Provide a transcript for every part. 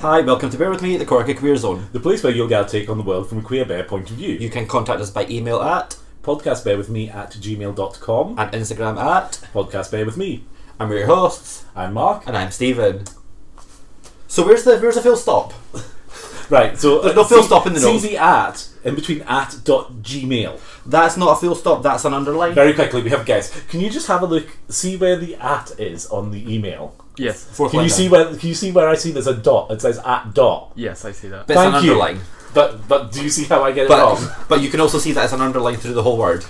Hi, welcome to Bear With Me, the Corky Career Zone. The place where you'll get a take on the world from a queer bear point of view. You can contact us by email at podcast bear with me at gmail.com. and Instagram at. Podcast bear with me. I'm your hosts, I'm Mark. and I'm Stephen. So where's the where's the full stop? Right, so There's no uh, full see- stop in the see notes. the at in between at dot gmail. That's not a full stop. That's an underline. Very quickly, we have guests. Can you just have a look, see where the at is on the email? Yes. Fourth Can you line see down. where? Can you see where I see there's a dot? It says at dot. Yes, I see that. But it's an Thank you. underline. But but do you see how I get it But wrong? but you can also see that it's an underline through the whole word.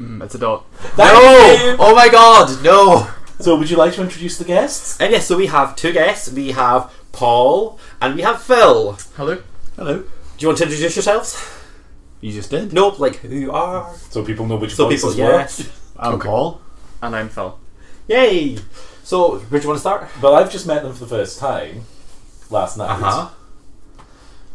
Mm, it's a dot. Thank you. Oh my God! No. So would you like to introduce the guests? And yes, so we have two guests. We have Paul and we have Phil. Do Hello. Hello. you want to introduce yourselves? You just did. Nope. Like who you are? So people know which So voices people, were. yes. I'm Paul. And I'm Phil. Yay! So where do you want to start? Well, I've just met them for the first time last night Uh-huh.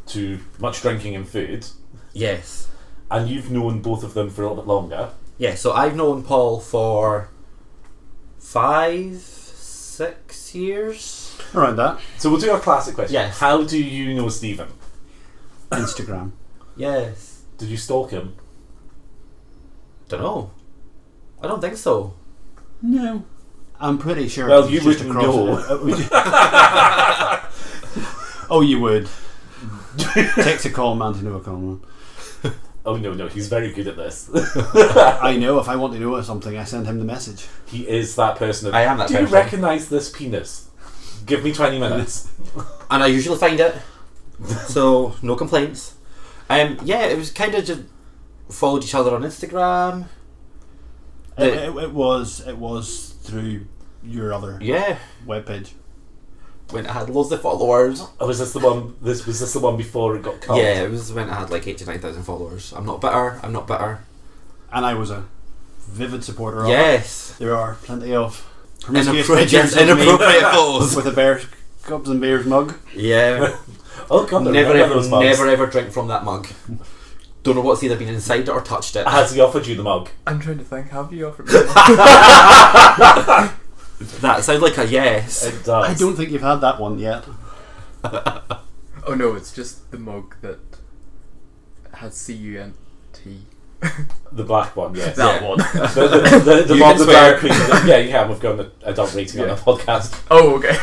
to much drinking and food, Yes. and you've known both of them for a little bit longer. Yeah, so I've known Paul for five, six years. Around that. So we'll do our classic question. Yes. How do you know Stephen? Instagram. Yes. Did you stalk him? Don't know. I don't think so. No. I'm pretty sure. Well, it was you just wouldn't across- know. it- it would- oh, you would. Takes a call man to know a call man. Oh no, no, he's very good at this. I know. If I want to know something, I send him the message. he is that person. Of, I am that do person. you recognise this penis? Give me twenty minutes. And I usually find it. so, no complaints. Um, yeah, it was kind of just followed each other on Instagram. It, The- it, it was. It was through your other yeah, webpage. when it had loads of followers. oh, was this the one? This was this the one before it got caught? Yeah, it was when it had like 89,000 followers. I'm not bitter, I'm not bitter. and I was a vivid supporter. of it. Yes. There are plenty of promiscuous Inappropriate, pictures of me inappropriate photos. with a bear cubs and bears mug. Yeah. Oh god, I Never remember ever, those mugs. never ever drink from that mug. Don't know what's either been inside it or touched it. Has he offered you the mug? I'm trying to think. Have you offered me? That sounds like a yes. It does. I don't think you've had that one yet. oh no, it's just the mug that has C U N T. The black one. Yes. That Yeah. one. the, the, the, the You Bob can the swear. Drag Queen. Yeah, you can. We've got an adult rating on Yeah. the podcast. oh okay.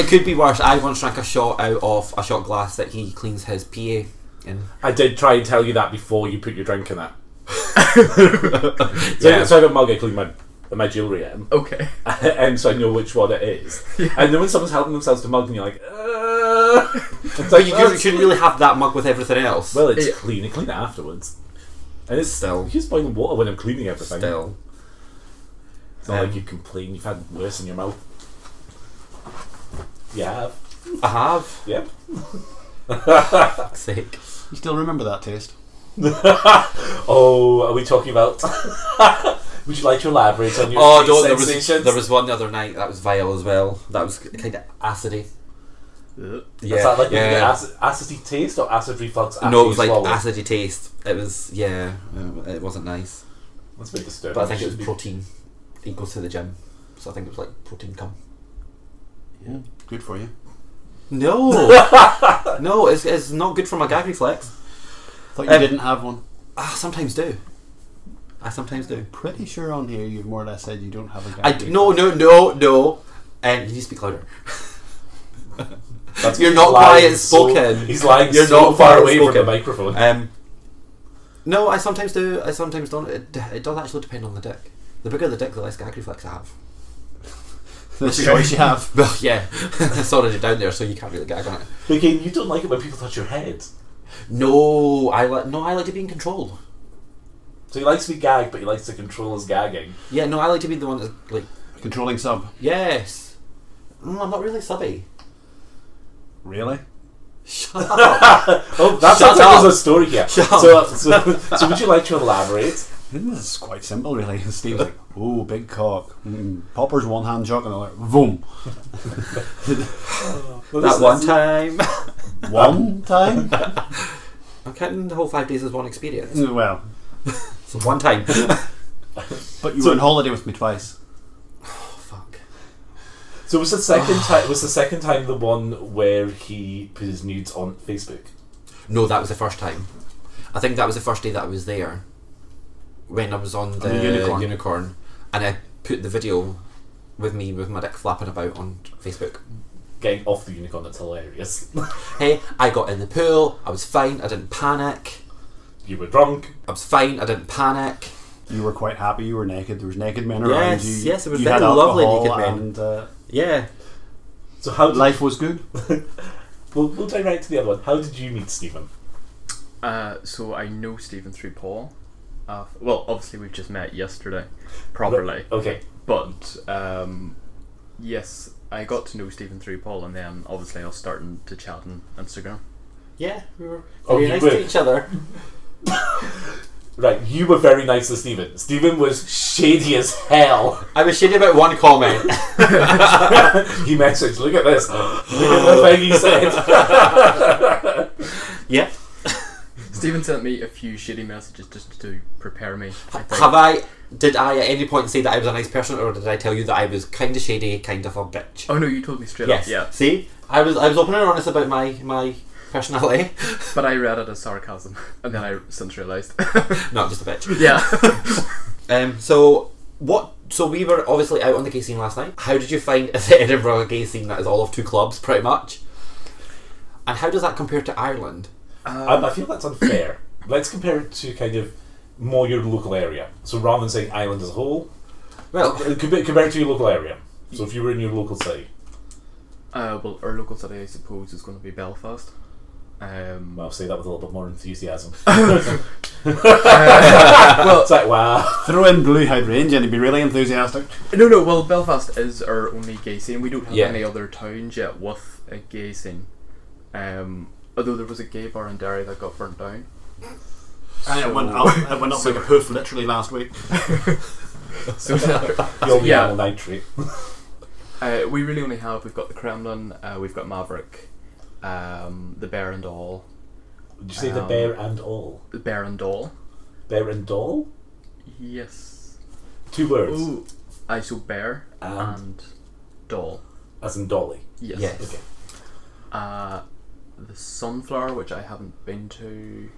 It could be worse. I once drank a shot out of a shot glass that he cleans his PA in. I did try and tell you that before you put your drink in it. so, Yeah. so I have a mug I clean my, my jewellery in, okay. and so I know which one it is. And then when someone's helping themselves to mug, and you're like, uh, it's So like you "That's- shouldn't really have that mug with everything else. Well, it's Yeah. clean. I clean it afterwards, and it's Still. You just boiling water when I'm cleaning everything. Still. It's not Um, like you complain. You've had worse in your mouth. Yeah. I have. Yep. Fuck's sake. You still remember that taste? Oh, are we talking about? Would you like to elaborate on your Oh, taste no, there was, sensations? there was one the other night that was vile as well. That was kind of acidy. Yeah. Is that like yeah. the acid, acidity taste or acid reflux? After no, it was like swallow? acidy taste. It was, yeah, um, it wasn't nice. That's a bit disturbing. But I think it was Should protein. He goes to the gym. So I think it was like protein cum. Yeah. Good for you. No, no, it's, it's not good for my gag reflex. Thought you Um, didn't have one. I sometimes do. I sometimes do. Pretty sure on here you've more or less said you don't have a guy. I d- no no no no. And you need to speak louder. be- That's- You're he's not lying quiet spoken. So, he's lying You're so not quiet far away from the spoken. microphone. Um, no, I sometimes do. I sometimes don't. It, d- it does actually depend on the dick. The bigger the dick, the less gag reflex I have. The choice you have. Well, yeah, it's already down there, so you can't really gag on it. But again, you don't like it when people touch your head. No, I like no, I like to be in control. So he likes to be gagged, but he likes to control his gagging. Yeah, no, I like to be the one that's like Controlling sub. yes. Mm, I'm not really subby. Really? Shut up. Oh, that Shut sounds like up. there's a story here. Shut up. so, so, so would you like to elaborate? This is quite simple, really. Steve's like, oh, big cock. Mm, Popper's one hand jock and another. Boom. Well, that this- one time. One time? I'm counting the whole five days as one experience. Mm, well, So Mm. one time. but you were on holiday with me twice. Fuck. So was the second time? Was the second time the one where he put his nudes on Facebook? No, that was the first time. I think that was the first day that I was there when I was on the, the unicorn. unicorn, and I put the video with me with my dick flapping about on Facebook. Getting off the unicorn, that's hilarious. Hey, I got in the pool. I was fine. I didn't panic. you were drunk. I was fine. I didn't panic. You were quite happy. You were naked. There was naked men around Yes, you. yes, there was you very had lovely alcohol naked men. And uh, Yeah. So how did life was good. We'll, we'll direct to the other one. How did you meet Stephen? Uh, so I know Stephen through Paul. Uh, well, obviously we've just met yesterday, properly. Okay. But um, yes, I got to know Stephen through Paul, and then obviously I was starting to chat on Instagram. Yeah, we were Oh, very you nice were. to each other. Right, you were very nice to Stephen. Stephen was shady as hell. I was shitty about one comment. he messaged, look at this. look at the thing he said. yeah. Stephen sent me a few shitty messages just to prepare me. I think. Have I? Did I at any point say that I was a nice person, or did I tell you that I was kind of shady, kind of a bitch? Oh no, you told me straight yes. up. Yeah, See, I was I was open and honest about my my personality. but I read it as sarcasm, and then I since realised. Not just a bitch. yeah. Um, so what? So we were obviously out on the gay scene last night. How did you find the Edinburgh gay scene? That is all of two clubs, pretty much. And how does that compare to Ireland? um, I feel that's unfair. Let's compare it to kind of more your local area. So rather than saying island as a whole, Well, Oh, uh, compare, compare it to your local area. So if you were in your local city, Uh, well, our local city, I suppose, is going to be Belfast. Um, well, I'll say that with a little bit more enthusiasm. well, it's like, wow. Throw in blue hydrangea and you'd be really enthusiastic. no, no. Well, Belfast is our only gay scene. We don't have Yeah. any other towns yet with a gay scene. Um, although there was a gay bar in Derry that got burnt down. And it went up, it went up like a poof literally last week. So uh, You'll be Yeah. animal nitrate. uh, we really only have we've got the Kremlin, uh, we've got Maverick, um, the Bear and Doll, Did you say the Um, bear and all? the Bear and Doll. Bear and doll? Yes. Two words. Ooh, Um. I so Bear And? and Doll. As in dolly. Yes. Yes. Okay. Uh, the Sunflower, which I haven't been to,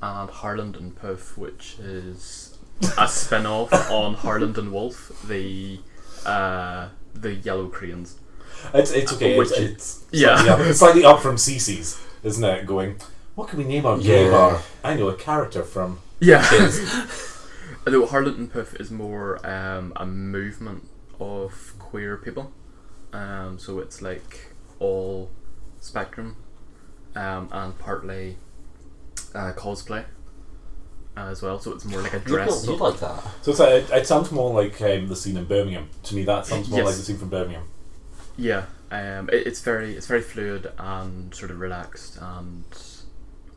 and Harland and Puff, which is a spin off on Harland and Wolf, the uh, the Yellow Cranes. It's, it's okay. Which it's, is- it's yeah. slightly up, it's slightly up from CC's, isn't it? Going, what can we name our gay Yeah. bar? I know a character from. Yeah. Although Harland and Puff is more um, a movement of queer people, um, so it's like all spectrum, um, and partly uh, cosplay as well. So it's more like a you dress. you like that. So it's like, it, it sounds more like um, the scene in Birmingham. To me, that sounds more Yes. like the scene from Birmingham. Yeah, um, it, it's very it's very fluid and sort of relaxed and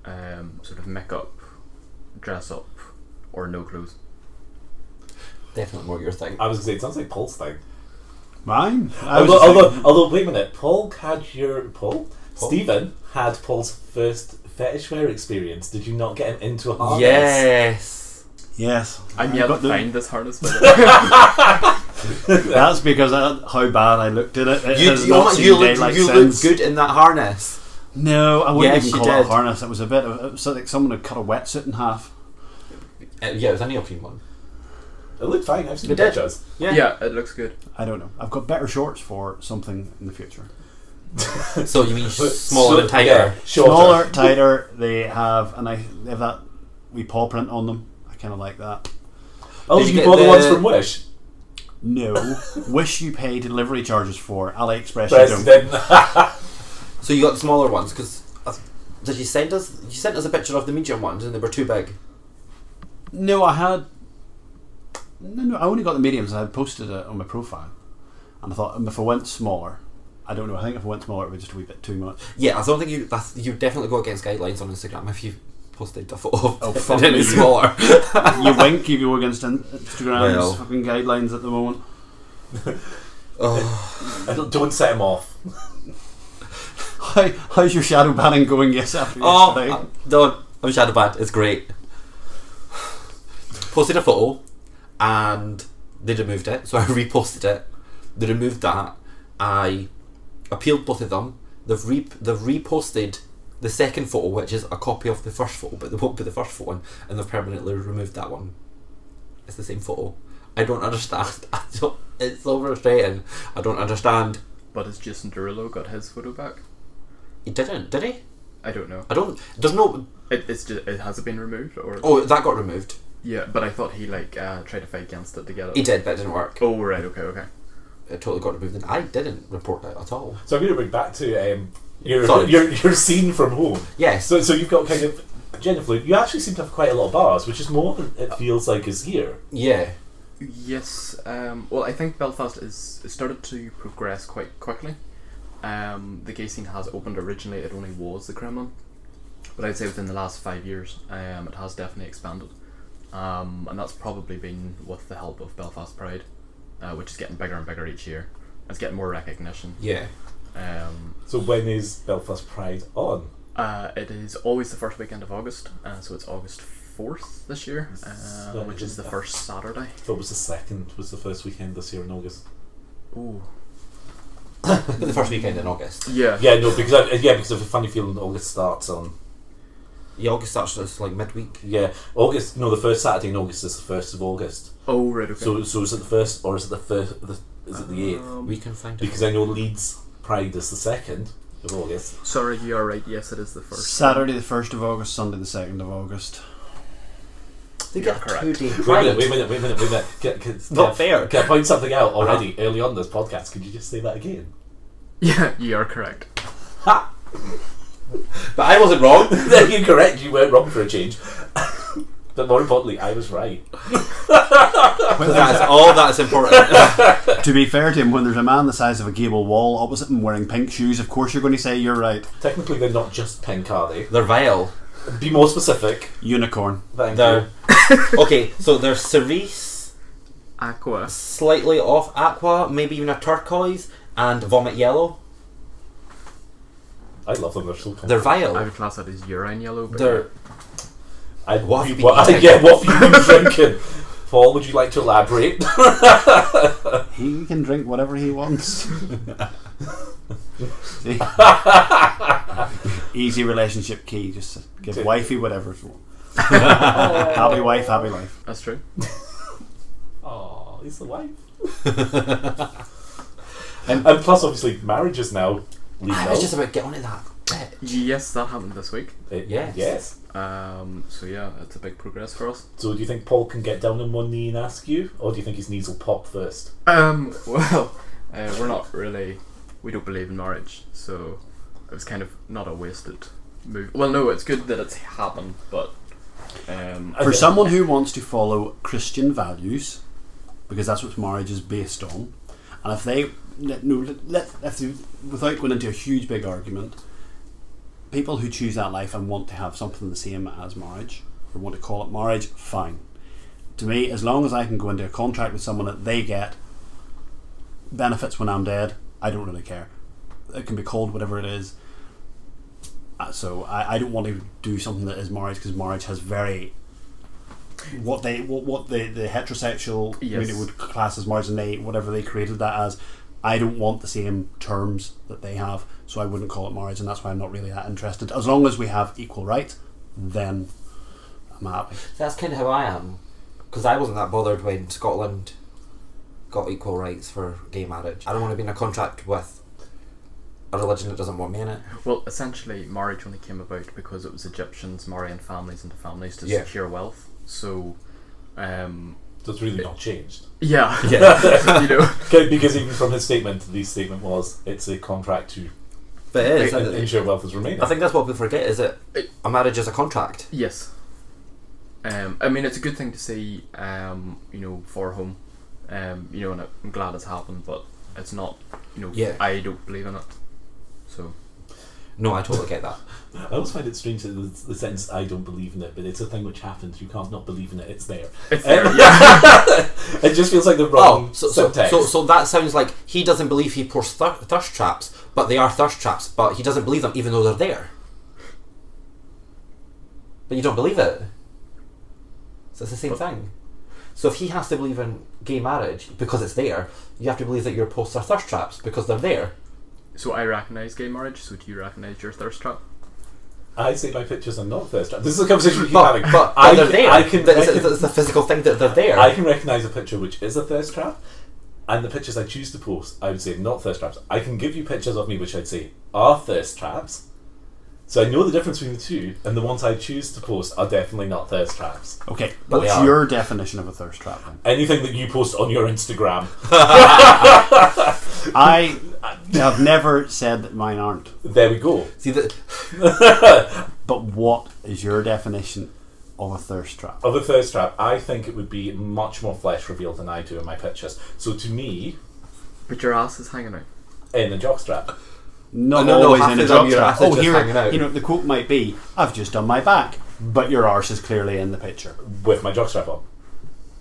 um, sort of make up, dress up, or no clothes. Definitely more your thing. I was going to say, it sounds like Paul's thing. Mine. I was Although, just although, thinking- although, wait a minute. Paul had your. Paul? Paul? Stephen had Paul's first fetish wear experience. Did you not get him into a harness? yes. Oh, yes, I'm I've yet to got the- find this harness. by the way. That's because of how bad I looked at it. It You, has you, not almost- seen you look, daylight you look since. good in that harness. No, I wouldn't Yes, even you call it did. a harness. It was a bit of it was like someone had cut a wetsuit in half. Uh, yeah, it was a neoprene one. It looked fine. I've seen It the did. pictures. yeah, it looks good. I don't know. I've got better shorts for something in the future. So you mean smaller So- and tighter? yeah, shorter. Smaller, tighter. They have a nice. They have that wee paw print on them. I kind of like that. Oh, Did you, you get bought the, the- ones from Wish. No, wish you pay delivery charges for AliExpress. You don't. President. So you got the smaller ones because did you send us? You sent us a picture of the medium ones and they were too big. No, I had. No, no. I only got the mediums. I had posted it on my profile, and I thought um, if I went smaller, I don't know. I think if I went smaller, it would just a wee bit too much. Yeah, I don't think you. That's, you definitely go against guidelines on Instagram if you posted a photo of Oh, it fuck and me. it's smaller. you wink, you go against in- Instagram's Well. fucking guidelines at the moment. oh, don't, don't set him off. How, how's your shadow banning going? Yes, after yesterday. oh I- don't. I'm shadow bad. It's great. Posted a photo, and they removed it. So I reposted it. They removed that, I appealed both of them. They've re- they've reposted the second photo, which is a copy of the first photo, but they won't put the first photo in, and they've permanently removed that one. It's the same photo. I don't understand. I don't, it's so frustrating. I don't understand. But has Jason Derulo got his photo back? He didn't, did he? I don't know. I don't. There's no. It, it's just it has it been removed or Oh, that got removed. yeah. But I thought he like uh, tried to fight against it to get it. He did, but it didn't work. Oh right, okay, okay. It totally got removed, and I didn't report that at all. So I'm going to bring back to um, your, Sorry. your your scene from home. Yes. So so you've got kind of Jennifer. You actually seem to have quite a lot of bars, which is more than it feels like is here. Yeah. Yes. Um, well, I think Belfast is it started to progress quite quickly. Um, the gay scene has opened. Originally, it only was the Kremlin, but I'd say within the last five years, um, it has definitely expanded, um, and that's probably been with the help of Belfast Pride, uh, which is getting bigger and bigger each year. It's getting more recognition. Yeah. Um, So when is Belfast Pride on? Uh, it is always the first weekend of August, uh, so it's August 4th this year, uh, which is the first Saturday. I thought it was the second. Was the first weekend this year in August? Ooh. the first weekend in August. Yeah. Yeah, no, because I, yeah, because of a funny feeling. August starts on Yeah, August starts as like midweek. yeah August. No, the first Saturday in August is the first of August. Oh, right, okay. So so is it the first or is it the first? The, is it the eighth? Um, We can find out. Because I know Leeds Pride is the second of August. sorry, you are right. Yes, it is the first. Saturday the 1st of August, Sunday the 2nd of August. They You're get correct. two day Wait a minute, wait break. a minute, wait a minute, wait a minute. Can, can, Not can, fair. Uh-huh. can I point something out already early on in this podcast? Could you just say that again? Yeah, you are correct. Ha! But I wasn't wrong. You're correct, you weren't wrong for a change. but more importantly, I was right. That's all that's important. to be fair to him, when there's a man the size of a gable wall opposite him wearing pink shoes, of course you're going to say you're right. Technically, they're not just pink, are they? They're vile. Be more specific. Unicorn. Thank They're okay. So they're cerise, Aqua. slightly off aqua, maybe even a turquoise, and vomit yellow. you. I love them, they're so cool. They're I vile. would class that as urine yellow, but They're I, What have you what, been yeah, what have you been drinking? Paul, would you like to elaborate? He can drink whatever he wants. See? Easy relationship key. Just give wifey whatever. she wants. Uh, happy wife, happy life. that's true. Oh, he's the wife. and, and plus, obviously, marriages now I legal. was Ah, just about to get on to that. bit. Yes, that happened this week. Uh, Yes. Yes. Um, so yeah, it's a big progress for us. So, do you think Paul can get down on one knee and ask you, or do you think his knees will pop first? Um, well, uh, we're not really, we don't believe in marriage, so it was kind of not a wasted move. Well, no, it's good that it's happened, but um, For Okay. someone who wants to follow Christian values, because that's what marriage is based on, and if they let- no, let, let, if they, without going into a huge big argument, people who choose that life and want to have something the same as marriage or want to call it marriage, fine. To me, as long as I can go into a contract with someone that they get benefits when I'm dead, I don't really care. It can be called whatever it is. Uh, So I, I don't want to do something that is marriage because marriage has very what they what, what the, the heterosexual community Yes. would class as marriage and they whatever they created that as. I don't want the same terms that they have, so I wouldn't call it marriage, and that's why I'm not really that interested. As long as we have equal rights, then I'm happy. That's kind of how I am, because I wasn't that bothered when Scotland got equal rights for gay marriage. I don't want to be in a contract with a religion that doesn't want me in it. Well, essentially, marriage only came about because it was Egyptians marrying families into families to Yeah. secure wealth. So, um, So it's really not changed. yeah, Yeah. you know, Okay, because even from his statement, the statement was it's a contract to But it is. en- isn't it? ensure wealth is remaining. I think that's what people forget is that a marriage is a contract. yes. Um, I mean, it's a good thing to see, um, you know, for home, um, you know, and I'm glad it's happened, but it's not, you know, Yeah. I don't believe in it. So, No, I totally get that. I always find it strange that the, the sentence "I don't believe in it," but it's a thing which happens. You can't not believe in it. It's there. it's Eh? there, yeah. It just feels like the wrong Oh, so so, subtext. so so that sounds like he doesn't believe he pours thir- thirst traps, but they are thirst traps. But he doesn't believe them, even though they're there. But you don't believe it. So it's the same thing. So if he has to believe in gay marriage because it's there, you have to believe that your posts are thirst traps because they're there. So I recognise gay marriage. So do you recognise your thirst trap? I say my pictures are not thirst trap. This is a conversation we keep But, having. but, but I, they're can- there. I can, That is- I can, it's a physical thing that they're there. I can recognise a picture which is a thirst trap, and the pictures I choose to post, I would say not thirst traps. I can give you pictures of me which I'd say are thirst traps. So I know the difference between the two, and the ones I choose to post are definitely not thirst traps. Okay, But they what's are. your definition of a thirst trap then? Anything that you post on your Instagram, I have never said that mine aren't. there we go. See that But what is your definition of a thirst trap? Of a thirst trap, I think it would be much more flesh revealed than I do in my pictures. So to me, But your ass is hanging out. in a jockstrap, Not No, no, no, always half in a the job time your trap. ass is Oh, just hanging here, out. you know, the quote might be, "I've just done my back," but your arse is clearly in the picture. with my jockstrap on,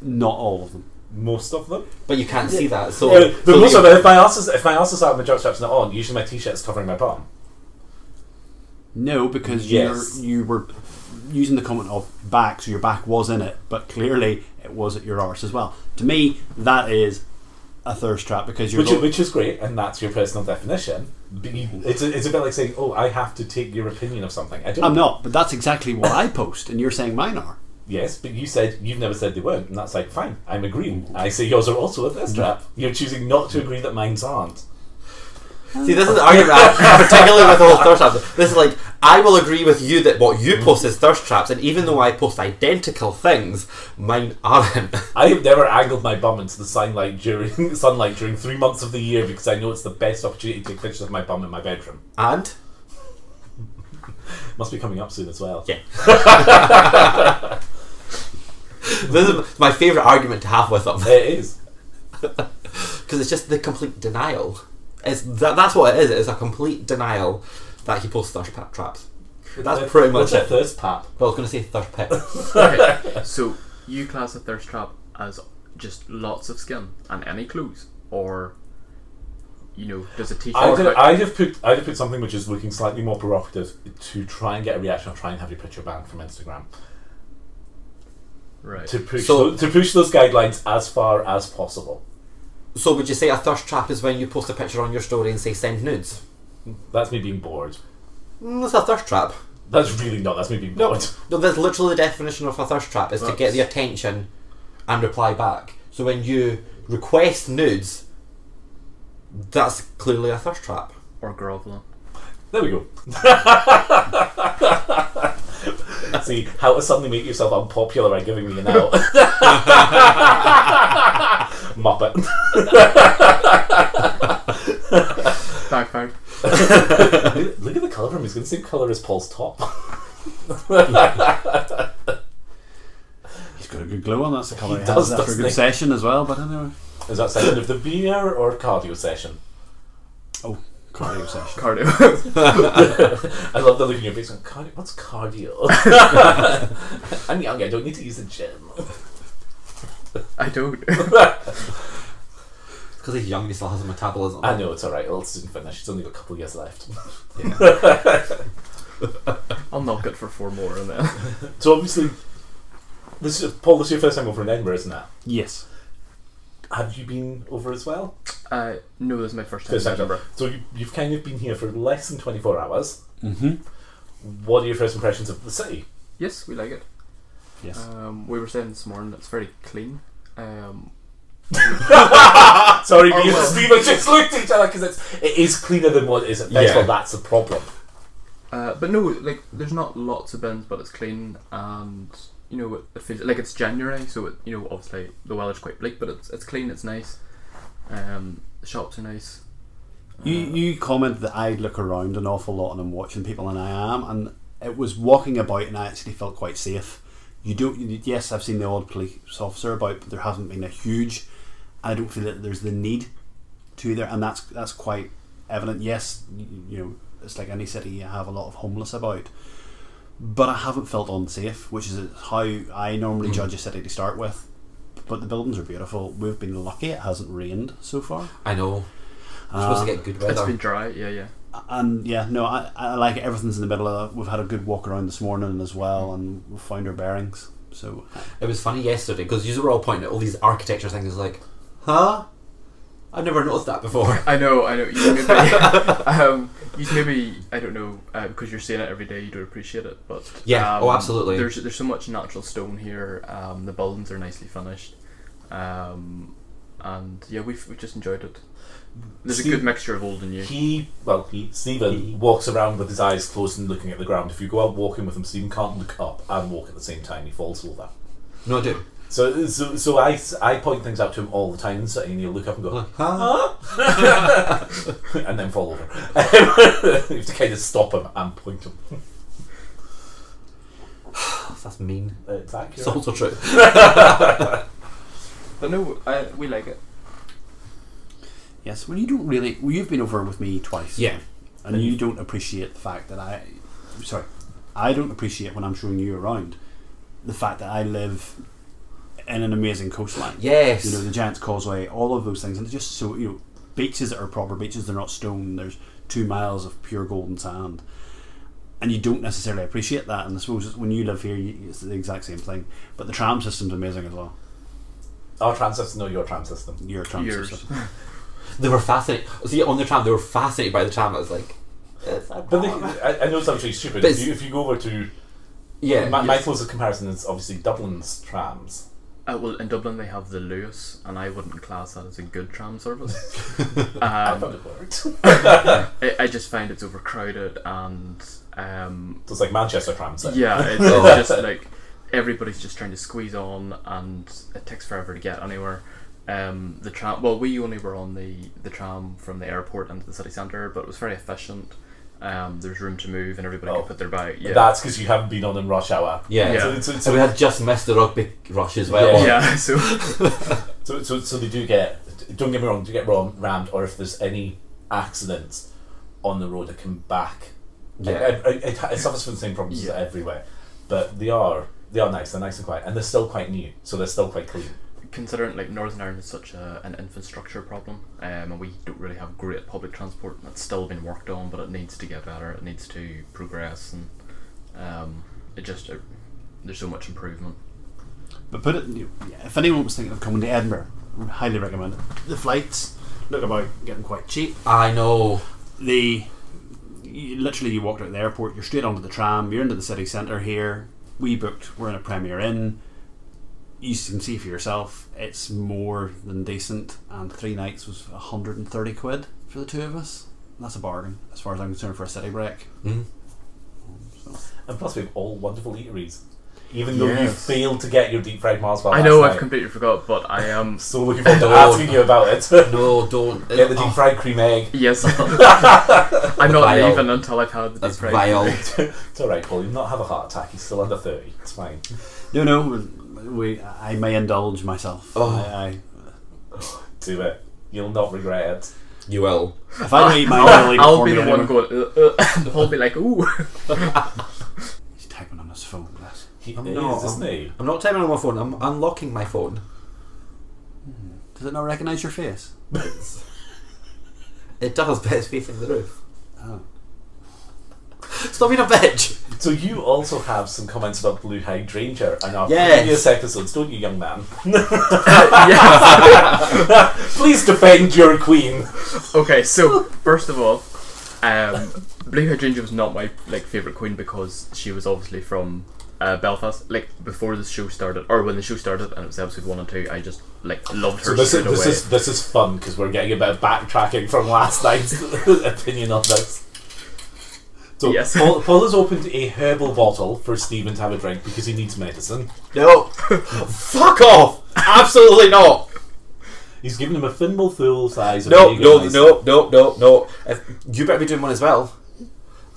Not all of them. most of them. but you can't see that. So, Yeah, so but most you- of it, if my ass is if my ass is out and my jockstrap's not on, usually my t-shirt's covering my bum. No, because Yes. you're, you were using the comment of back, so your back was in it, but clearly it was at your arse as well. To me, that is a thirst trap because you're which, is, go- which is great, and that's your personal definition. But you, it's, a, it's a bit like saying, "Oh, I have to take your opinion of something." I don't. I'm not, but that's exactly what I post, and you're saying mine are. Yes, but you said you've never said they weren't, and that's like fine. I'm agreeing. I say yours are also a Mm-hmm. thirst trap. You're choosing not to agree that mine's aren't. See, this is the argument, I have, particularly with the whole thirst traps. This is like, I will agree with you that what you post is thirst traps, and even though I post identical things, mine aren't. I have never angled my bum into the sunlight during sunlight during three months of the year because I know it's the best opportunity to take pictures of my bum in my bedroom. And Must be coming up soon as well. yeah, this is my favorite argument to have with them It is. because it's just the complete denial. It's that, that's what it is. It's a complete denial that he posts thirst pa- traps. That's pretty much What's a it. thirst pap. Well, I was going to say thirst pit. Okay. so you class a thirst trap as just lots of skin and any clothes, or you know, does a t-shirt? I'd have, count? I'd have put I'd have put something which is looking slightly more provocative to try and get a reaction or try and have your picture banned from Instagram right. to push So- tho- to push those guidelines as far as possible. so, would you say a thirst trap is when you post a picture on your story and say send nudes? That's me being bored. Mm, that's a thirst trap. That's really not. That's me being No, bored. no, that's literally the definition of a thirst trap is to get the attention and reply back. So when you request nudes, that's clearly a thirst trap. or groveling. There we go. See how to suddenly make yourself unpopular by giving me an out. Muppet. Backfired. Look- Look at the colour of him. He's got the same colour as Paul's top. He's got a good glow on. That's the colour He he, does, has after a doesn't good he? session as well. But anyway, Is that session of the beer or cardio session? oh, cardio session. Cardio. I love the look in your face. Going, cardio? What's cardio? I'm young. I don't need to use the gym. I don't. Because he's young and he still has a metabolism. I know it's all right. It'll soon finish. It's only got a couple of years left. I'll knock it for four more and then. so obviously, this is Paul. This is your first time over in Edinburgh, isn't it? Yes, Have you been over as well? Uh, no, this is my first time. First in time Edinburgh. over. So you, you've kind of been here for less than twenty four hours. Mhm. What are your first impressions of the city? Yes, we like it. yes. Um, we were saying this morning it's very clean. Um, Sorry, Oh, me and well. Steve have just looked at each other because it's it is cleaner than what it is at Yeah. Bexhill. That's the problem. uh, but no, like there's not lots of bins, but it's clean and you know it, it feels like it's January, so it, you know obviously the weather's quite bleak, but it's it's clean, it's nice. Um, the shops are nice. You you commented that I look around an awful lot and I'm watching people, and I am, and it was walking about, and I actually felt quite safe. You don't. you- Yes, I've seen the odd police officer about, but there hasn't been a huge. I don't feel that there's the need to either, and that's that's quite evident. Yes, you, you know, it's like any city, you have a lot of homeless about, but I haven't felt unsafe, which is how I normally judge a city to start with. But the buildings are beautiful. We've been lucky; it hasn't rained so far. I know. We're supposed to get good It's weather. been dry, yeah, yeah. and yeah, no, I, I like it. everything's in the middle of that. We've had a good walk around this morning as well, and we found our bearings. So It was funny yesterday because you were all pointing at all these architecture things. It's like, huh? I've never noticed that before. I know, I know. You maybe, um, you maybe I don't know uh, because you're seeing it every day. You don't appreciate it, but Yeah, um, oh, absolutely. There's there's so much natural stone here. Um, the buildings are nicely finished, um, and yeah, we've we just enjoyed it. There's Steve- a good mixture of old and new. He, well, he, Stephen He. walks around with his eyes closed and looking at the ground. If you go out walking with him, Stephen can't look up and walk at the same time. He falls over. No, I do. So, so, so I, I point things out to him all the time, and suddenly he'll look up and go, Like, huh? and then fall over. you have to kind of stop him and point him. That's mean. It's accurate. It's also true. But no, I, we like it. yes, well, you don't really. Well, you've been over with me twice. Yeah. and you don't appreciate the fact that I, sorry, I don't appreciate when I'm showing you around the fact that I live in an amazing coastline. Yes. You know the Giant's Causeway, all of those things, and it's just so you know beaches that are proper beaches. They're not stone. There's two miles of pure golden sand, and you don't necessarily appreciate that. And I suppose when you live here, you, it's the exact same thing. But the tram system's amazing as well. Our tram system, no, your tram system. Your tram Yours. system. they were fascinated. See, on the tram, they were fascinated by the tram. I was like, it's a But the, tram. I, I know it's actually stupid. But if, it's- you, if you go over to yeah, my, my yes. closest comparison is obviously Dublin's trams. Uh, well, in Dublin they have the Lewis, and I wouldn't class that as a good tram service. I um, thought it worked. I, I just find it's overcrowded and um, So it's like Manchester trams. then. Yeah, it's, it's just like everybody's just trying to squeeze on, and it takes forever to get anywhere. Um, the tram. Well, we only were on the the tram from the airport into the city centre, but it was very efficient. Um, there's room to move, and everybody Oh. could put their bag. Yeah, That's because you haven't been on in rush hour. Yeah. Yeah. So, so, So so, we had just missed the rugby rush as well. Yeah. yeah. So so, so, so they do get, don't get me wrong, do get ram- rammed, or if there's any accidents on the road, it can back. Yeah. It, it, it, it suffers from the same problems Yeah. everywhere. But they are, they are nice, they're nice and quiet, and they're still quite new, so they're still quite clean. considering like Northern Ireland is such a, an infrastructure problem, um, and we don't really have great public transport. That's still been worked on, but it needs to get better. It needs to progress, and um, it just it, there's so much improvement. But put it, you know, if anyone was thinking of coming to Edinburgh, highly recommend it. The flights look about getting quite cheap. I know. the you, literally you walked out of the airport you're straight onto the tram you're into the city centre here we booked we're in a premier inn you can see for yourself it's more than decent and three nights was 130 quid for the two of us that's a bargain as far as I'm concerned for a city break Mm. so, And plus, we have all wonderful eateries. Even though you Yes. failed to get your deep fried Mars bar, I last know night. I've completely forgot, but I am. So looking forward to No. asking you about it. No, don't. Get the deep Oh, fried cream egg. Yes, I'm not Vile. leaving until I've had the that's deep fried. vile. It's all right, Paul. You've not have a heart attack. He's still under thirty. It's fine. no no we, I may indulge myself Oh. I, Do it. You'll not regret it. You will. I, if I don't eat my oil I'll, eat I'll before be me the anyway. one going. Uh, uh, I'll be like, ooh. he's typing on his phone bless. He I'm is, not- isn't he? I'm not typing on my phone. I'm unlocking my phone. does it not recognise your face It does, but it's facing the roof. oh. Stop being a bitch. So you also have some comments about Blue Hydrangea and our Yes. previous episodes, don't you, young man? yes. Please defend your queen. Okay, so first of all, um, Blue Hair Ginger was not my like favorite queen because she was obviously from uh, Belfast. Like before the show started, or when the show started, and it was episode one and two. I just like loved So her this is straight this away. is this is fun because we're getting a bit of backtracking from last night's opinion on this. So Yes. Paul, Paul has opened a herbal bottle for Stephen to have a drink because he needs medicine. No. Fuck off. Absolutely not. He's given him a thimble full size. Of No, Jaeger no, Ice. no, no, no, no. If, you better be doing one as well.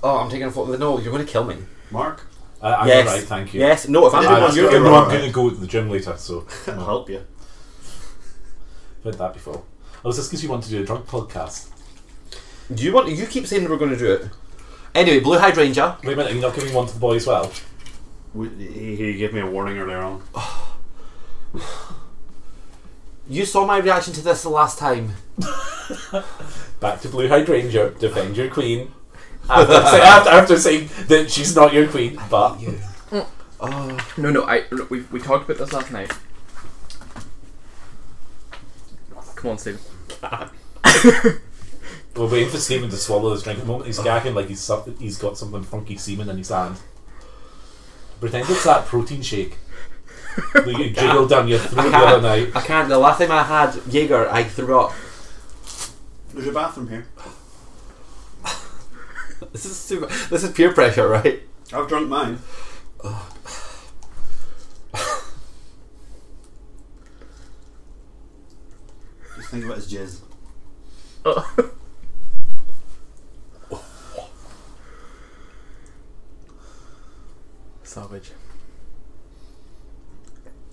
Oh, I'm taking a photo. No, you're going to kill me. Mark Uh, I, I'm yes. right, thank you. Yes. No, if I'm I, doing I, one, you're I doing know one. I'm going to go to the gym later, so I'll help you I've heard that before. Oh, is this because you want to do a drug podcast? Do you want? You keep saying we're going to do it. Anyway, blue hydrangea. Wait a minute, are you not giving one to the boy as well? We- He he gave me a warning earlier on. You saw my reaction to this the last time. Back to Blue Hydrangea, defend your queen. After, say- after, after saying that she's not your queen, but You. Oh, No, no. I we we talked about this last night. Come on, Steve. We're waiting for Stephen to swallow his drink. At the moment he's gagging like he's some- he's got something funky semen in his hand. Pretend it's that protein shake that you jiggled down your throat the other night. I can't. The last time I had Jaeger, I threw up. There's a bathroom here. This is super, this is peer pressure, right? I've drunk mine. Just think of it as jizz. Oh. Savage.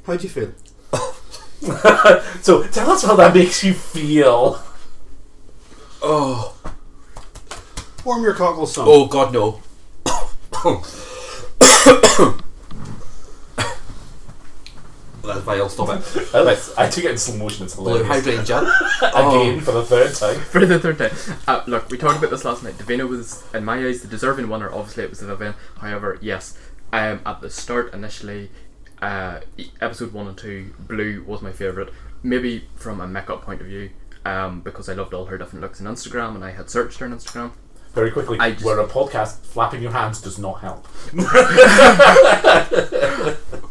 How do you feel? So tell us how that makes you feel. Oh, Warm your cockles, son. oh God, no. That's vile. Stop it. I, like, I took it in slow motion. It's Blue hilarious. hydrangea. gin. Again for the third time. For the third time. Uh, look, we talked about this last night. Davina was, in my eyes, the deserving winner. Obviously, it was Davina. However, yes, um, at the start, initially, uh, e- episode 1 and 2, Blue was my favourite. Maybe from a makeup point of view, um, because I loved all her different looks on Instagram and I had searched her on Instagram. Very quickly, I just- we're a podcast. Flapping your hands does not help.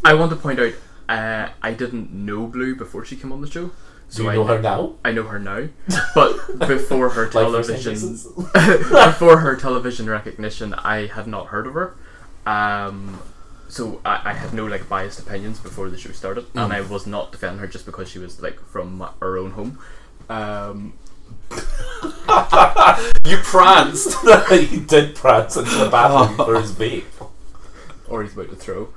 I want to point out, uh, I didn't know Blue before she came on the show. Do So you I know her now? I know her now, but before her Like for some television, reasons? before her television recognition, I had not heard of her. Um, so I, I had no like biased opinions before the show started, Mm. and I was not defending her just because she was like from my- our own home. Um, You pranced. he did prance into the bathroom for his vape. or he's about to throw.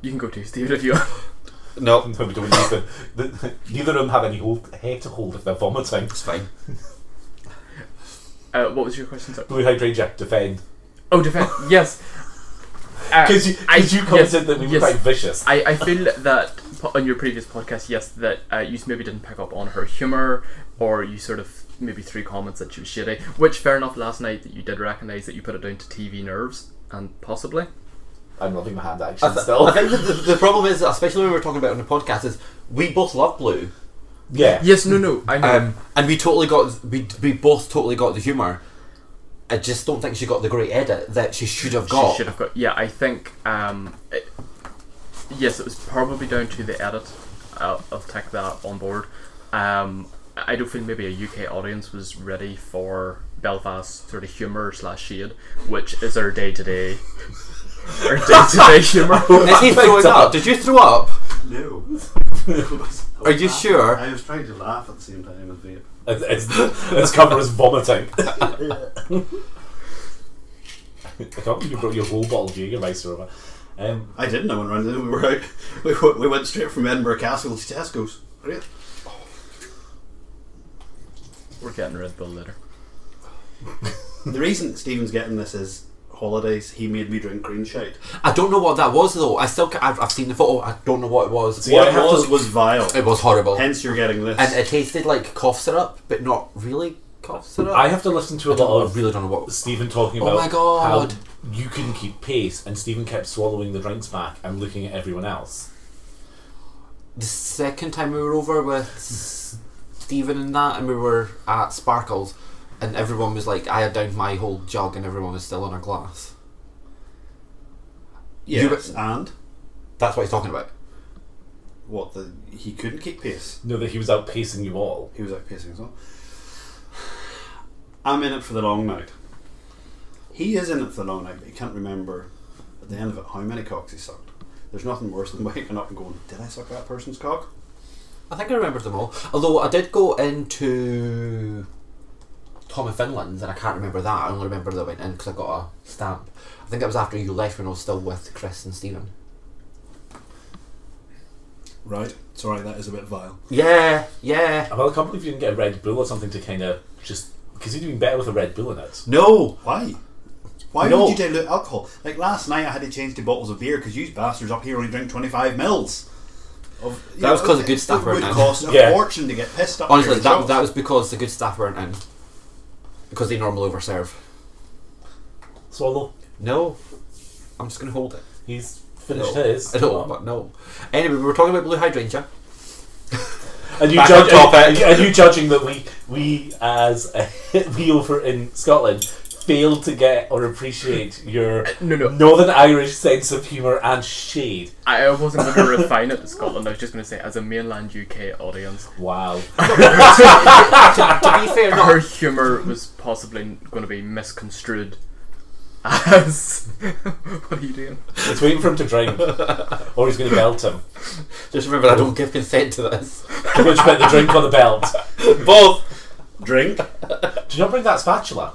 you can go too, Steve, if you. want. No, No, we don't need them. The- Neither of them have any hold, hair to hold if they're vomiting. it's fine. Uh, what was your question? Sorry. Blue hydrangea, defend. Oh, defend. Yes. Uh, Because you, I- cause you commented that we were yes. quite vicious. I, I feel that po- on your previous podcast, yes, that uh, you maybe didn't pick up on her humour, or you sort of maybe three comments that she was shitty. Which fair enough. Last night that you did recognise that you put it down to TV nerves and possibly. I'm loving my hand action I, th- still. I think the, the, the problem is, especially when we were talking about it on the podcast, is we both love blue. yeah. Yes. No. No. I know. Um, and we totally got we, we both totally got the humour. I just don't think she got the great edit that she should have got. She should have got. Yeah, I think. Um, it, yes, it was probably down to the edit. I'll, I'll take that on board. Um, I I don't think maybe a UK audience was ready for Belfast sort of humour slash shade, which is our day to day, our day to day humour. Is he throwing up? Did you throw up? No. Are you sure? Uh, I was trying to laugh at the same time as vape. It's, it's, its cover is vomiting. I can't believe you brought your whole bottle of Jägermeister over. Um, I didn't. I went around. We were out. We, w- we went straight from Edinburgh Castle to Tesco's. Great. We're getting Red Bull later. The reason that Stephen's getting this is holidays. He made me drink green shite. I don't know what that was though. I still ca- I've, I've seen the photo. I don't know what it was. See, Yeah, what I it have was uh, to- was vile. It was horrible, and Hence, you're getting this. it tasted like cough syrup, but not really cough syrup. I have to listen to a I don't lot know, I of really don't know what. Stephen talking Oh about my God. how you couldn't keep pace, and Stephen kept swallowing the drinks back and looking at everyone else. The second time we were over with Stephen and that, and we were at Sparkles, and everyone was like, I had downed my whole jug, and everyone was still on a glass. yes. you- and That's what he's talking about. what? The he couldn't keep pace. No, that he was outpacing you all. He was out pacing as well. I'm in it for the long night. He is in it for the long night, but he can't remember at the end of it how many cocks he sucked. There's nothing worse than waking up and going, "Did I suck that person's cock?" I think I remember them all. Although I did go into Tom of Finland's, and I can't remember that. I only remember that I went in because I got a stamp. I think that was after you left when I was still with Chris and Stephen. Right. Sorry, that is a bit vile. Yeah, yeah. Well, I can't believe you didn't get a Red Bull or something to kind of just because you're doing better with a Red Bull in it. No, Why? Why No. would you dilute alcohol? Like last night, I had to change to bottles of beer because you bastards up here only drink 25 mils. Of, you That was 'cause of good it- staff It right would now. cost a Yeah. fortune to get pissed up. honestly, here that, yourself. that was because the good staff weren't in because they normally overserve. Swallow. No, I'm just going to hold it. He's finished No. his. I know, but no. Anyway, we were talking about blue hydrangea. And you Back judge on topic. Are, you judging that we we as a we over in Scotland failed to get or appreciate your Uh, No, no, Northern Irish sense of humour and shade? I wasn't going to refine it to Scotland. I was just going to say, as a mainland UK audience, Wow. to be fair, her no. humour was possibly going to be misconstrued as. what are you doing? It's waiting for him to drink, or he's going to belt him. Just remember, I don't give consent to this. At Which bit the drink or the belt? Both. Drink? Do you not bring that spatula?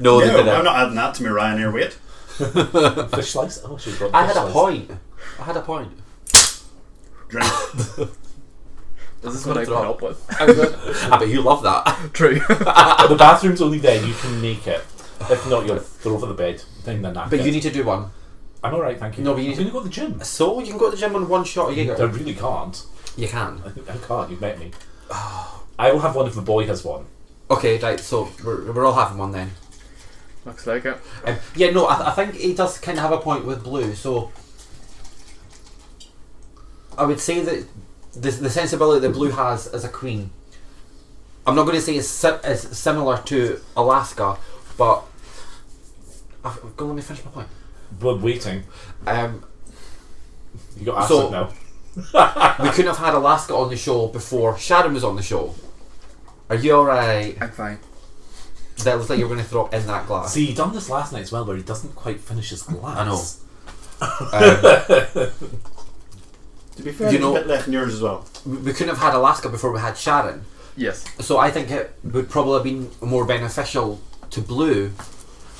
No, they No, didn't. I'm not adding that to my Ryanair weight. Fish slice? Oh, she brought. I fish had a slice. point. I had a point. Drink. This is I'm what gonna I put throw up with. I bet you love that. True. The bathroom's only there. You can make it. If not, you'll throw over the bed. Then the napkin. But you need to do one. I'm all right, thank you. No, but you I'm need going to go to the gym. So you can go to the gym on one shot of I Jaeger. really can't. You can. I can't. You've met me. I will have one if the boy has one. Okay, right. So we're, we're all having one then. Looks like it. Um, yeah, no, I, th- I think he does kind of have a point with blue. So I would say that the, the sensibility that blue has as a queen. I'm not going to say it's, si- it's similar to Alaska, but I've, go let me finish my point. We're waiting. Um, You got acid So- now. we couldn't have had Alaska on the show before Sharon was on the show. Are you all right? I'm fine. That looks like you were going to throw in that glass. See, he done this last night as well, where he doesn't quite finish his glass. I know. Um, To be fair, You you know- know, a bit left in yours as well. we we couldn't have had Alaska before we had Sharon. Yes. So I think it would probably have been more beneficial to Blue.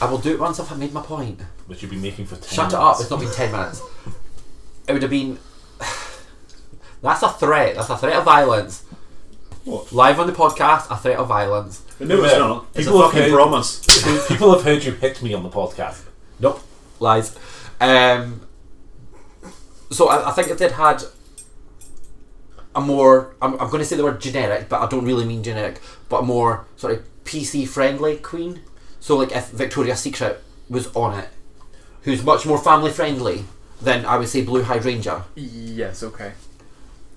I will do it once I've made my point. Which you've been making for ten. Shut it up, minutes. it's not been 10 minutes. It would have been. That's a threat, that's a threat of violence. What? Live on the podcast, a threat of violence. No, it's Yeah. not. It's People a have fucking paid- promise. People have heard you hit me on the podcast. Nope, lies. Um, so I, I think if they'd had a more, I'm, I'm going to say the word generic, but I don't really mean generic, but a more sort of PC friendly queen. So like if Victoria's Secret was on it, who's much more family friendly than I would say Blue Hydrangea. Yes, okay.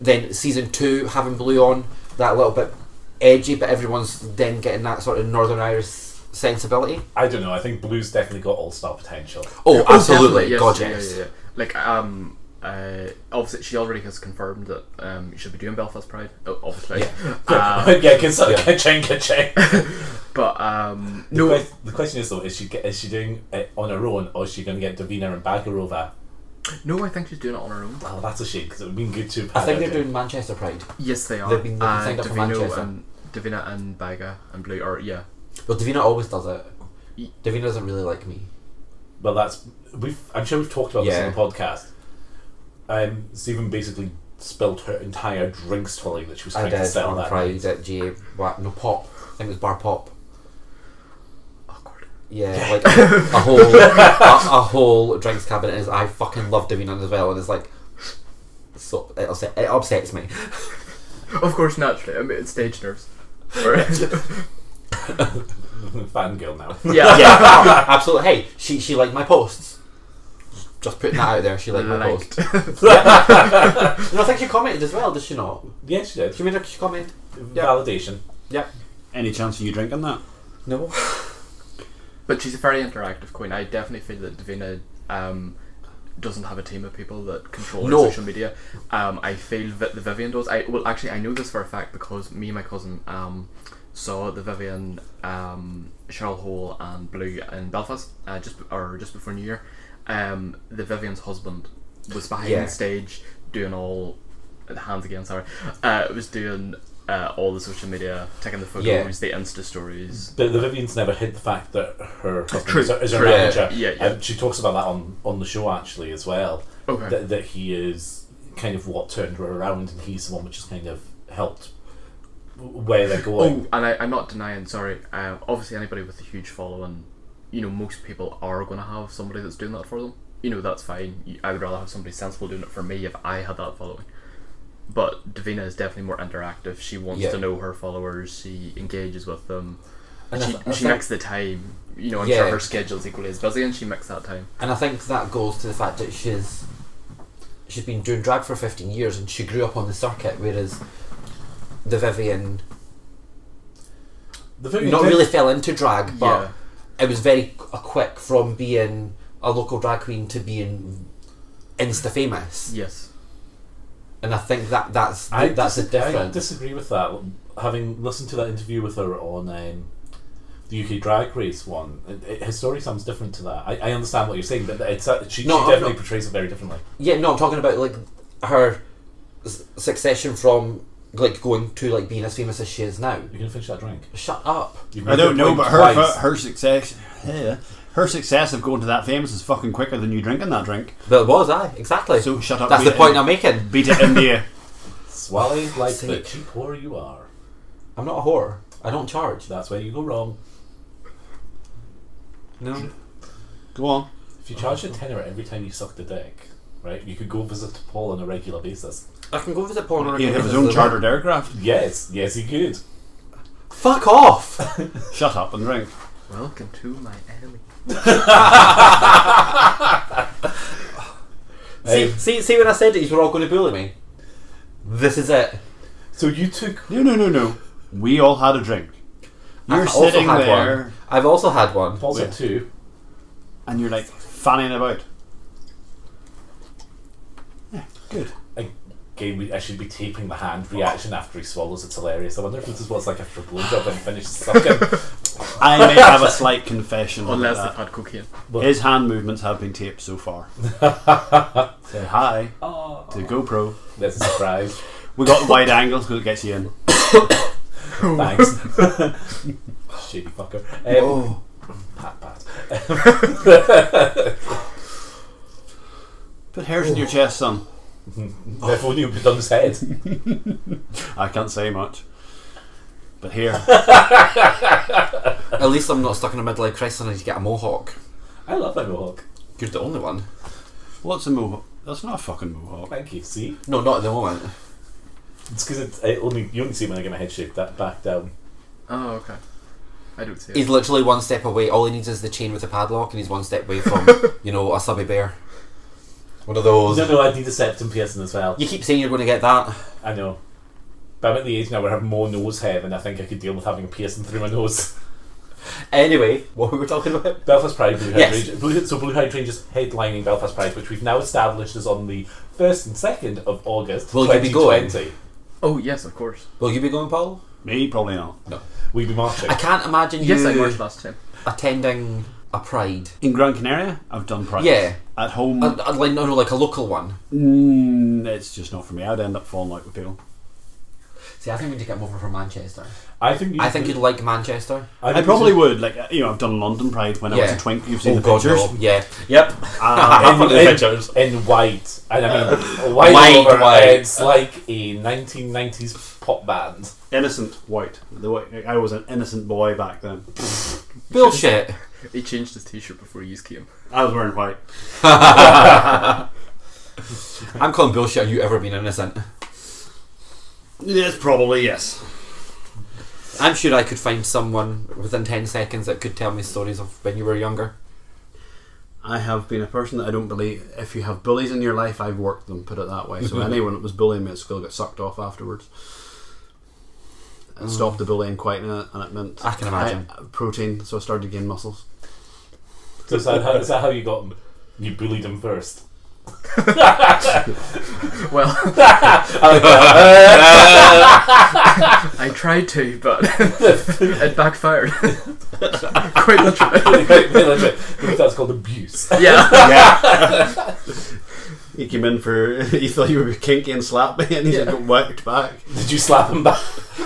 Then season two having Blue on that little bit edgy, but everyone's then getting that sort of Northern Irish sensibility. I don't know. I think Blue's definitely got all star potential. Oh, absolutely, Definitely, yes, God yeah, yes. yeah, yeah. Like, um, uh, obviously, she already has confirmed that um, you should be doing Belfast Pride, o- obviously. Um, yeah, get some ka-ching, ka-ching. but, um, The, no, que- the question is though, is she ge- is she doing it on her own, or is she going to get Davina and Bagarova? no, I think she's doing it on her own. Well, that's a shame because it would have been good to. Have I think had they're it. doing Manchester Pride. Yes, they are. They've been- they've been Uh, signed up for Davina Manchester. and Davina and Baga and Blue, or yeah, Well, Davina always does it. Ye- Davina doesn't really like me. Well, that's we've. I'm sure we've talked about Yeah. this on the podcast. Um, Stephen basically spilled her entire drinks trolley that she was I trying to did sell on that. Pride at GA, what, no pop. I think it was bar pop. awkward. Yeah, like a, a whole a, a whole drinks cabinet is. I fucking love Davina as well, and it's like so it, upset, it upsets me. Of course, naturally, I mean, it's stage nerves. Or- Fangirl now. yeah, Yeah, oh, absolutely. Hey, she she liked my posts. Just putting that out there, she liked my Liked. posts. No, I think she commented as well. Did she not? yeah, she did. She made her she comment. Yeah. Validation. Yeah. Any chance of you drinking that? No. But she's a very interactive queen. I definitely feel that Davina um, doesn't have a team of people that control her No. social media. Um, I feel that the Vivian does. I well, actually, I know this for a fact because me and my cousin um, saw the Vivian, um, Cheryl Hall, and Blue in Belfast uh, just be- or just before New Year. Um, the Vivian's husband was behind Yeah. the stage doing all hands again. Sorry, uh, was doing. Uh, all the social media, taking the photos, Yeah. the Insta stories. But the Vivian's never hid the fact that her husband True, is her, is her true. manager. Yeah, yeah. And she talks about that on, on the show actually as well. Okay. That, that he is kind of what turned her around, and he's the one which has kind of helped where they're going. Oh, and I, I'm not denying. Sorry. Um, obviously, anybody with a huge following, you know, most people are going to have somebody that's doing that for them. You know, that's fine. You- I would rather have somebody sensible doing it for me if I had that following. But Davina is definitely more interactive. She wants Yeah. to know her followers. She engages with them. And, she, I, th- she I think, makes the time. You know, I'm Yeah. sure her schedule's equally as busy, and she makes that time. and I think that goes to the fact that she's she's been doing drag for fifteen years and she grew up on the circuit, whereas the Vivian The Vivian not did- really fell into drag, but yeah, it was very a quick from being a local drag queen to being insta famous, yes, and I think that that's I that's the dis- I difference. disagree with that. Having listened to that interview with her on um, the UK Drag Race one, it, it, her story sounds different to that. I, I understand what you're saying, but it's uh, she, No, she I'm definitely not- portrays it very differently. Yeah, no, I'm talking about like her s- succession from like going to like being as famous as she is now. You're gonna finish that drink. Shut up. You've I made don't the know, point but her, twice. her her success, yeah, her success of going to that famous is fucking quicker than you drinking that drink. That was I exactly. So shut up. That's beat the point It, I'm making. beat it, India. Swally like the Sake. cheap whore you are. I'm not a whore. I don't charge. That's where you go wrong. No. Go on. If you charge a tenner every time you suck the dick, right? You could go visit Paul on a regular basis. I can go visit porn. He'd have his own chartered aircraft. Yes, yes, you could. Fuck off. Shut up and drink. welcome to my enemy. see, Um, see, see when I said it, you were all going to bully me. This is it. so you took No, no, no, no. We all had a drink. You're I've also sitting had there one. I've also had one. Paul's Yeah. at two. and you're like fanning about. Yeah, good. Again, we, I should be taping the hand reaction after he swallows. It's hilarious. I wonder if this is what it's like after a blowjob and finished sucking. I may have a slight confession. on Oh, Uh, Unless that. they've had cocaine. His hand movements have been taped so far. Say hi oh, to GoPro. that's a surprise. We got wide angles because it gets you in. Thanks. Shady fucker. Um, Oh, pat pat. Put hairs in your chest, son. If only you'd done his head. I can't say much. But here, at least I'm not stuck in a midlife crisis and I need to get a mohawk. I love my mohawk. You're the only one. what's a mohawk? That's not a fucking mohawk. Thank you. See, No, not at the moment. it's because it, I only you only see it when I get my head shaved that back down. Oh, okay. I don't see it. He's literally one step away. All he needs is the chain with the padlock, and he's one step away from, you know, a subby bear. One of those. No, no, I need a septum piercing as well. You keep saying you're going to get that. I know. But I'm at the age now where I have more nose hair than I think I could deal with having a piercing through my nose. Anyway, what we were talking about. Belfast Pride, Blue Yes. Hydrangea. Blue, so Blue Hydrangea's headlining Belfast Pride, which we've now established is on the 1st and 2nd of August. Will you be going? 2020. oh, yes, of course. Will you be going, Paul? Me, probably not. We'll be marching. I can't imagine you Yes, I marched last time. attending a pride. In Gran Canaria, I've done practice. Yeah, At home, I'd, I'd like no, no, like a local one. mm, it's just not for me. I'd end up falling out with people. See, I think we need to get him over from Manchester. I think you I think you'd like Manchester. I probably would. Like uh, you know, I've done London Pride when I was Yeah. a twink. You've seen the Oh, God, pictures. no. Yeah. Yep. Ah, Half of the in, pictures. in white. And I mean, white, Uh, White, over uh, white. It's like a 1990s pop band. innocent white. The white. I was an innocent boy back then. Bullshit. He changed his t-shirt before you came. I was wearing white. I'm calling bullshit. on you ever been innocent? Yes, probably yes. I'm sure I could find someone within ten seconds that could tell me stories of when you were younger. I have been a person that I don't believe. If you have bullies in your life, I've worked them. Put it that way. So anyone that was bullying me at school got sucked off afterwards. Mm. And stopped the bullying quite, uh, and it meant I can imagine. I- uh, protein. So I started to gain muscles. So is that, how, is that how you got them? You bullied them first. Well, I tried to, but it backfired. Quite literally. That's called abuse. Yeah. Yeah. he came in for. He thought you were kinky and slapped me, and he just Yeah. got whacked back. Did you slap him back?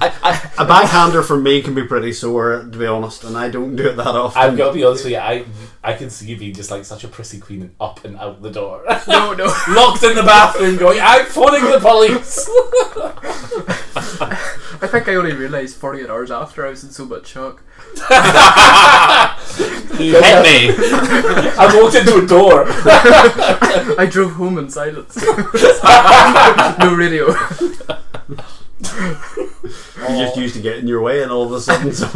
I, A backhander for me can be pretty sore, to be honest, and I don't do it that often. I've got to be honest with you. I I can see you being just like such a prissy queen and up and out the door, No, no. locked in the bathroom, going, "I'm phoning the police." I think I only realised 48 hours after I was in so much shock. I hit me. I walked into a door. I drove home in silence. no radio. You're just used to getting your way, and all of a sudden, so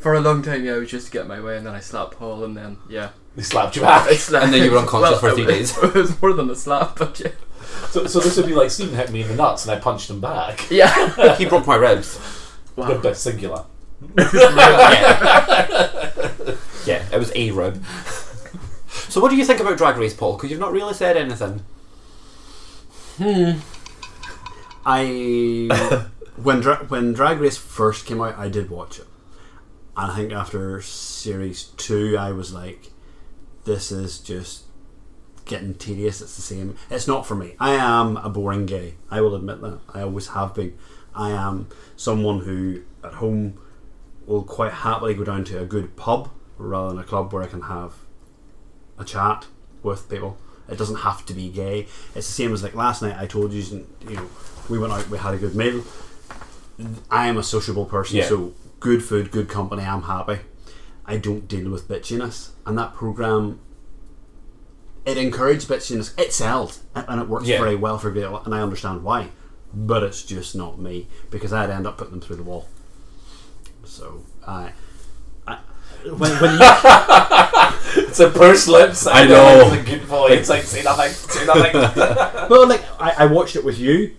For a long time, yeah, I was just to get my way, and then I slapped Paul, and then yeah, They slapped you back. I slapped. And then you were unconscious for Well, it three was- days. It was more than a slap, but yeah. So, so this would be like Stephen hit me in the nuts and I punched him back. Yeah. he broke my ribs. Wow. Rib bit singular. yeah. yeah, it was a rib. So, what do you think about Drag Race, Paul? Because you've not really said anything. I when dra- when Drag Race first came out, I did watch it, and I think after series two, I was like, "This is just getting tedious. It's the same. It's not for me. I am a boring gay. I will admit that. I always have been. I am someone who at home will quite happily go down to a good pub rather than a club where I can have a chat with people. It doesn't have to be gay. It's the same as like last night. I told you, you know, we went out, we had a good meal. I am a sociable person, Yeah. so good food, good company. I'm happy. I don't deal with bitchiness, and that program it encouraged bitchiness. It sells, and and it works Yeah. very well for people, and I understand why. But it's just not me because I'd end up putting them through the wall. So I, I when, when you It's a purse lips. I know. It's a good boy. It's like, say nothing, say nothing. Well, like I, I watched it with you,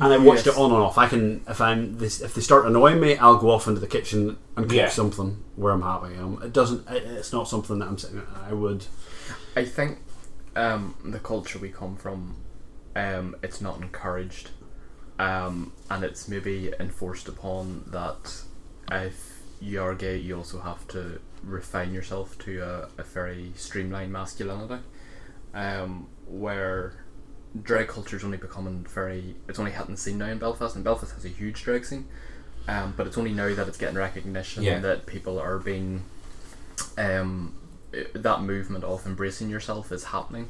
and I watched Yes. it on and off. I can if I'm this, if they start annoying me, I'll go off into the kitchen and cook Yeah. something where I'm happy. Um, it doesn't. It, it's not something that I'm saying I would. I think um, the culture we come from, um, it's not encouraged, um, and it's maybe enforced upon that if you are gay, you also have to refine yourself to a, a very streamlined masculinity, um, where drag culture is only becoming very. It's only hitting the scene now in Belfast, and Belfast has a huge drag scene. Um, but it's only now that it's getting recognition Yeah. that people are being um, i- that movement of embracing yourself is happening.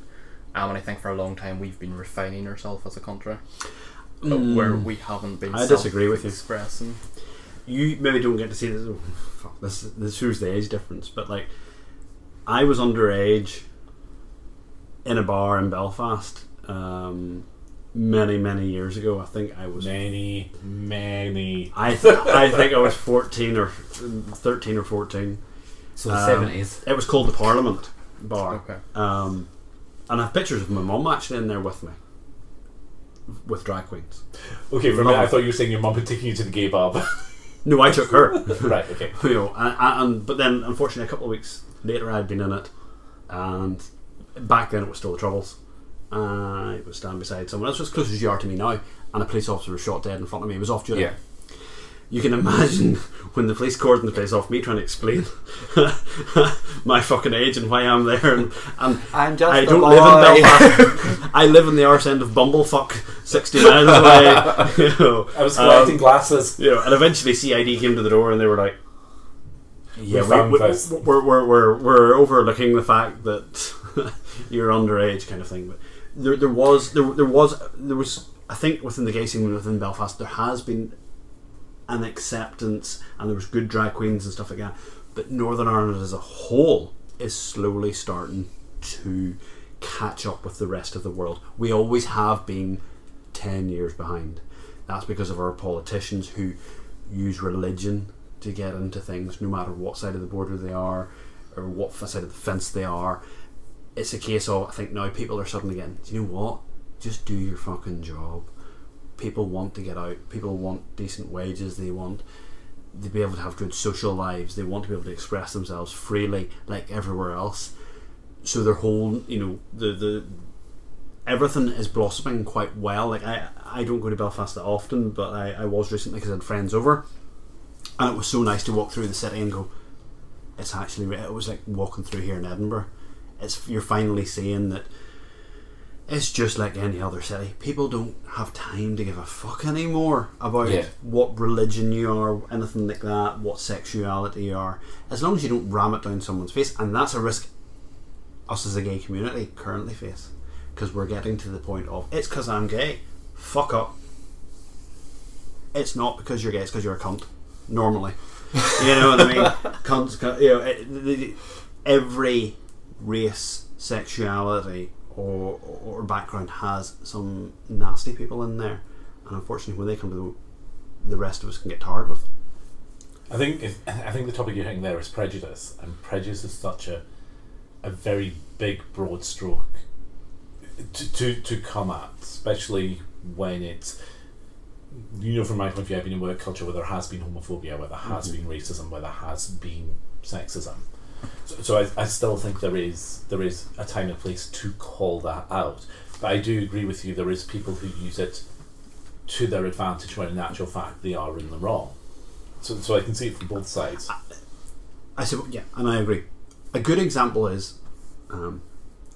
Um, and I think for a long time we've been refining ourselves as a country, uh, Hmm. where we haven't been. I disagree with you. Expressing. You maybe don't get to see this. Oh, fuck, this this shows the age difference. But like, I was underage in a bar in Belfast um, many many years ago. I think I was Many, many. I th- I think I was fourteen or thirteen or fourteen. So, the Um, 70s. It was called the Parliament Bar. Okay. Um, and I have pictures of my mum actually in there with me, with drag queens. Okay, for a minute, I thought you were saying your mum had taken you to the gay bar. No, I took her. right, okay. you know, and, and but then unfortunately a couple of weeks later I'd been in it, and back then it was still the troubles. I was standing beside someone else, as close as you are to me now, and a police officer was shot dead in front of me. He was off duty. Yeah. You can imagine when the police cordoned the place off me trying to explain my fucking age and why I'm there and, and I'm just I a don't boy. live in Belfast. I live in the arse end of Bumblefuck, sixty miles away. you know. I was Um, collecting glasses. you know, and eventually CID came to the door and they were like, "Yeah, We we, found we, this." we're, we're, we're, we're overlooking the fact that you're underage," kind of thing. But there, there was there, there was there was I think within the gay scene within Belfast there has been an acceptance and there was good drag queens and stuff like that. But Northern Ireland as a whole is slowly starting to catch up with the rest of the world. We always have been 10 years behind. That's because of our politicians who use religion to get into things, no matter what side of the border they are or what f- side of the fence they are. It's a case of, I think now people are suddenly getting, do you know what? Just do your fucking job people want to get out. People want decent wages. They want to be able to have good social lives. They want to be able to express themselves freely, like everywhere else. So their whole, you know, the the everything is blossoming quite well. Like I, I don't go to Belfast that often, but I, I was recently because I had friends over, and it was so nice to walk through the city and go. It's actually re- it was like walking through here in Edinburgh. It's you're finally seeing that it's just like any other city. People don't have time to give a fuck anymore about Yeah. what religion you are, anything like that, what sexuality you are. As long as you don't ram it down someone's face, and that's a risk us as a gay community currently face. Because we're getting to the point of it's because I'm gay. Fuck up. It's not because you're gay. It's because you're a cunt. Normally, you know what I mean. Cunts, cunt, you know, it, the- the- every race, sexuality, or, or background has some nasty people in there, and unfortunately, when they come to the the rest of us can get tired with. I think if, I think the topic you're hitting there is prejudice, and prejudice is such a a very big, broad stroke to to, to come at, especially when it's you know from my point of view, I've been in work culture where there has been homophobia, where there has been racism, where there has been sexism. So, so I, I still think there is there is a time and place to call that out. But I do agree with you. There is people who use it to their advantage when in actual fact they are in the wrong. So, so I can see it from both sides. I said, yeah, and I agree. A good example is, um,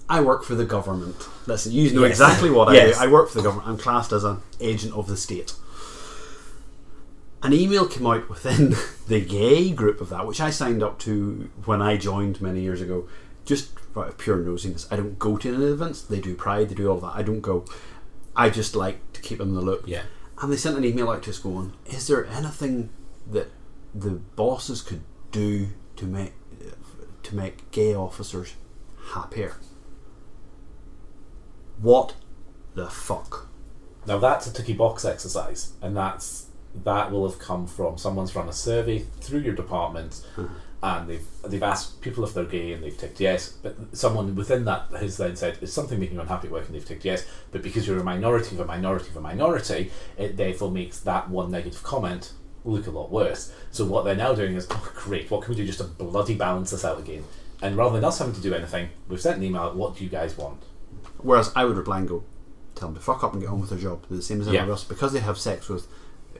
I work for the government. Listen, you know Yes. exactly what I Yes. do. I work for the government. I'm classed as an agent of the state. An email came out within the gay group of that, which I signed up to when I joined many years ago, just out of pure nosiness. I don't go to any of the events. They do Pride, they do all that. I don't go. I just like to keep them in the loop. Yeah. And they sent an email out to us going, "Is there anything that the bosses could do to make to make gay officers happier?" What the fuck? Now that's a ticky box exercise, and that's that will have come from someone's run a survey through your department, and they've they've asked people if they're gay, and they've ticked yes. But someone within that has then said, "Is something making you unhappy at work?" And they've ticked yes. But because you're a minority of a minority of a minority, it therefore makes that one negative comment look a lot worse. So what they're now doing is, "Oh great, what can we do just to bloody balance this out again?" And rather than us having to do anything, we've sent an email. out, What do you guys want? Whereas I would reply and go, "Tell them to fuck up and get on with their job." They're the same as everyone Yeah. else because they have sex with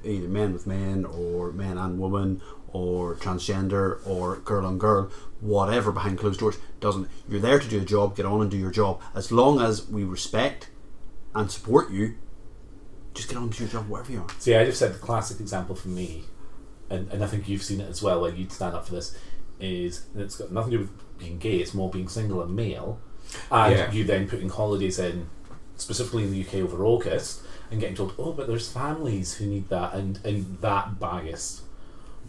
either men with men or men and woman or transgender or girl on girl, whatever behind closed doors doesn't. You're there to do a job. Get on and do your job. As long as we respect and support you, just get on to your job, wherever you are. See, I just said the classic example for me, and, and I think you've seen it as well, where you'd stand up for this, is and it's got nothing to do with being gay, it's more being single and male, and Yeah. you then putting holidays in, specifically in the UK over August, and getting told, oh, but there's families who need that, and, and that bias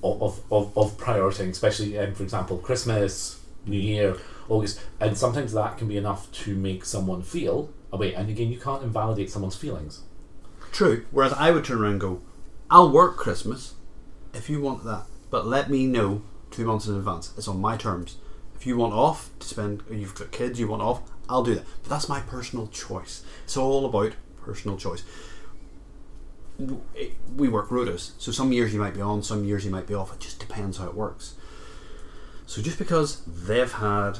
of, of, of, of prioritizing, especially, um, for example, Christmas, New Year, August, and sometimes that can be enough to make someone feel away, and again, you can't invalidate someone's feelings. True. Whereas I would turn around and go, I'll work Christmas if you want that, but let me know two months in advance. It's on my terms. If you want off to spend, you've got kids, you want off, I'll do that. But that's my personal choice. It's all about personal choice. W- it- We work rotas, so some years you might be on, some years you might be off. It just depends how it works. So just because they've had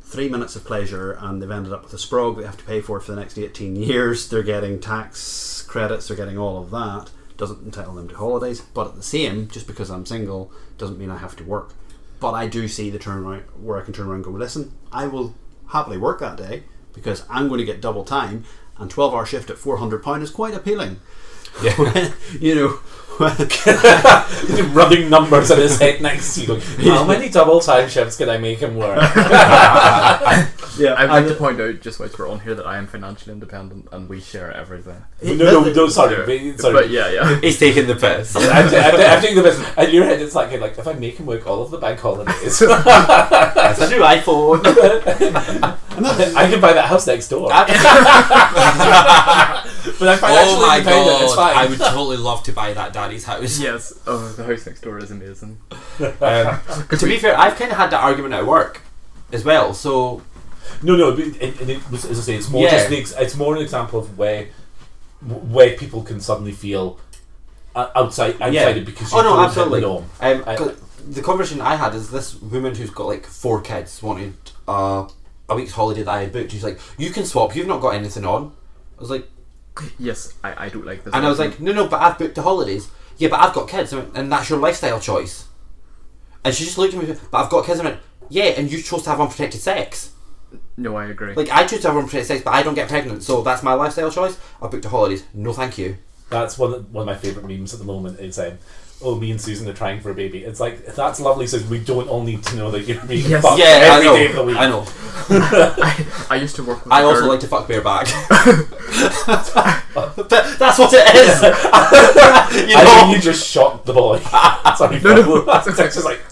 three minutes of pleasure and they've ended up with a sprog they have to pay for for the next 18 years. They're getting tax credits, they're getting all of that. Doesn't entitle them to holidays, but at the same, just because I'm single doesn't mean I have to work. But I do see the turnaround where I can turn around and go, listen, I will happily work that day because I'm going to get double time, and 12 hour shift at £400 is quite appealing. Yeah. you know, when- rubbing numbers in his head next to you. Going, How many double time shifts can I make him work? yeah, I'd like and- to point out, just whilst we're on here, that I am financially independent and we share everything. no, no, no, sorry, but- sorry. But yeah, yeah. He's taking the piss. I'm, ta- I'm, ta- I'm taking the business. And your head, it's like, you're like if I make him work all of the bank holidays, That's a new iPhone. I can buy that house next door. but I'm financially oh my independent. god! It's fine. I would totally love to buy that daddy's house. Yes. Oh, the house next door is amazing. Um, to be fair, I've kind of had that argument at work as well. So No, no, but- and, and it was, as I say, it's more Yeah. just the ex- it's more an example of where where people can suddenly feel o- outside outside Yeah. it because you Oh, no, don't hit absolutely. the norm. Um, I- co- the conversation I had is this woman who's got like four kids wanted uh, a week's holiday that I had booked. She's like, "You can swap. You've not got anything on." I was like, Yes, I, I don't like this. and I was option. like, "No, no, but I've booked the holidays. Yeah, but I've got kids, I went, and that's your lifestyle choice." And she just looked at me, but I've got kids. I went, "Yeah, and you chose to have unprotected sex. no, I agree. Like I chose to have unprotected sex, but I don't get pregnant, so that's my lifestyle choice. I booked the holidays. No, thank you." That's one of, one of my favourite memes at the moment is um, oh me and Susan are trying for a baby. It's like that's lovely Susan, we don't all need to know that you're being Yes. fucked Yeah, I every day of the know. week. I know. I used to work with. I a also girl- like to fuck bareback. But that's what it is. you I know? think you just shot the boy. Sorry, No, no, Pablo. that's It's okay. just like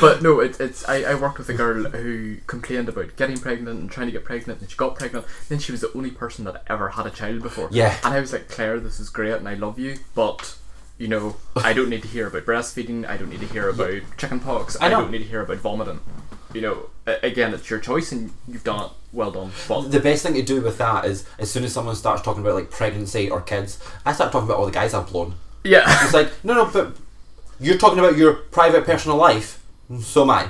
But no, it, it's I, I worked with a girl who complained about getting pregnant and trying to get pregnant, and she got pregnant. Then she was the only person that ever had a child before. Yeah. And I was like, Claire, this is great, and I love you, but You know, I don't need to hear about breastfeeding. I don't need to hear about chickenpox. I I, know. don't need to hear about vomiting. You know, a- again, it's your choice, and you've done it. Well done. But The best thing to do with that is as soon as someone starts talking about like pregnancy or kids, I start talking about all the guys I've blown. yeah, It's like, no, no, but you're talking about your private personal life, so am I.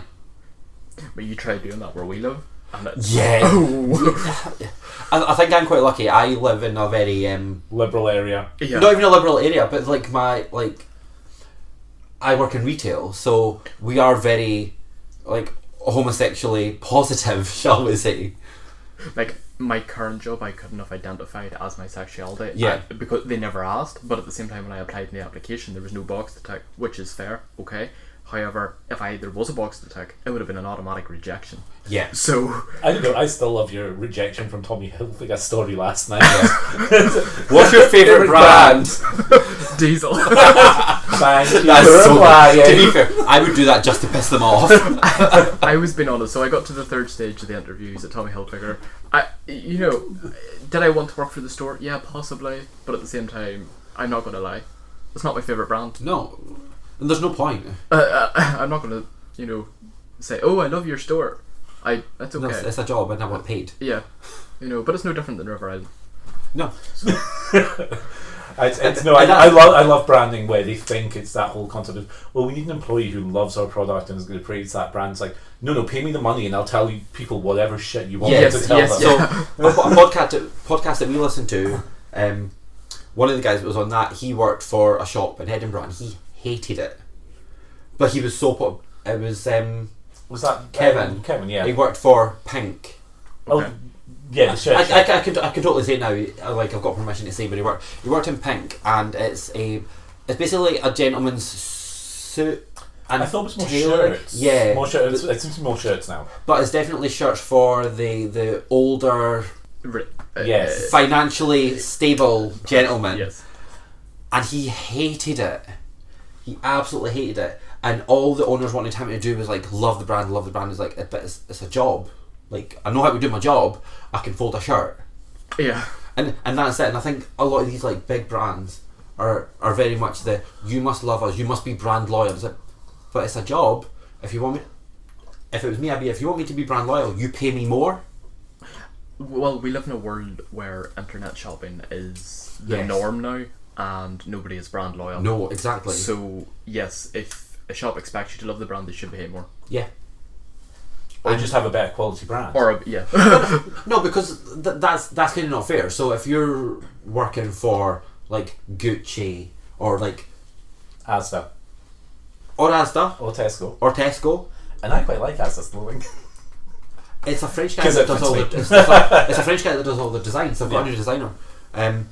but you try doing that where we live, and it's Yeah. Oh. I, I think I'm quite lucky. I live in a very um, Liberal area. yeah. not even a liberal area, but like my like I work in retail, so we are very like homosexually positive, shall we say? like my current job I couldn't have identified as my sexuality Yeah. I- because they never asked but at the same time when I applied in the application there was no box to tick which is fair okay however if I there was a box to tick it would have been an automatic rejection Yeah. so I don't know. I still love your rejection from Tommy Hilfiger's story last night. What's your favourite Favourite brand? diesel Thank you That's for so applying. good. To be fair, I would do that just to piss them off. I was being honest so I got to the third stage of the interviews at Tommy Hilfiger I you know did I want to work for the store yeah possibly but at the same time I'm not gonna lie it's not my favourite brand no. And there's no point. uh, uh, I'm not gonna, you know, say, "Oh, I love your store." I that's No, okay. it's, it's a job and I want paid. yeah, you know, but it's no different than River Island. No. It's, it's, no, I, I love I love branding where they think it's that whole concept of well, we need an employee who loves our product and is going to praise that brand. It's like no, no, pay me the money and I'll tell you people whatever shit you want Yes, me to tell yes, them. So a, po- a podcast podcast that we listened to, um, one of the guys that was on that, he worked for a shop in Edinburgh and he hated it, but he was so po- it was um, Was that um, Kevin. Kevin, yeah. he worked for Pink. Oh, yeah, the shirt. I, I, I can I can totally say now uh, like I've got permission to say but he worked he worked in Pink and it's a it's basically a gentleman's suit. And I thought it was more tailored- shirts. Yeah, more shirts. It seems to be more shirts now. but it's definitely shirts for the the older, Ri- uh, Yes. financially stable uh, gentleman. yes. and he hated it. He absolutely hated it. And all the owners wanted him to do was like love the brand, love the brand. Is like, but it's, it's a job. Like I know how to do my job. I can fold a shirt, Yeah. and and that's it. And I think a lot of these like big brands are are very much the you must love us, you must be brand loyal. It's like, but it's a job. If you want me, if it was me, I'd be. If you want me to be brand loyal, you pay me more. Well, we live in a world where internet shopping is the Yes. norm now, and nobody is brand loyal. No, exactly. So yes, if a shop expects you to love the brand, they should behave more. yeah. Or just have a better quality brand. Or a, yeah, No, because th- that's that's kind of not fair. So if you're working for like Gucci or like Asda or Asda or Tesco, or Tesco, and I quite like Asda Sterling. it's a French guy 'Cause that it does fits all the me. it's, it's a, it's a French guy that does all the designs. They've got a Yeah. new designer. Um,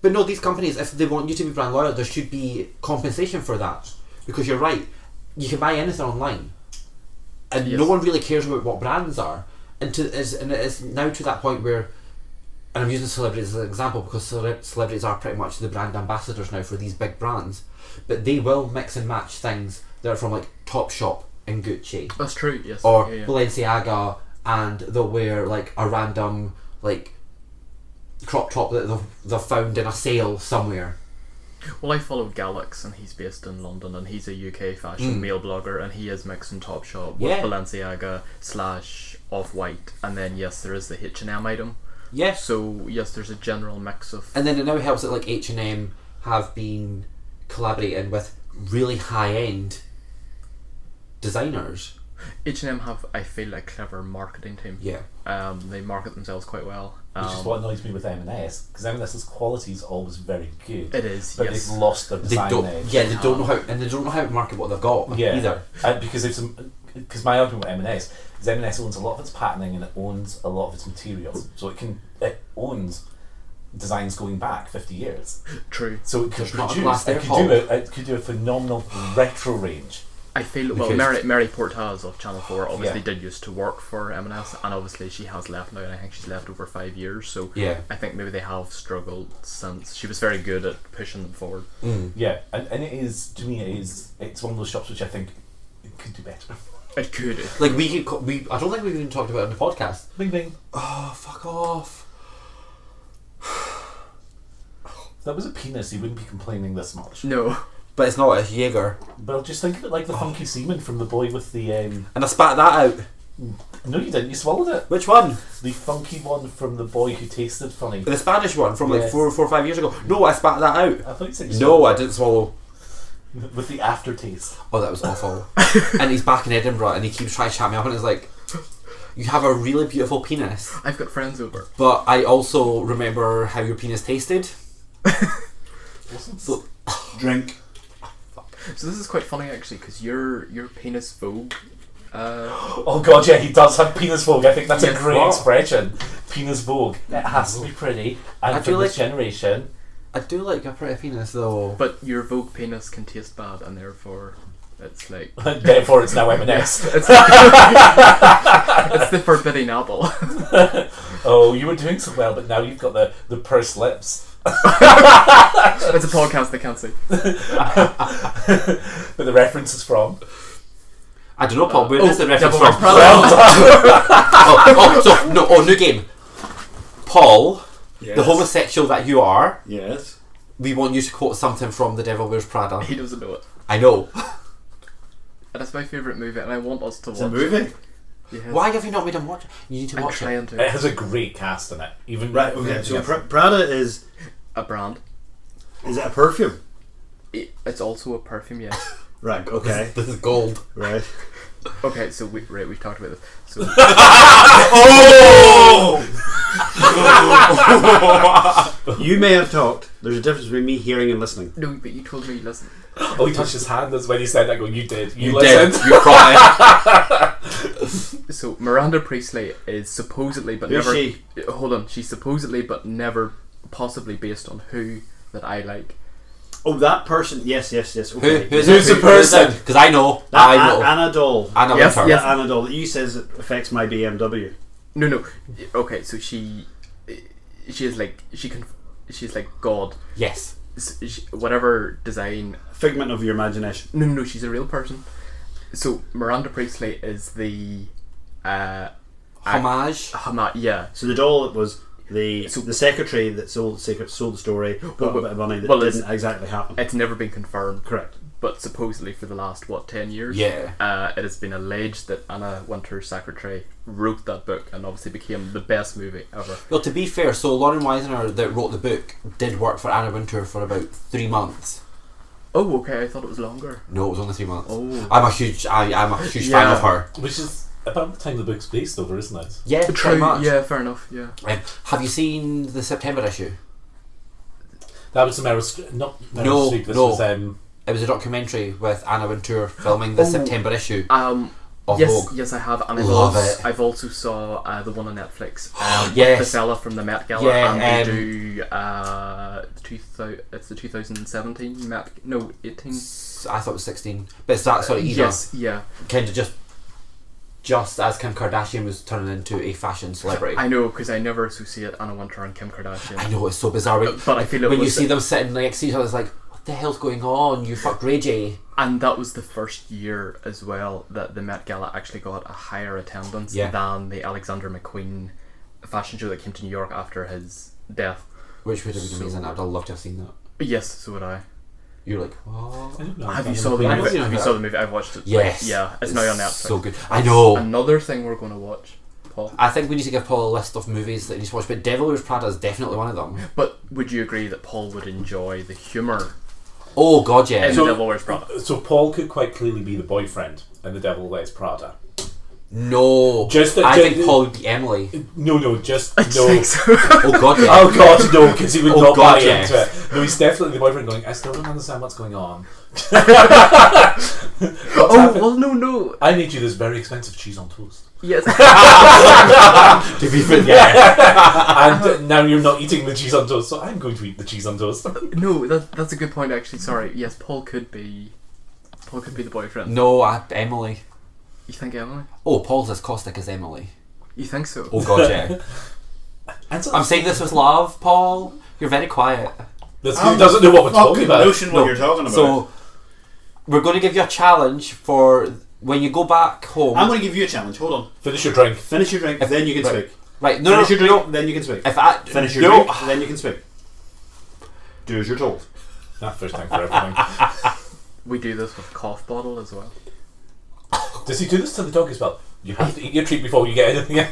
but no, these companies, if they want you to be brand loyal, there should be compensation for that. Because you're right, you can buy anything online, and no Yes. one really cares about what brands are. And to is and it is now to that point where, and I'm using celebrities as an example because cele- celebrities are pretty much the brand ambassadors now for these big brands, but they will mix and match things that are from like Topshop and Gucci that's true. Yes. or yeah, yeah. Balenciaga, and they'll wear like a random like crop top that they've, they've found in a sale somewhere. Well, I follow Galax, and he's based in London, and he's a UK fashion meal blogger, and he is mixing Topshop with Mm. Yeah. Balenciaga slash Off White, and then yes, there is the H and M item. Yes. So yes, there's a general mix of And then it now helps that like H and M have been collaborating with really high end designers. H and M have I feel a clever marketing team. Yeah. Um, they market themselves quite well. Um, Which is what annoys me with M&S because M&S's quality is always very good. It is, but yes. they've lost their They design don't. edge. Yeah, they don't know how, and they don't know how to market what they've got yeah. either. And because they've some. Because my argument with M&S is M&S owns a lot of its patenting and it owns a lot of its materials, so it can it owns designs going back fifty years. true. So it could not a produce, plastic it could hole. do a, it could do a phenomenal retro range. I feel well. Because- Mary Mary Portas of Channel Four obviously Yeah. did used to work for M&S, and obviously she has left now, and I think she's left over five years. So Yeah. I think maybe they have struggled since. She was very good at pushing them forward. Yeah, and, and it is to me it is it's one of those shops which I think it could do better. It could. Like we, keep co- we, I don't think we've even talked about it on the podcast. Bing bing. Oh, fuck off. If that was a penis, he wouldn't be complaining this much. No. But it's not, it's Jaeger. But just think of it like the funky semen from the boy with the. Um, And I spat that out. no, you didn't. You swallowed it. Which one? The funky one from the boy who tasted funny. The Spanish one from like Yes. four, four or five years ago. No, I spat that out. I thought you said you No, swallowed I didn't swallow. it. With the aftertaste. Oh, that was awful. and he's back in Edinburgh and he keeps trying to chat me up and it's like, you have a really beautiful penis, I've got friends over. but I also remember how your penis tasted. So, Drink. So this is quite funny actually, because your your penis vogue. Uh, oh god, yeah, he does have penis vogue. I think that's a Yes. great Wow. expression. Penis vogue. It has to be pretty. And I from feel this like- generation, I do like a pretty penis though. but your vogue penis can taste bad, and therefore, it's like therefore it's now M&S. it's, it's the forbidden apple. Oh, you were doing so well, but now you've got the, the pursed lips. it's a podcast they can't see. But the reference is from. I don't know, Paul. Where oh, is the reference Devil from? Wears Prada. Well done. oh, oh, so no, oh, new game. Paul, Yes. the homosexual that you are, Yes. we want you to quote something from The Devil Wears Prada. He doesn't know it. I know. And it's my favorite movie, and I want us to It's a watch. movie. it. Yes. Why have you not made him watch? it? You need to I'm watch it. trying It to. has a great cast in it. Even Right. Okay. So Yeah. Pr- Prada is A brand. is it a perfume? It, it's also a perfume, yes. Right. Okay. This is gold. right. Okay, so we right, we've talked about this. So You may have talked. There's a difference between me hearing and listening. no, but you told me listen. Oh, he touched his hand. That's when he said that. Go, you did. You, You listened. did. You cried. So Miranda Priestley is supposedly but Who's never she? Uh, hold on, she's supposedly but never possibly based on who that I like. Oh, that person. Yes. Yes. Yes. Who, Okay. who's Ah, Who's the person? Because I know. That I know. a- Anna Doll. Anna Yes, Wintour. yes. That Anna Doll that you says it affects my BMW. No no. Okay, so she she is like she can she's like God. Yes. S- She, whatever design Figment of your imagination. No, no, no, she's a real person. So Miranda Priestley is the uh Homage. Hama, yeah. So the doll that was the So- the secretary that sold secret sold the story got Well, a bit of money that well, it's- didn't exactly happen. It's never been confirmed, Correct. but supposedly for the last what ten years, Yeah. uh, it has been alleged that Anna Wintour's secretary wrote that book and obviously became the best movie ever. Well, to be fair, so Lauren Weisner that wrote the book did work for Anna Wintour for about three months. Oh, okay, I thought it was longer. No, it was only three months. Oh. I'm a huge, I, I'm a huge fan Yeah. of her. Which is about the time the book's based over, isn't it? Yeah, pretty True. much. Yeah, fair enough. Yeah. Um, have you seen the September issue? That was the Meryl Streep. Not Meryl No, Streep. This no. was um, It was a documentary with Anna Wintour filming the Oh. September issue Um. of yes. Vogue. Yes, I have, and I've Love also, it. I've also saw uh, the one on Netflix. Um, with Yes. The fella from the Met Gala, Yeah, and they um, do uh, two thousand. It's the two thousand and seventeen Met. No, eighteen. S- I thought it was 16. But it's that sort of era. Uh, Yes. Yeah. Kind of just, just as Kim Kardashian was turning into a fashion celebrity. I know because I never associate Anna Wintour and Kim Kardashian. I know, it's so bizarre. When, But I feel it when you was see them sitting next to each other, it's like, what the hell's going on? You fucked Ray J. and that was the first year as well that the Met Gala actually got a higher attendance Yeah. than the Alexander McQueen fashion show that came to New York after his death. Which would have been So- amazing. I'd have loved to have seen that. Yes, so would I. You're like, what? I don't know. Have you saw the I movie? wasn't Have you aware. saw the movie? I've watched it. Yes. yeah, it's now on Netflix. So good. I know. Another thing we're going to watch, Paul. I think we need to give Paul a list of movies that he needs to watch, but Devil Wears Prada is definitely one of them. But would you agree that Paul would enjoy the humour Oh god, yeah. in So- The Devil Wears Prada? So Paul could quite clearly be the boyfriend in The Devil Wears Prada. no, Just that- I just- think Paul would be Emily. No, no, just Just no. think so. Oh god, yeah. Oh god, no, because he would Oh, not God, buy yes. into it. No, he's definitely the boyfriend going, I still don't understand what's going on. oh well, no, no. I made you this very expensive cheese on toast. Yes. to be fair, Yeah. and uh, now you're not eating the cheese on toast, so I'm going to eat the cheese on toast. No, that, that's a good point actually. Sorry. Yes, Paul could be Paul could be the boyfriend. No, I, Emily. You think Emily? Oh, Paul's as caustic as Emily. You think so? Oh god, yeah. And so- I'm saying this with love, Paul. You're very quiet. This who doesn't know what we're talking about. Notion what No. you're talking about. So, we're going to give you a challenge for when you go back home. I'm going to give you a challenge. Hold on. Finish your drink. Finish your drink, then you can Right. speak. right, no, no, Finish your no. drink, then you can speak. If I Finish your no, drink, then you can speak. Do as you're told. That first time for everything. We do this with cough bottle as well. Does he do this to the dog as well? You have to eat your treat before you get anything.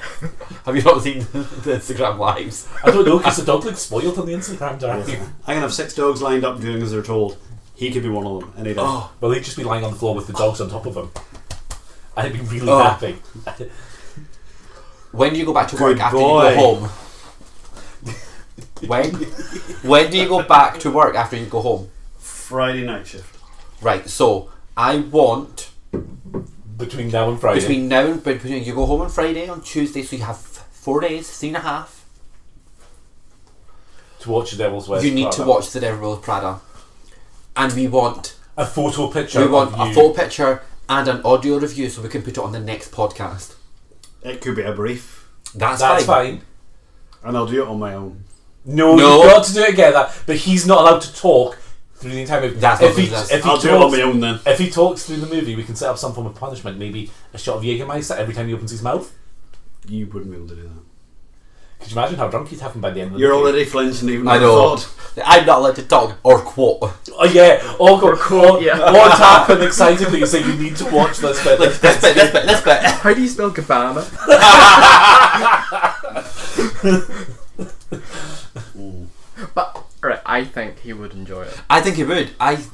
Have you not seen the Instagram lives? I don't know because the dog looks spoiled on the Instagram diary. I can have six dogs lined up doing as they're told. He could be one of them, and he does. Oh, Well, he'd just be lying on the floor with the dogs on top of him. I'd be really Oh. happy. when do you go back to Good work after boy. you go home? when? When do you go back to work after you go home? Friday night shift. Right. So I want Between now and Friday. between now and between you go home on Friday on Tuesday, so you have four days, three and a half. to watch the Devil's West. you need to Prada. watch the Devil Wears Prada, and we want a photo picture. we want of a you. full picture and an audio review so we can put it on the next podcast. It could be a brief, That's, That's fine. fine. and I'll do it on my own. No, No. you've got to do it again. That, but he's not allowed to talk through the entire movie. That's if not he, business. if he I'll talks, do it on my own then. If he talks through the movie, we can set up some form of punishment. Maybe a shot of Jägermeister every time he opens his mouth. You wouldn't be able to do that. Could you imagine how drunk he'd have him by the end of the You're movie? already flinching even I at the know. thought. I'm not allowed to talk or quote. Oh yeah, all go, all, yeah. all tap and excitedly you say you need to watch this bit. Like this bit, this bit, this bit. How do you spell Gabbana? Mm. But right, I think he would enjoy it. I think he would. I,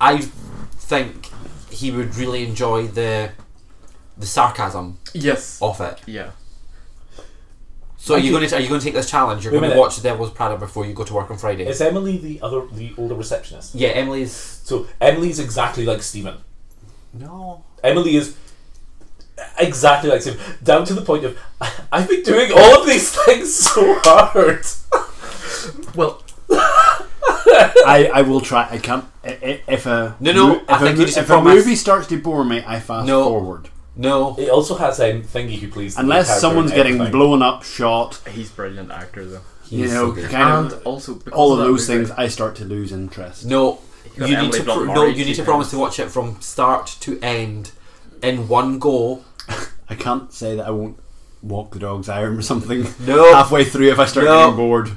I think he would really enjoy the, the sarcasm Yes. of it. Yeah. So are you going to are you going to take this challenge? You're Wait a going to minute. watch The Devil's Prada before you go to work on Friday. Is Emily the other the older receptionist? yeah, Emily's So Emily's exactly like Stephen. no. Emily is exactly like Stephen, down to the point of I've been doing all of these things so hard. Well, I, I will try. I can't. i- i- If a No, no, If, I think a, you mo- just if a promise. movie starts to bore me, I fast No. forward. No, It also has um, thingy who plays the lead Unless character someone's in getting everything. blown up, shot, he's brilliant actor though. you He's know, so good. kind and of also because all of that those movie- things, I start to lose interest. no. You've got You need Emily to Blunt pro- no. Murray, You need to Stephen. promise to watch it from start to end, in one go. I can't say that I won't walk the dog's iron or something No, halfway through if I start No. getting bored.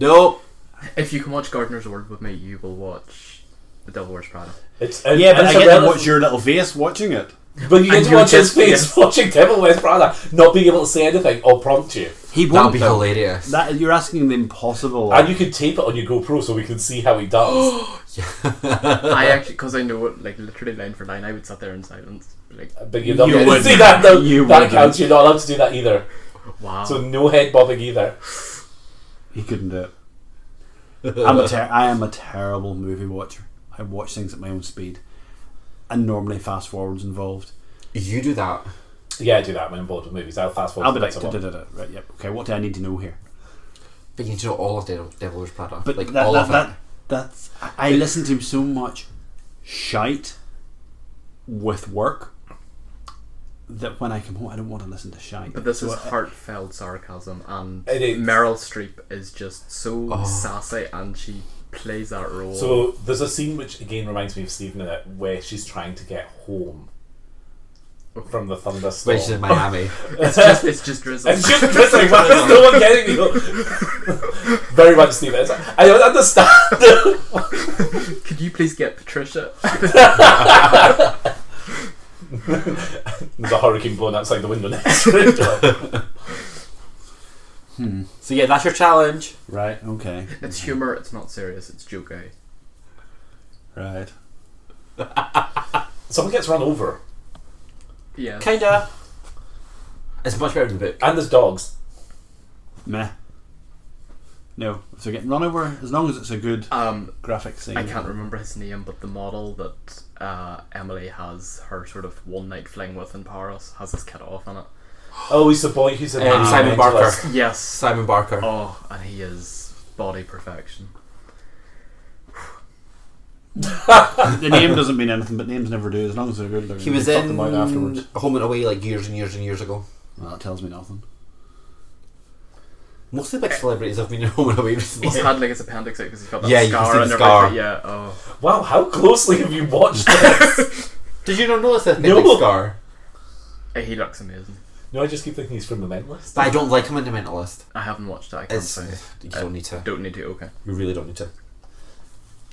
no. If you can watch Gardener's Word with me, you will watch The Devil Wears Prada. It's, and, Yeah, but and I it's a get to relative- watch your little face watching it. But you get and to you're watch his just- face watching Devil Wears Prada, not being able to say anything or prompt you. He That would be hilarious. That you're asking the impossible. And you can tape it on your GoPro so we can see how he does. I actually, because I know it, like literally line for line, I would sit there in silence, be like, but you're not You allowed to wouldn't. see that though. You that wouldn't. counts. You're not allowed to do that either. wow. So no head bobbing either. he couldn't do it. Uh. I'm a ter- I am a terrible movie watcher. I watch things at my own speed, and normally fast forwards involved. you do that. Yeah, I do that when I'm bored with movies. I'll fast forward. I'll be to like, the next one. "Da-da-da-da." right, yep, okay. What do I need to know here? But you need to know all of Devil, Devil Wears Prada, But like that, all that, of that, it. that's I I listen to so much shite with work that when I come home, I don't want to listen to shite. But this So is I- heartfelt sarcasm, and It is. Meryl Streep is just so Oh. sassy, and she plays that role. So there's a scene which again reminds me of Stephen in it, where she's trying to get home from the thunderstorm. Which is in Oh. Miami. it's just it's just drizzle. It's just missing. Why is no one getting me? Very much Stephen. It's- I don't understand. Could you please get Patricia? There's a hurricane blowing outside the window next to it. Hmm. so yeah, that's your challenge. Right. Okay. It's humor. It's not serious. It's eh? jokey. Right. Someone gets run over, Yeah. Kinda. It's much better than the book. and there's dogs. Meh. No. If they're getting run over, as long as it's a good Um, graphic scene. I can't remember his name, but the model that uh, Emily has her sort of one night fling with in Paris has his kid off in it. Oh, he's the boy who's an Um, Simon environmentalist. Barker. Yes. Simon Barker. Oh, and he is body perfection. the name doesn't mean anything, but names never do. As long as they're good, they're He was fuck in them out afterwards. Home and Away like years and years and years ago. Well, that tells me nothing. Most of the big celebrities have been in Home and Away He's recently. had like his appendix because he's got that Yeah, you can see scar the and scar. everything. Yeah. Oh. Wow, how closely have you watched this? Did you not notice that No. big scar? He looks amazing. no, I just keep thinking he's from The Mentalist. But I don't like him in The Mentalist. I haven't watched it. I can't It's say. you don't need to. Don't need to. Okay. You really don't need to.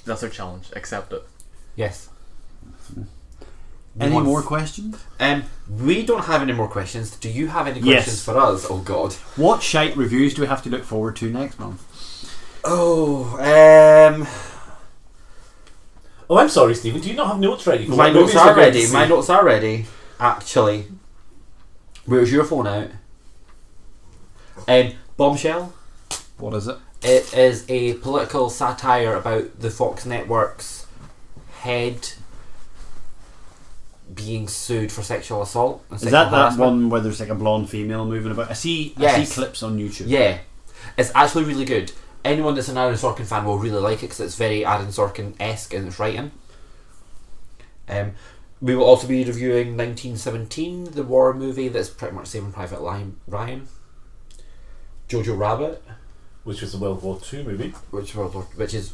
That's our challenge. Accept it. Yes. Any One- more questions? Um, we don't have any more questions. Do you have any Yes. questions for us? Oh God. What shite reviews do we have to look forward to next month? Oh. Um. Oh, I'm sorry, Stephen. Do you not have notes ready? For My what notes movies we're are going to ready. see? My notes are ready. Actually, where's your phone out? Um, bombshell. What is it? It is a political satire about the Fox network's head being sued for sexual assault. And Is sexual that that harassment. one where there's like a blonde female moving about? I see. I Yes. see clips on YouTube. Yeah, it's actually really good. Anyone that's an Aaron Sorkin fan will really like it because it's very Aaron Sorkin esque in its writing. Um, we will also be reviewing 1917, the war movie that's pretty much Saving Private Li- Ryan. Jojo Rabbit, Which was a World War II movie. which World War, which is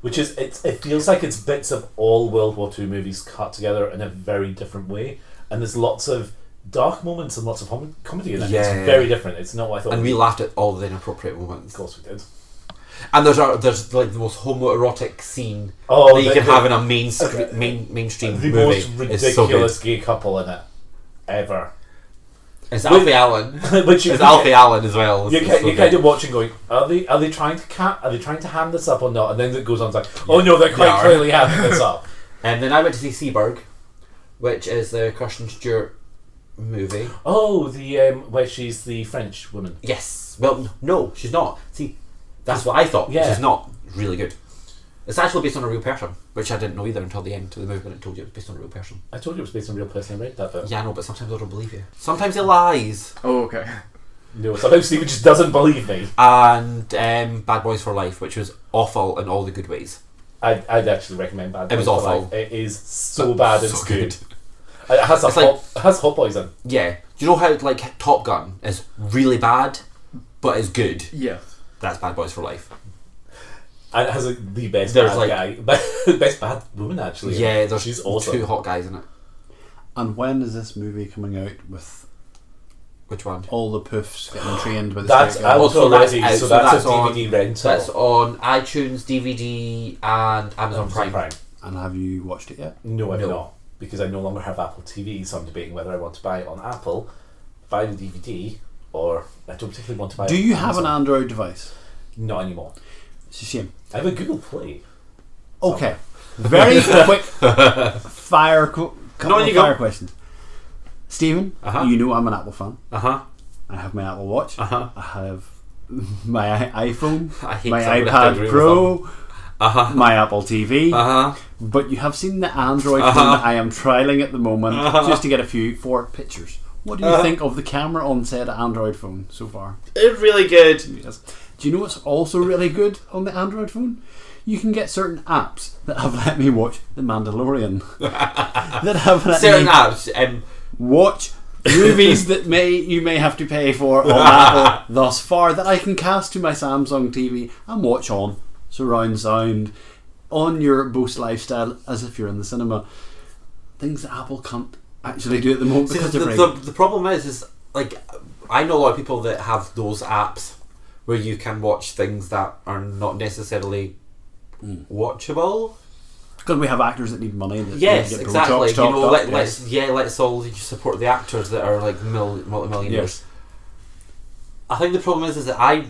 Which is it, it feels like it's bits of all World War II movies cut together in a very different way, and there's lots of dark moments and lots of hom- comedy in it. Yeah. It's very different. It's not what I thought. and it we would laughed at all the inappropriate be. Of moments. course we did. And there's our, there's like the most homoerotic scene Oh, that you the- can the- have in a main scre- main mainstream The movie. most It's so good. ridiculous gay couple in it ever. It's Alfie Allen. Which you, It's you Alfie get- Allen as well. It's- You, it's ca- so you good. kind of watching, going, are they are they trying to ca- are they trying to hand this up or not? And then it goes on, it's like, oh no, they're They quite are. clearly handing this up. And then I went to see Seaburg, which is the Kirsten Stewart movie. Oh, the um, where she's the French woman. Yes. Well, no, she's not. See, that's what I thought. Yeah. She's not really good. It's actually based on a real person, which I didn't know either until the end of the movie when it told you it was based on a real person. I told you it was based on a real person. I read that book. Yeah, I know, but sometimes I don't believe you. Sometimes it lies. Oh, okay. No, sometimes Stephen just doesn't believe me. And um, Bad Boys for Life, which was awful in all the good ways. I'd, I'd actually recommend Bad. It was Boys for awful. Life. It is so bad. It's So good. It has a It's hot, like- it has hot boys in. Yeah. Do you know how, like, Top Gun is really bad, but is good? Yeah. That's Bad Boys for Life. And it has like, the best There's bad like- guy, best bad woman actually. Yeah, there's she's awesome. two hot guys in it. And when is this movie coming out with Which one? all the poofs getting trained by the That's straight guy? out Also, already, that's out, so so that's, that's a on- DVD rental. That's on iTunes, DVD, and Amazon Amazon Prime. Prime. And have you watched it yet? No, I'm No. not because I no longer have Apple TV, so I'm debating whether I want to buy it on Apple, buy the DVD, or I don't particularly want to buy. Do it on you have an Amazon. Android device? Not anymore. It's a shame. I have a Google Play. Okay. Very quick fire co- couple on, of you go. fire questions. Stephen, Uh-huh. you know I'm an Apple fan. Uh huh. I have my Apple Watch. Uh-huh. I have my i- iPhone, I hate my something that's angry iPad with Pro, Uh huh. my Apple TV. Uh huh. But you have seen the Android phone Uh-huh. that I am trialing at the moment Uh-huh. just to get a few for pictures. What do you Uh-huh. think of the camera on said Android phone so far? It's really good. Yes. Do you know what's also really good on the Android phone? You can get certain apps that have let me watch The Mandalorian. that have let Certain me apps. Um, watch movies that may you may have to pay for on Apple thus far that I can cast to my Samsung TV and watch on surround sound on your Bose lifestyle as if you're in the cinema. Things that Apple can't actually do at the moment see, because the, of the, rate. the problem is, is like I know a lot of people that have those apps where you can watch things that are not necessarily Hmm. watchable. Because we have actors that need money. That Yes, get exactly. Botox You topped know, up, let, yes. let's yeah, let's all support the actors that are like mil- multi-millionaires. Yes. I think the problem is, is that I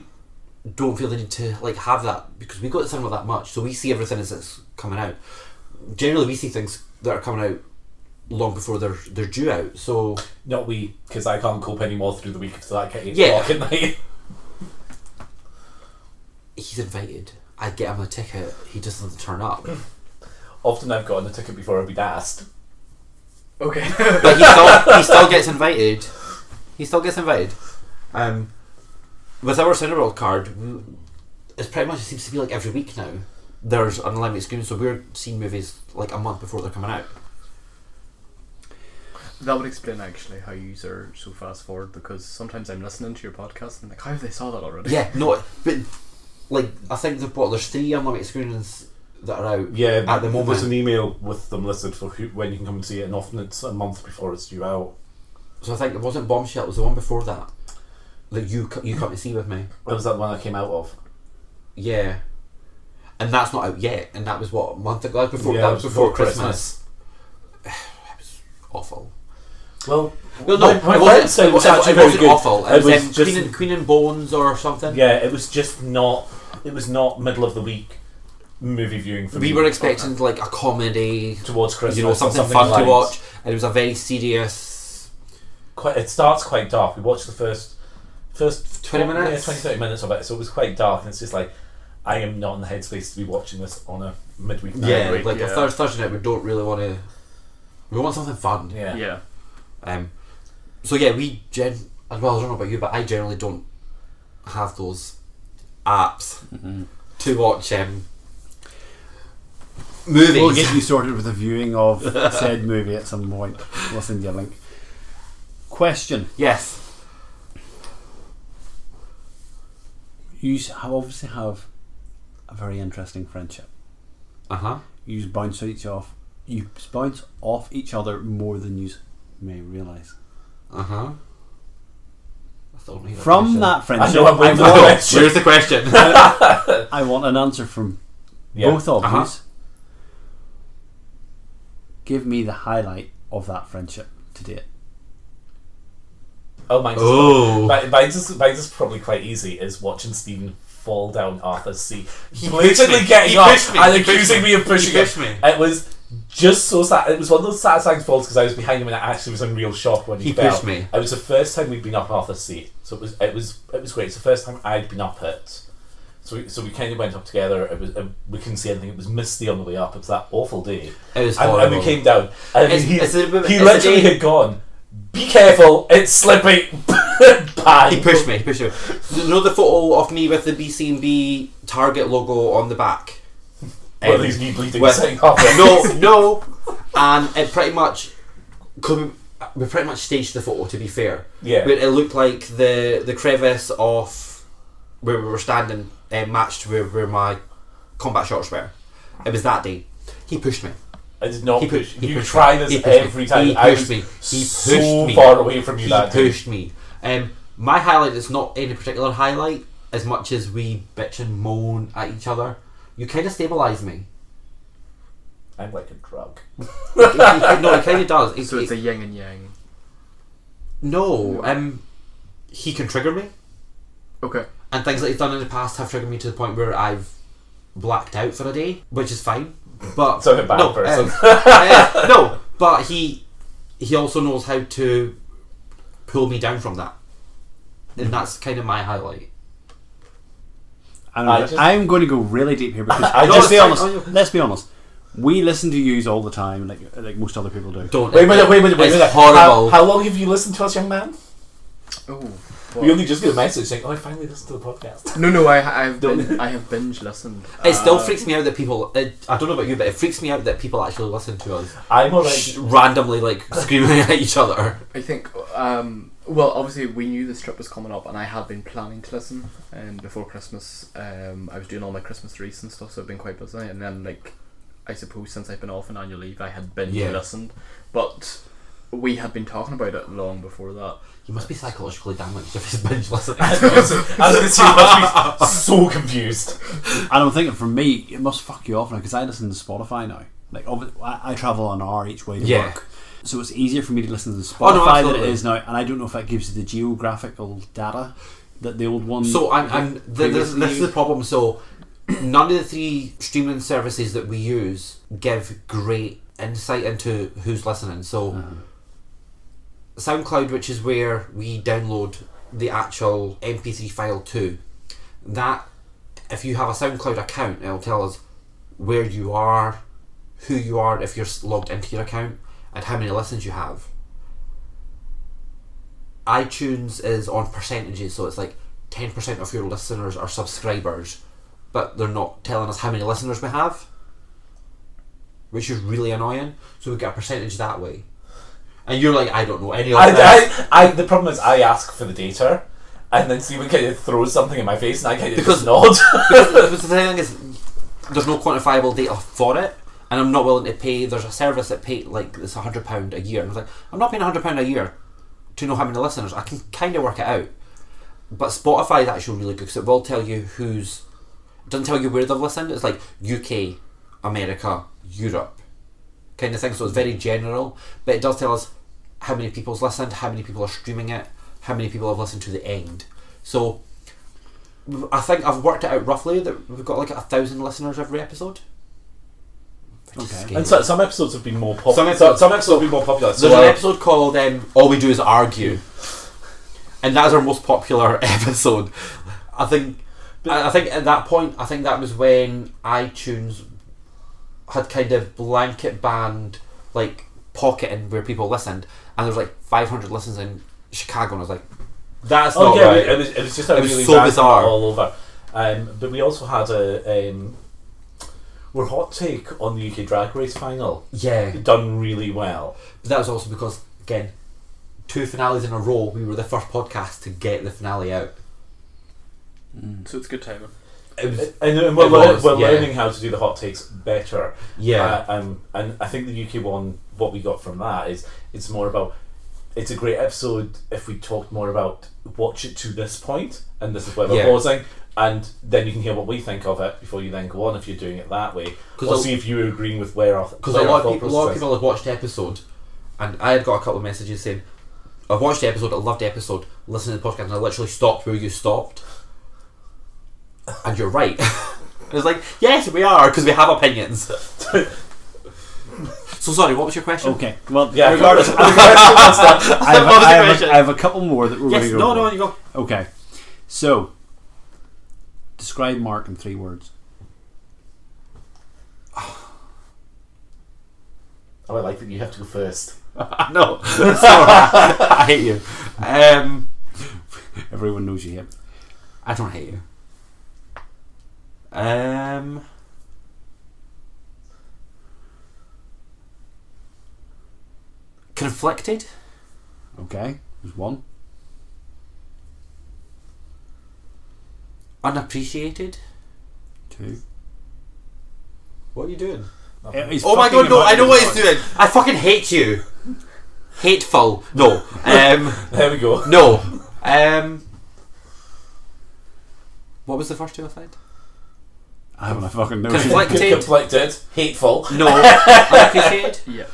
don't feel the need to like have that because we go to the cinema that much, so we see everything as it's coming out. Generally, we see things that are coming out long before they're they're due out. So Not we, because I can't cope anymore through the week, so I get eight Yeah. o'clock at night. he's invited. I get him a ticket. He just doesn't turn up. Often I've gotten a ticket before I've been asked. Okay. But he still he still gets invited. He still gets invited. Um, with our Cineworld card, w- it's pretty much it seems to be like every week now. There's an unlimited screen, so we're seeing movies like a month before they're coming out. that would explain actually how you are so fast forward because sometimes I'm listening to your podcast and I'm like, how have they saw that already? Yeah, no, but like I think that what there's three unlimited screens that are out. Yeah, at the there's moment. an email with them listed for who, when you can come and see it, and often it's a month before it's due out. So I think it wasn't Bombshell; it was the one before that that you co- you come to see with me. That was that one I came out of. Yeah, and that's not out yet. And that was what a month ago. Like before Yeah, that was before, before Christmas. it was awful. Well, Well, no, my, my it friend wasn't. said It, was it was it, actually it very wasn't good. awful. It, It was, was um, just- Queen, and, Queen and Bones or something. Yeah, it was just not. It was not middle of the week movie viewing for me. We were expecting like a comedy, towards Christmas, you know, or something, something fun light. to watch, and it was a very serious. Quite, it starts quite dark. We watched the first first 20 tw- minutes? yeah, 20, 30 minutes of it, so it was quite dark, and it's just like I am not in the headspace to be watching this on a midweek night. Yeah, right, like a yeah. Thursday, Thursday night. We don't really want to. We want something fun. yeah. yeah. Um, so yeah, we gen as well. I don't know about you, but I generally don't have those apps Mm-hmm. to watch um, movies. We'll get you sorted with a viewing of said movie at some point. We'll send you a link. Question: yes, You s- have obviously have a very interesting friendship. uh huh. You bounce each off. You bounce off each other more than you s- may realise. Uh huh. From that I friendship, know I'm I, with the want, question. Oh, Where's the question? I want an answer from Yeah. both of Uh-huh. you. Give me the highlight of that friendship to date. Oh, mine's, oh, mi- mine's, is, mine's is probably quite easy. Is watching Stephen fall down Arthur's seat, blatantly me. getting He up pushed me. and He pushed accusing me. me of pushing He it. pushed me. It was just so sad. It was one of those satisfying falls because I was behind him and it actually was in real shock when he, He fell. pushed me. It was the first time we'd been up Arthur's seat, so it was it was it was great. It's the first time I'd been up it. So we, so we kind of went up together. It was, uh, we couldn't see anything. It was misty on the way up. It was that awful day. it was And, horrible. and we came down. And It's- he, it's a bit- he it's a literally day- had gone, Be careful, it's slippery. Bang. He pushed me. He pushed me. You know the photo of me with the BCB Target logo on the back. One of Um, these knee bleeding well, sitting up. there. no, no, and it pretty much could we pretty much staged the photo to be fair. Yeah. but it looked like the the crevice of where we were standing uh, matched where where my combat shorts were. It was that day. He pushed me. I did not He pu- push. he you pushed try me. this He pushed me. every time. He I pushed was me. He so pushed me. far away from you He that day. pushed me. Um, my highlight is not any particular highlight as much as we bitch and moan at each other. You kind of stabilise me. I'm like a drug. It- it- no, it kind of does. It- So it's it- a yin and yang. no, um, he can trigger me. Okay. and things that he's done in the past have triggered me to the point where I've blacked out for a day, which is fine. But So I'm a bad no, person. uh, uh, no, but he he also knows how to pull me down from that, and that's kind of my highlight. And I I'm, just- I'm going to go really deep here because I let's just- be I- honest. I- let's be honest. We listen to yous all the time, like like most other people do. Don't Wait a minute, wait a minute, wait a It's minute. horrible. How, how long have you listened to us, young man? Oh. We only just get a message saying, "Oh, I finally listened to the podcast." No, no, I, I've Don't- bin- I have binge listened. it still Uh, freaks me out that people. It, I don't know about you, but it freaks me out that people actually listen to us I'm sh- alright. randomly, like screaming at each other. I think. Um, well, obviously, we knew this trip was coming up, and I had been planning to listen. And before Christmas, um, I was doing all my Christmas wreaths and stuff, so I've been quite busy. And then, like, I suppose since I've been off on annual leave, I had binge Yeah. listened, but we had been talking about it long before that. You must be psychologically damaged if he's binge listening. I was going to say, you must be so confused. And I'm thinking for me, it must fuck you off now because I listen to Spotify now. Like obvi- I, I travel an hour each way to Yeah. work, so it's easier for me to listen to Oh, no, Spotify than it absolutely. is now. And I don't know if that gives you the geographical data that the old one. So I'm, I'm th- this, previously this is the used. problem. So none of the three streaming services that we use give great insight into who's listening. So SoundCloud, which is where we download the actual MP3 file to, that if you have a SoundCloud account, it'll tell us where you are, who you are, if you're s- logged into your account, and how many listens you have iTunes is on percentages, so it's like 10% of your listeners are subscribers, but they're not telling us how many listeners we have, which is really annoying. So we get a percentage that way. And you're like, I don't know any of that. I, I, I, the problem is, I ask for the data, and then Stephen kind of throws something in my face, and I kind of Because- just nod. Because the thing is, there's no quantifiable data for it, and I'm not willing to pay. There's a service that pay like it's £100 a year. And I was like, I'm not paying £100 a year to know how many listeners. I can kind of work it out. But Spotify is actually really good because it will tell you who's doesn't tell you where they've listened. It's like UK, America, Europe, kind of thing. So it's very general, but it does tell us how many people's listened, how many people are streaming it, how many people have listened to the end. So I think I've worked it out roughly that we've got like a thousand listeners every episode. Which is Okay. scary. And so, some episodes have been more popular. Some Some episodes- episodes, some episodes have been more popular. So There's an uh, episode called um, "All We Do Is Argue," and that's our most popular episode. I think. I I think at that point, I think that was when iTunes had kind of blanket banned like pocketing where people listened, and there was like 500 listens in Chicago, and I was like, "That's Oh not yeah, right." it, was, it was just a It was really so bad bizarre. all over. Um, but we also had a um, our hot take on the UK Drag Race final yeah, done really well. but that was also because again, two finales in a row, we were the first podcast to get the finale out. So it's good timing. It was, And, and we're, It lear- was, we're yeah. learning how to do the hot takes better. yeah, Uh, um, and I think the UK one, what we got from that is it's more about it's a great episode if we talked more about watch it to this point and this is where we're Yeah. pausing and then you can hear what we think of it before you then go on if you're doing it that way. 'Cause Or a- see if you're agreeing with where our because a where our lot of thought people, a lot of process is. people had watched the episode, and I had got a couple of messages saying, "I've watched the episode, I loved the episode, listened to the podcast, and I literally stopped where you stopped." And you're right. it's like yes, we are because we have opinions. so sorry, what was your question? Okay. Well, Yeah, regardless, I have, I, have, I have a couple more that we're Yes, going to no, no, you go. Okay. So, describe Mark in three words. Oh, I like that you have to go first. no, sorry, I hate you. Um, Everyone knows you hate. I don't hate you. Um, conflicted. Okay. There's one. unappreciated. Two. What are you doing? Eh, he's Oh my fucking god, no! about I know to what do he's doing. I fucking hate you. Hateful. No. Um. There we go. No. Um. What was the first two I said? it. I haven't a fucking notion. Conflicted. Conflicted, hateful. No. Unappreciated. Yeah.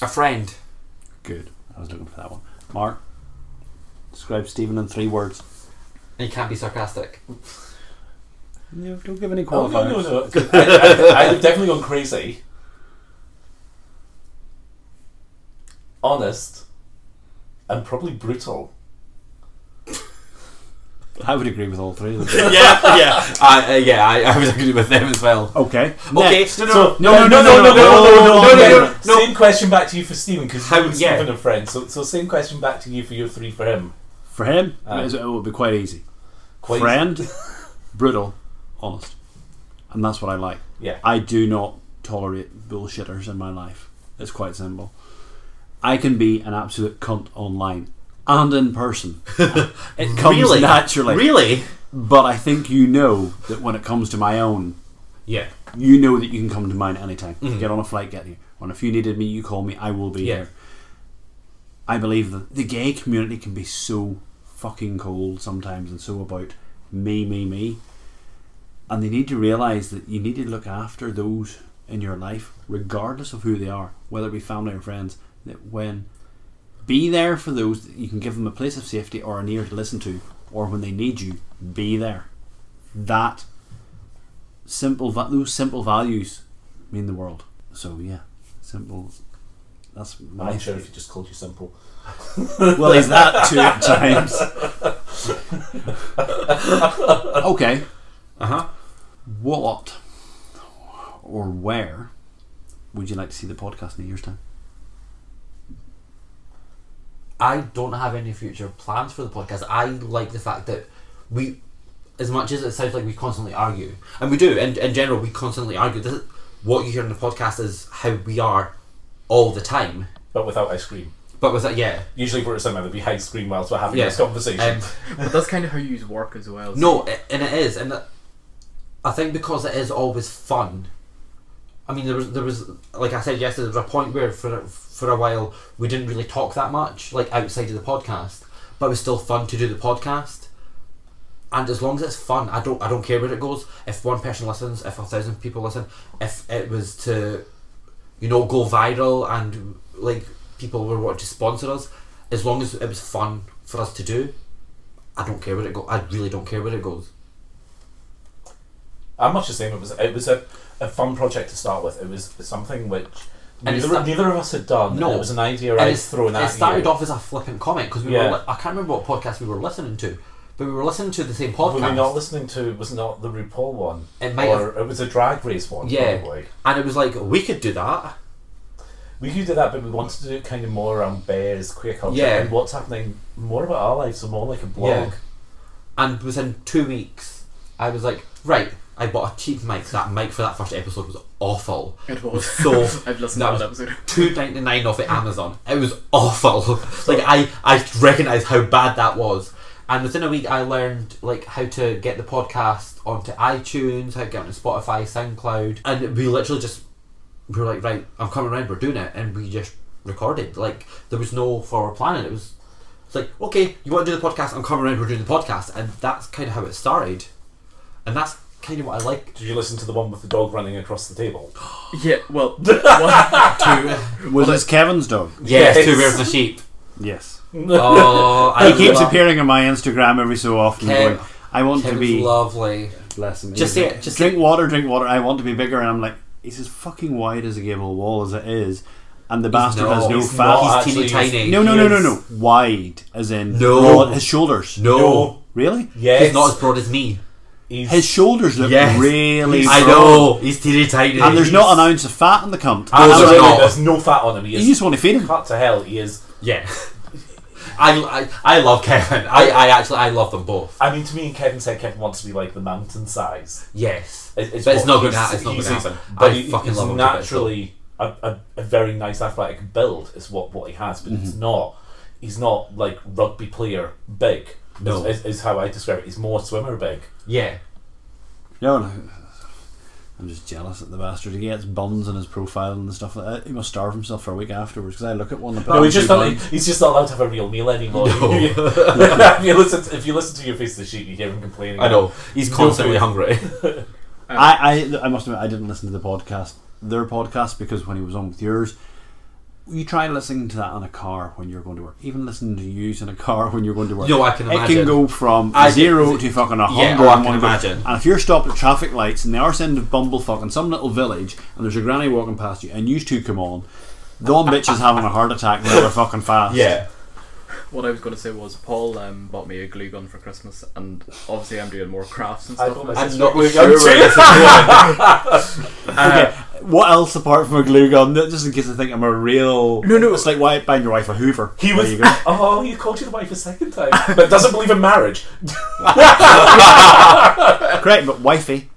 A friend. Good. I was looking for that one. Mark, describe Stephen in three words. And you can't be sarcastic. No, don't give any Oh, qualifiers. no, no, no. I, I, I've definitely gone crazy. Honest. And probably brutal. I would agree with all three of them. yeah, yeah. I, uh, yeah, I, I was agree with them as well. okay. Okay. Next. No, no, So- No, no, no, no, no, no, no, no, Again, no. Same question back to you for Stephen because How- you and Stephen yeah. are friends. So, so same question back to you for your three for him. For him, Uh. Aye. it would be quite easy. Quite Friend, brutal, honest. And that's what I like. Yeah. I do not tolerate bullshitters in my life. It's quite simple. I can be an absolute cunt online and in person. it comes Mm. really? naturally. Really? But I think you know that when it comes to my own, Yeah. you know that you can come to mine anytime. Get on a flight, get here. And if you needed me, you call me, I will be Yeah. here. I believe that the gay community can be so fucking cold sometimes and so about me, me, me. And they need to realise that you need to look after those in your life, regardless of who they are, whether it be family or friends, that when be there for those that you can give them a place of safety or an ear to listen to, or when they need you, be there. That simple va- those simple values mean the world. So yeah, simple. That's my I'm sure if he just called you simple. well, is that two times? okay. Uh huh. What or where would you like to see the podcast in a year's time? I don't have any future plans for the podcast. I like the fact that we, as much as it sounds like we constantly argue, and we do, and in general, we constantly argue. This is, what you hear in the podcast is how we are all the time. But without ice cream. But with that, yeah, Usually we're at somewhere that we hide screen whilst we're having Yeah. this conversation. um, But that's kind of how you work as well. no, i- and it is, and it- I think because it is always fun. I mean, there was there was like I said yesterday, there was a point where for for a while we didn't really talk that much, like outside of the podcast, but it was still fun to do the podcast. and as long as it's fun, I don't I don't care where it goes. If one person listens, if a thousand people listen, if it was to, you know, go viral and like people were wanting to sponsor us, as long as it was fun for us to do, I don't care where it goes. I really don't care where it goes. I'm much the same. It was it was a, a fun project to start with. It was something which And it's neither, not- neither of us had done. No. it was an idea And I it's- thrown at It started you. off as a flippant comment because we Yeah. were li- I can't remember what podcast we were listening to, but we were listening to the same Were we podcast. not listening to? Was not the RuPaul one? It might or it was a drag race one. Yeah. probably. and it was like we could do that. We could do that, but we wanted to do it kind of more around bears, queer culture, Yeah. and what's happening more about our lives, so more like a blog. Yeah. And within two weeks, I was like, right, I bought a cheap mic. That mic for that first episode was awful. It was was. so- I've listened that to was- that episode. Two ninety nine off at Amazon. It was awful. like I, I recognised how bad that was. And within a week, I learned like how to get the podcast onto iTunes, how to get onto Spotify, SoundCloud, and we literally just we were like, right, I'm coming around. We're doing it, and we just recorded. Like there was no forward planning. It was it's like, okay, you want to do the podcast? I'm coming around. We're doing the podcast, and that's kind of how it started. And that's kind of what I like. Did you listen to the one with the dog running across the table? Yeah, well, one, To Was this Kevin's dog? yes, Yes. two bears and a sheep. Yes. Oh, I He keeps love- appearing on my Instagram every so often. Kev- going, I want to Kevin's be. lovely. Bless him. Just He's say like, it, just drink water, drink water. I want to be bigger, and I'm like, he's as fucking wide as a gable wall as it is, and the bastard not. has no He's fat. He's teeny actually- tiny. he's- no, no, he no, no, is- no. Wide, as in No. broad. His shoulders. No, No. Really? Yes. he's not as broad as me. He's- His shoulders look Yes. really. I broad. know he's teeny tiny. And there's not an ounce of fat in the cunt. Absolutely And I'm like, not. There's no fat on him. He You is just want to feed him. cut to hell. He is. yeah. I, I, I love Kevin. I, I actually I love them both. I mean, to me and Kevin said Kevin wants to be like the mountain size. Yes, It- but it's what not going to he's- happen. It's not going he's- to happen. he's- I But he- fucking he's love him. to bits, though. naturally a, a, a very nice athletic build is what, what he has, but Mm-hmm. it's not. He's not like rugby player big. is- No. is, is how I describe it. He's more swimmer big. Yeah, No, no. I'm just jealous at the bastard. He gets buns in his profile and stuff like that. He must starve himself for a week afterwards because I look at one. and put No, on he's two just not. buns. He's just not allowed to have a real meal anymore. No. if you listen, to, if you listen to your face of the sheet, you hear him complaining. I know he's No constantly food. hungry. I, I, I must admit, I didn't listen to the podcast, their podcast, because when he was on with yours, you try listening to that in a car when you're going to work. Even listening to yous in a car when you're going to work. No, I can it imagine. can go from I- zero to fucking a Yeah, hundred. oh, I in can one go. imagine. And if you're stopped at traffic lights in the arse end of Bumble fucking some little village, and there's a granny walking past you, and you two come on, the one bitch is having a heart attack really fucking fast. yeah, what I was going to say was Paul um, bought me a glue gun for Christmas, and obviously I'm doing more crafts and I stuff. bought now. my- I'm not We're sure where going to- this is going. Okay. What else apart from a glue gun? Just in case I think I'm a real. No, no. It's like why buying your wife a Hoover. He There was. you go. Oh, you called your wife a second time, but doesn't believe in marriage. Correct, but wifey.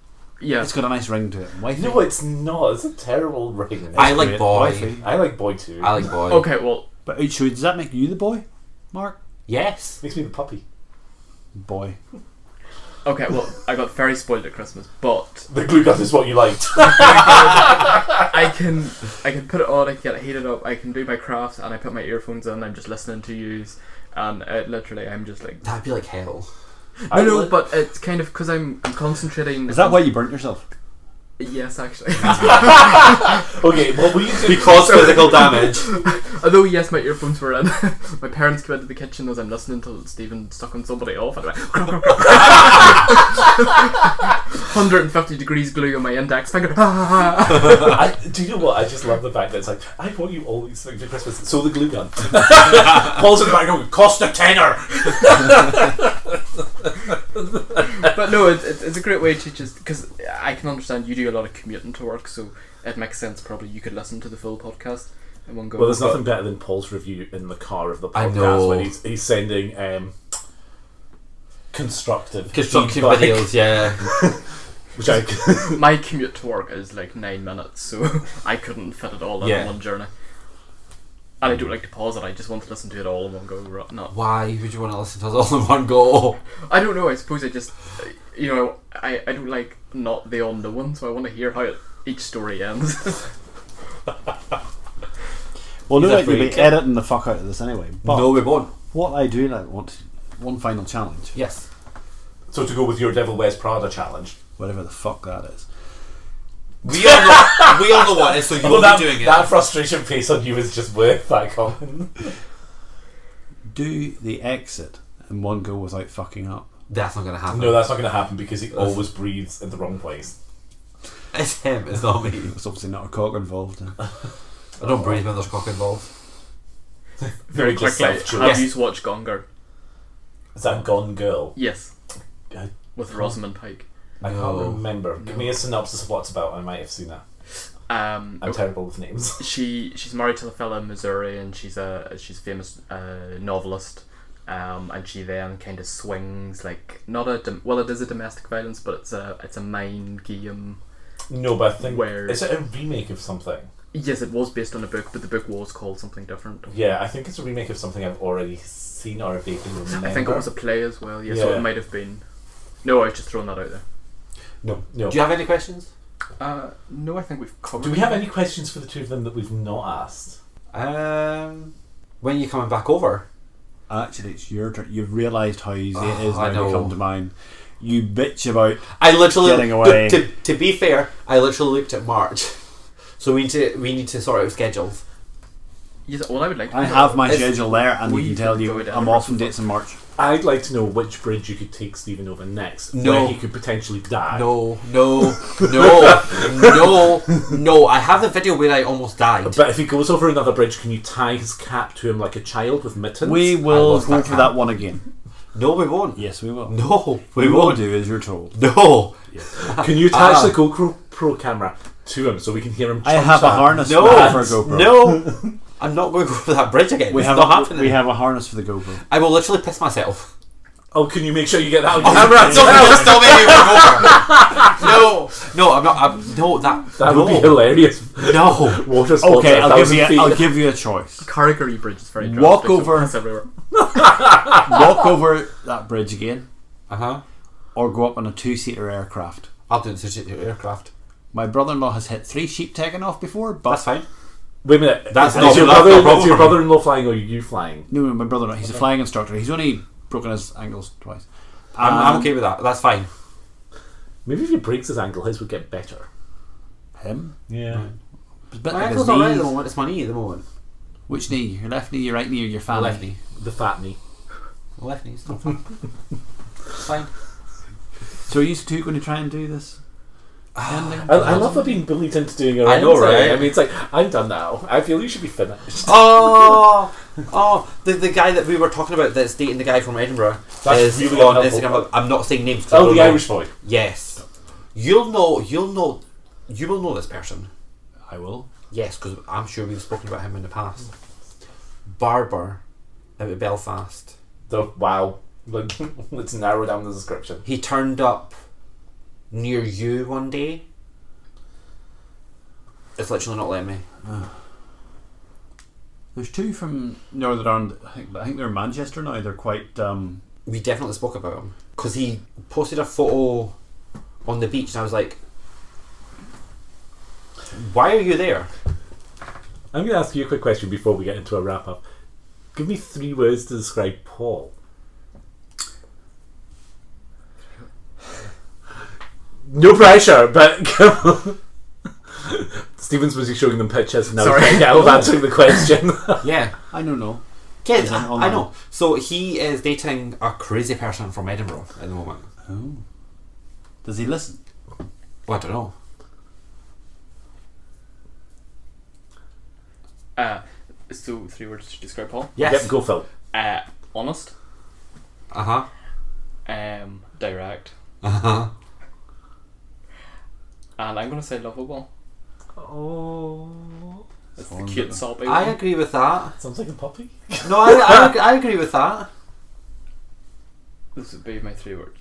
yeah, It's got a nice ring to it. Wifey. No, it's not. It's a terrible ring. I I, like Great. boy. Wifey. like boy too. I like boy. okay, well, But uh, so does that make you the boy, Mark? Yes. Makes me the puppy. Boy. okay, well, I got very spoiled at Christmas, but The glue gun is what you liked. I can I can put it on, I can get it heated up, I can do my crafts, and I put my earphones in. I'm just listening to yous, and it, literally I'm just like. That'd be like hell. I No, no, li- but it's kind of because I'm I'm concentrating. Is that why you burnt yourself? Yes, actually. okay, what were you doing? Because physical damage. Although yes, my earphones were in. my parents came into the kitchen as I'm listening to Stephen sucking somebody off, and I went. 150 degrees glue on my index finger. I, do you know what? I just love the fact that it's like I bought you all these things for Christmas. So the glue gun. Paul's in the background. Cost a tenner. but no, it, it, it's a great way to just because I can understand you do a lot of commuting to work, so it makes sense. Probably you could listen to the full podcast in one go. Well, there's but- nothing better than Paul's review in the car of the I podcast know. when he's, he's sending um, constructive Construction feedback, videos. Yeah. which I My commute to work is like nine minutes, so I couldn't fit it all in Yeah. one journey. And I don't like to pause it. I just want to listen to it all in one go. ra- Not Why would you want to listen to us all in one go? I don't know. I suppose I just, uh, you know, I, I don't like not the all known, so I want to hear how it, each story ends. Well, He's no, a like you'll be freak. editing the fuck out of this anyway. But no, we won't. what I do like want one final challenge. Yes. So to go with your Devil Wears Prada challenge. Whatever the fuck that is. We are the we are the one, and so you'll Well, that, be doing it. that frustration face on you is just worth that comment. Do the exit in one go without fucking up. That's not gonna happen. No, that's not going to happen because he always breathes in the wrong place. it's him. It's not me. It's obviously not a cock involved. I don't breathe when there's cock involved. Very Just quickly, self-joke. have Yes. you watched Gonger? Is that Gone Girl? Yes. I- With Rosamund Pike. I No. can't remember. Give me a synopsis of what's about. I might have seen that. Um, I'm terrible with names. she she's married to a fellow in Missouri, and she's a she's a famous uh, novelist. Um, and she then kind of swings like not a dom- well, it is a domestic violence, but it's a it's a mind game. No, but I think Where- is it a remake of something? Yes, it was based on a book, but the book was called something different. Yeah, I think it's a remake of something I've already seen or vaguely remember. I think it was a play as well. Yeah, so Yeah. it might have been. No, I was just throwing that out there. No. No. Do you have any questions? Uh, no, I think we've covered. Do we have any questions for the two of them that we've not asked? Um, when are you coming back over? Actually, it's your turn. You've realised how easy it is Oh, I now to know. come to mine. You bitch about I literally Getting away. To, to, to be fair, I literally looked at March, so we need to we need to sort out schedules. Yes, well, I would like. To I know. have my It's- schedule there, and we we can tell can go you down I'm the off on road. dates in March. I'd like to know which bridge you could take Stephen over next, No. where he could potentially die. No, no, no, no, no. I have the video where I almost died. But if he goes over another bridge, can you tie his cap to him like a child with mittens? We will lost go that for count. that one again. No, we won't. Yes, we will. No, we we will won't. do as you're told. No, Can you attach Ah. the GoPro Pro camera to him so we can hear him? I chomp have a chomp? harness No. now for a GoPro. no. I'm not going to go over that bridge again. we it's have not a, happening. we have a harness for the GoPro. I will literally piss myself. Oh, can you make sure you get that? Oh, right, no, no, stop me No, no, I'm not. I'm, no, that. that no, would be hilarious. No. Water sports Okay, at I'll give 1,000 you. feet. I'll give you a choice. Carrigary Bridge is very Walk drastic, so over. it's everywhere. Walk over that bridge again, Uh huh. or go up on a two-seater aircraft. I'll do this to aircraft. My brother-in-law has hit three sheep taken off before, but That's fine. Wait a minute. That's is not- your that's brother. not is problem. your brother-in-law flying or are you flying? no, no, my brother-in-law. He's a flying instructor. He's only broken his ankles twice. I'm, I'm Um, okay with that. That's fine. Maybe if he breaks his ankle, his would get better. Him. Yeah. It's a bit My like ankle's his alright at the knee. moment. It's my knee at the moment. Which knee? Your left knee, your right knee, or your family? left knee. The fat knee. My left knee's not fine. It's fine. So are you two going to try and do this? ending? Ah, I, I love her being bullied into doing her I own know, thing. right? I mean, it's like I'm done now. I feel you should be finished. Oh, oh, the, the guy that we were talking about that's dating the guy from Edinburgh That's is really on unhelpful. Instagram. I'm not saying names. 'cause I Oh, don't the know. Irish boy. Yes, you'll know. You'll know. You will know this person. I will. Yes, because I'm sure we've spoken about him in the past. Barber out of Belfast. The wow. Like, let's narrow down the description. He turned up near you one day. It's literally not letting me. There's two from Northern Ireland. I think, I think they're in Manchester now. They're quite. Um, We definitely spoke about him because he posted a photo on the beach, and I was like, "Why are you there?" I'm going to ask you a quick question before we get into a wrap up. Give me three words to describe Paul. No pressure, but come on. Stephen's busy showing them pictures now. Sorry. yeah, I'm answering the question. Yeah, I don't know. kids, Is it I, I online? know. So he is dating a crazy person from Edinburgh at the moment. Oh. Does he listen? Well, I don't know. Uh, so three words to describe Paul. Yes. Yep, go Phil. Uh, honest. Uh huh. Um, direct. Uh huh. And I'm gonna say lovable. Oh, It's the Sounds cute like- soppy I one. agree with that. sounds like a puppy. No, I, I, ag- I agree with that. This would be my three words.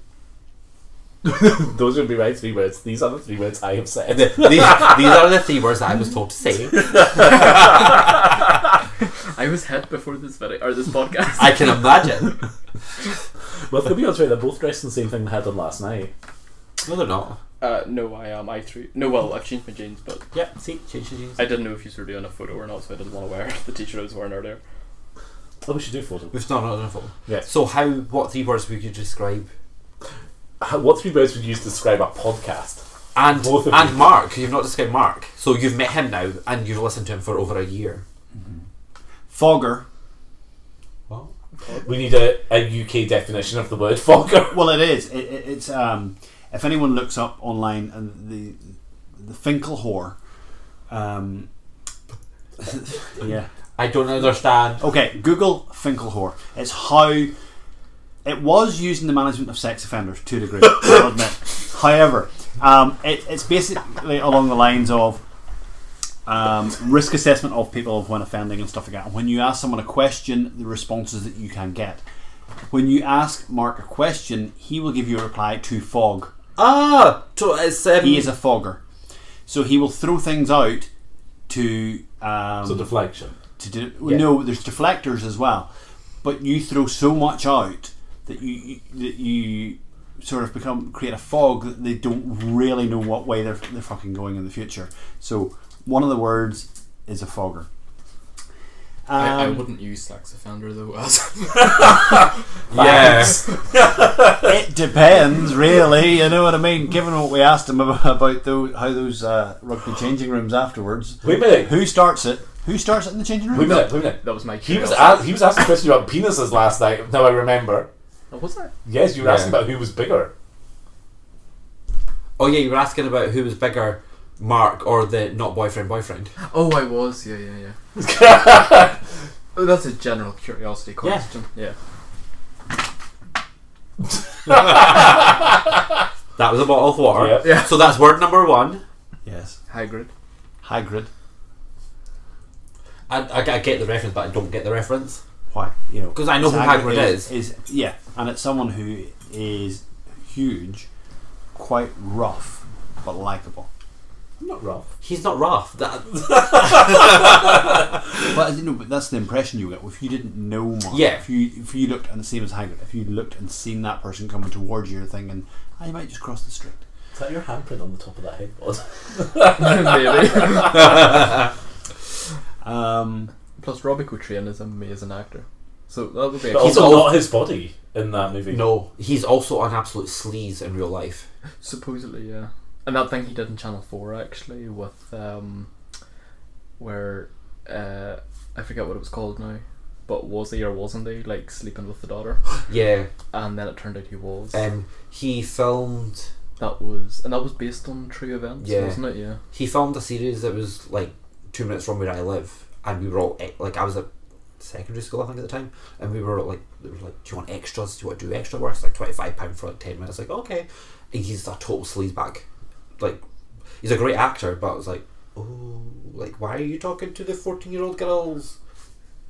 Those would be my three words. These are the three words I have Th- said. these, these are the three words that I was told to say. I was hit before this video or this podcast. I can imagine. Well, to be honest, right, they're both dressed in the same thing they had on last night. No, they're not. uh, no, I am. I three. No, well, I've changed my jeans, but Yep. See, change your jeans. I didn't know if you were doing a photo or not, so I didn't want to wear the t-shirt I was wearing earlier. Oh, we should do photo. We've not done a photo. Yeah. So how? What three words would you describe? how- what three words would you use to describe a podcast? And Both of and you. Mark, you've not described Mark, so you've met him now, and you've listened to him for over a year. Fogger. We need a, a UK definition of the word fogger. Well, it is. It, it, it's um, if anyone looks up online and the the Finkel whore. Um, yeah. I don't understand. Okay. Google Finkel whore. It's how it was used in the management of sex offenders to a degree. I'll admit. However, um, it, it's basically along the lines of um, risk assessment of people of when offending and stuff like that. And when you ask someone a question, the responses that you can get. When you ask Mark a question, he will give you a reply to fog. Ah, so it's um, He is a fogger, so he will throw things out to um, So deflection. to do. well, No, there's deflectors as well, but you throw so much out that you, you that you sort of become create a fog that they don't really know what way they're they're fucking going in the future. So one of the words is a fogger. I, I Um, wouldn't use sex offender though as yeah. it depends, really. You know what I mean? Given what we asked him about, about those, how those uh, rugby changing rooms afterwards, Wait a minute. who starts it? Who starts it in the changing room? Wait a minute. Wait a minute. That was my He was curiosity. a- he was asking questions about penises last night. Now I remember. Oh, was that? Yes, you were asking Yeah. about who was bigger. Oh yeah, you were asking about who was bigger, Mark or the not boyfriend boyfriend. Oh I was, yeah, yeah, yeah. Oh, that's a general curiosity question. Yeah. That was a bottle of water. Yep. Yeah. So that's word number one. Yes, Hagrid. Hagrid. I, I, I get the reference, but I don't get the reference Why? You know, because I know who Hagrid is. is. yeah, and it's someone who is huge, quite rough, but likable. I'm not wrong. He's not rough. That, But you know, but that's the impression you get if you didn't know much. Yeah. If you if you looked and the same as Hagrid, if you looked and seen that person coming towards "Ah, you, you're thinking, I might just cross the street. Is that your handprint on the top of that headboard? Maybe. Um, Plus Robbie Coltrane is an amazing actor. So that would be a But He's also all- not his body in that movie. no, he's also an absolute sleaze in real life. Supposedly, yeah. And that thing he did in Channel Four actually with um, where uh, I forget what it was called now, but was he or wasn't he like sleeping with the daughter? Yeah. And then it turned out he was. Um. He filmed. that was and that was based on true events, Yeah. wasn't it? Yeah. He filmed a series that was like two minutes from where I live, and we were all e- like, I was at secondary school I think at the time, and we were like, they were like, do you want extras? Do you want to do extra work? It's like twenty five pound for like ten minutes. Like okay, and he's a total sleazebag. Like he's a great actor, but I was like, oh, like why are you talking to the fourteen year old girls?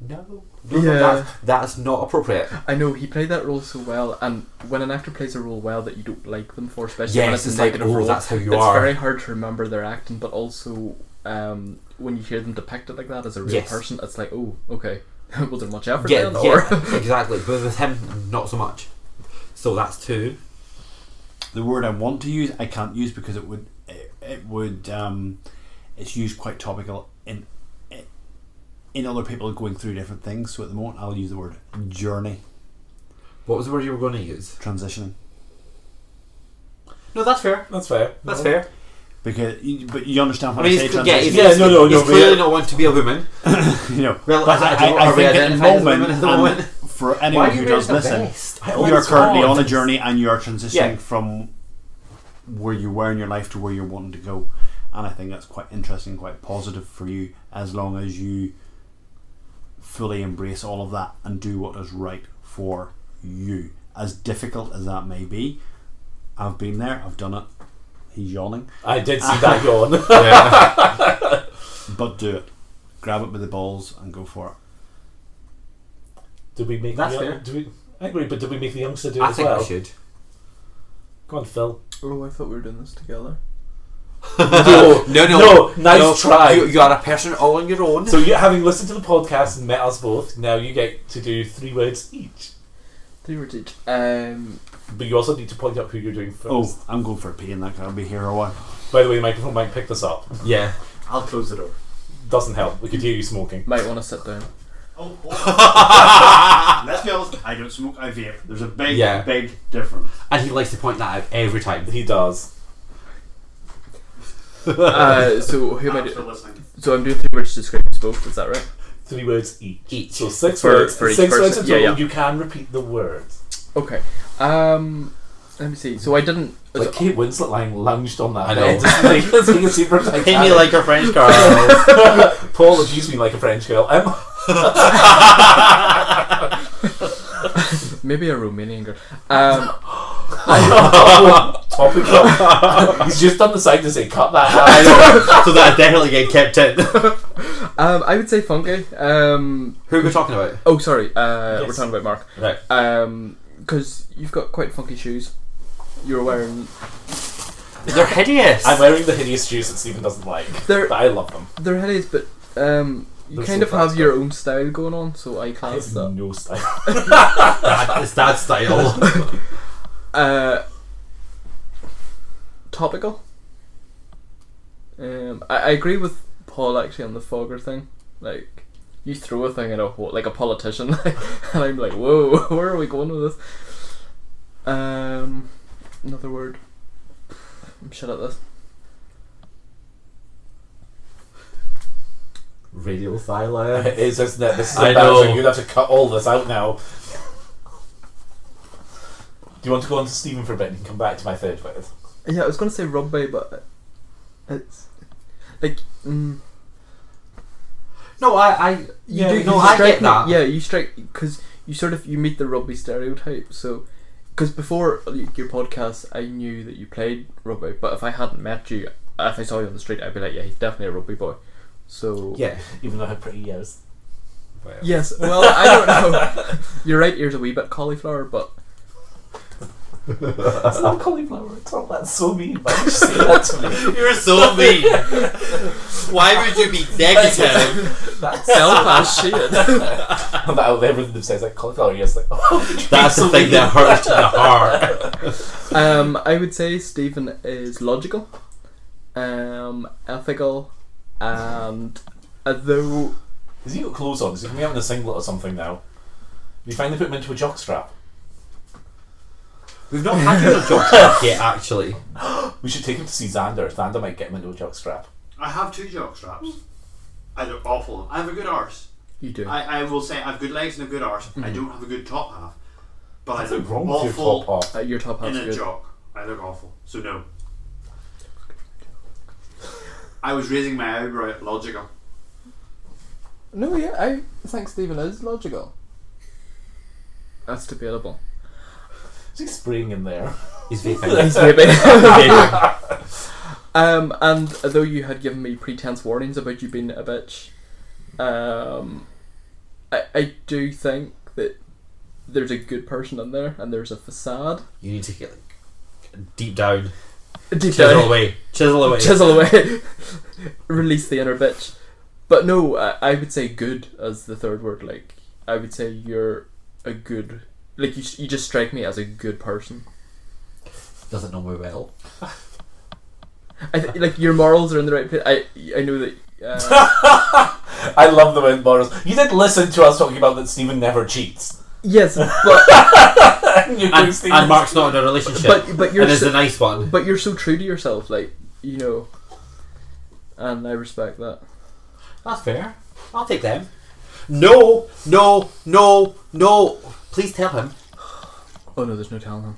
No, no, no, Yeah. that's, that's not appropriate. I know he played that role so well, and when an actor plays a role well that you don't like them for, especially when Yes, it's, it's a like, negative oh, role, that's how you it's are. very hard to remember their acting. But also, um, when you hear them depicted like that as a real Yes. person, it's like, oh, okay, was there much effort yeah, then? Or yeah, exactly. But with him, not so much. So that's two. the word I want to use, I can't use because it would it, it would um, it's used quite topical in in other people going through different things. So at the moment, I'll use the word journey, What was the word you were going to use? transitioning. No, that's fair. That's fair. That's No. fair. Because you, but you understand I what I, mean, say. he's, yeah, he's, transition, Yeah, he's- no, no, he's no, we clearly are- not one to be a woman. you know. Well, but I- I I, don't- I are we think at the identified as women at moment, the um, moment? for anyone who does listen, you are always currently called? on a journey and you are transitioning Yeah. from where you were in your life to where you're wanting to go. And I think that's quite interesting, quite positive for you, as long as you fully embrace all of that and do what is right for you. As difficult as that may be, I've been there, I've done it. He's yawning, I did see that yawn. but do it. Grab it by the balls and go for it. Did we make That's the, fair. Do we, I agree, but did we make the youngster do it I as think well? we should. Come on, Phil. oh, I thought we were doing this together. No, no, no. no, nice try. You, you are a person all on your own. So, you, having listened to the podcast and met us both, now you get to do three words each. Three words each. Um, But you also need to point out who you're doing first. Oh, I'm going for a pee in that. I'll be here a while. By the way, the microphone might pick this up. yeah. I'll close the door. Doesn't help. We could hear you smoking. might want to sit down. Oh, Let's be honest, smoke. I don't smoke. I vape. There's a big, Yeah. big difference. And he likes to point that out every time. He does. Uh, so who am I? Thanks for Do- listening. so I'm doing three words to describe both. Is that right? Three words each. Each. So six For- words. for each six words person. in total. Yeah, yeah. You can repeat the words. Okay. Um, let me see. So I didn't. Like Kate Winslet lying lunged on that I bed. Like, being a super Titanic. Hit me like a French girl. Paul abused me like a French girl. I'm Maybe a Romanian girl. Um, topical. He's just on the side to say cut that out. so that definitely get kept in. um, I would say funky. Um, Who are we talking about? oh, sorry. Uh, we're Yes. talking about Mark. Right. Um, because you've got quite funky shoes. You're wearing. They're hideous. I'm wearing the hideous shoes that Stephen doesn't like, They're but I love them. they're hideous, but um, you They're kind so of have fast, your though. own style going on. So I I class have that. no style. Dad, it's dad style. Uh, topical. Um, I, I agree with Paul actually on the fogger thing. Like, you throw a thing at a ho- like a politician, and I'm like, whoa, where are we going with this? Um, another word. I'm shit at this. Radial It silence. is, isn't it? This is I embarrassing. know. You'd have to cut all this out now. Do you want to go on to Stephen for a bit and come back to my third word? Yeah, I was gonna say rugby, but it's like mm, No, I, I, you yeah, do. no, you I strike get that. Me, yeah, you strike because you sort of you meet the rugby stereotype. So, because before your podcast, I knew that you played rugby, but if I hadn't met you, if I saw you on the street, I'd be like, yeah, he's definitely a rugby boy. So yeah. Even though I have pretty ears. yes, well, I don't know. Your right ear's a wee bit cauliflower, but It's not cauliflower at all. That's so mean. Why would you say that to me? You're so mean. Why would you be negative? Belfast shit. And that everything that says like cauliflower ears, like oh, That's the thing that hurts the heart. Um, I would say Stephen is logical, um, ethical, and uh, although Has he got clothes on? Is he going to be having a singlet or something now? Have you finally put him into a jockstrap? We've not had your job back yet, actually. We should take him to see Xander. Xander might get him into a jockstrap. I have two jock straps. I look awful. I have a good arse. you do. I, I will say I have good legs and a good arse. I don't have a good top half. But I What's look wrong with your top awful off? Uh, your top half's in a good. jock. I look awful. So no. I was raising my eyebrow at logical. No, yeah, I think Stephen is logical. That's debatable. Is he spraying in there? He's vaping. um, and though you had given me pretense warnings about you being a bitch, um, I, I do think that there's a good person in there and there's a facade. You need to get like, deep down. Deep Chisel down, away. Chisel away. chisel away, release the inner bitch. But no, I, I would say good as the third word. Like I would say you're a good, like you s- you just strike me as a good person. Doesn't know me well. I th- like your morals are in the right place. I I know that. Uh, I love the way Boris. You did listen to us talking about that Stephen never cheats. yes, but And, you're doing And, Stephen's- and Mark's not in a relationship. but but you're and is so, the nice one. but you're so true to yourself, like you know. And I respect that. That's fair. I'll take them. No, no, no, no. Please tell him. Oh no, there's no telling him.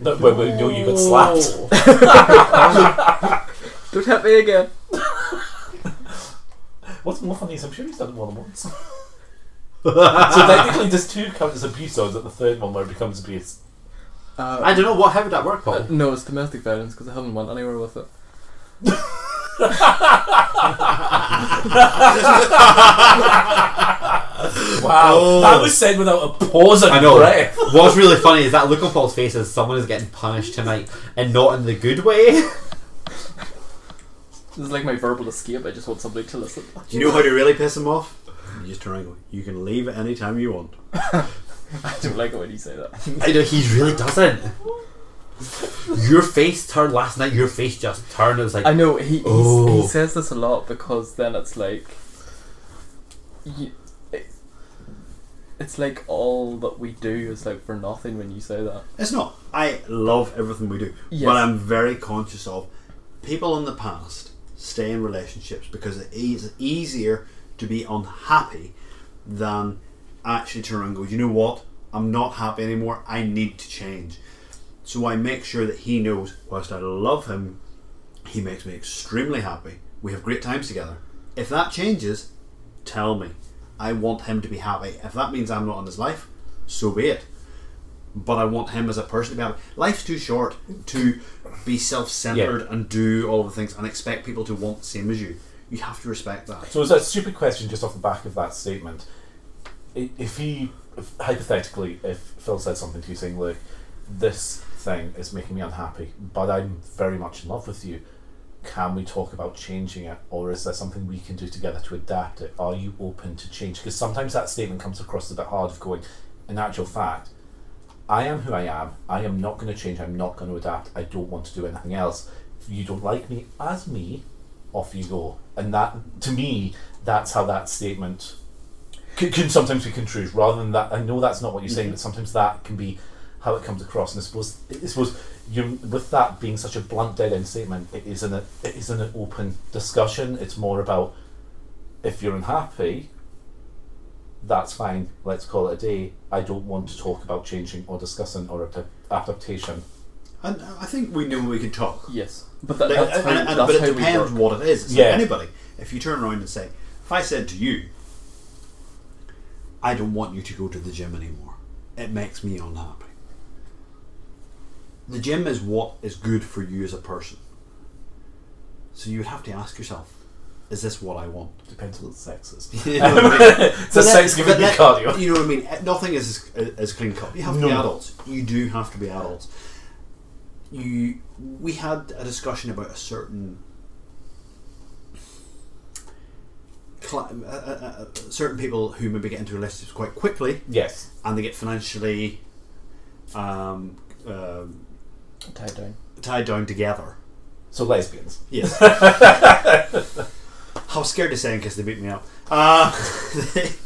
No, wait, wait, no, you got slapped. Oh. Don't hit me again. What's more funny is I'm sure he's done it more than once. so technically, does two count as abuse, or is it the third one where it becomes abuse? Uh, I don't know what. How would that work, Paul? no, it's domestic violence because I haven't went anywhere with it. Wow, Oh. that was said without a pause and I know. breath. What's really funny is that look on Paul's face is someone is getting punished tonight, and not in the good way. This is like my verbal escape. I just want somebody to listen. Do you know how to really piss him off? You just turn around and go, you can leave at any time you want. I don't like it when you say that. I know he really doesn't. Your face turned last night. Your face just turned. It was like I know he he's, Oh. he says this a lot because then it's like, you, It's like all that we do is like for nothing when you say that. It's not. I love everything we do, Yes. but I'm very conscious of people in the past stay in relationships because it is easier to be unhappy than actually turn around and go, you know what? I'm not happy anymore. I need to change. So I make sure that he knows, whilst I love him, he makes me extremely happy. We have great times together. If that changes, tell me. I want him to be happy. If that means I'm not in his life, so be it but I want him as a person to be happy. Life's too short to be self centered and do all the things and expect people to want the same as you. You have to respect that. So it's a stupid question just off the back of that statement. I- If he, if, hypothetically, if Phil said something to you saying, look, this thing is making me unhappy, but I'm very much in love with you, can we talk about changing it? Or is there something we can do together to adapt it? Are you open to change? Because sometimes that statement comes across a bit hard of going, in actual fact, I am who I am. I am not going to change. I'm not going to adapt. I don't want to do anything else. If you don't like me as me, off you go. And that, to me, that's how that statement can, can sometimes be construed. Rather than that, I know that's not what you're saying, but sometimes that can be how it comes across. And I suppose, I suppose, you with that being such a blunt, dead end statement, it isn't a, it isn't an open discussion. It's more about if you're unhappy, that's fine, let's call it a day. I don't want to talk about changing or discussing or ad- adaptation. And I think we know we can talk. Yes, but that, Like, that's and- how, and- that's but how it we depends work. what it is. It's Yeah. like anybody. If you turn around and say, if I said to you, I don't want you to go to the gym anymore, it makes me unhappy. The gym is what is good for you as a person. So you would have to ask yourself, is this what I want? Depends on the sexes. You know what I mean? So But sex that- giving but me that- cardio. You know what I mean? Eh, Nothing is as, as clean cut. You have to be No. adults. You do have to be adults. You, we had a discussion about a certain, cla- uh, uh, uh, certain people who maybe get into relationships quite quickly, Yes. and they get financially um, um, Tied down. tied down together. So lesbians. Yes. I was scared to say in case they beat me up.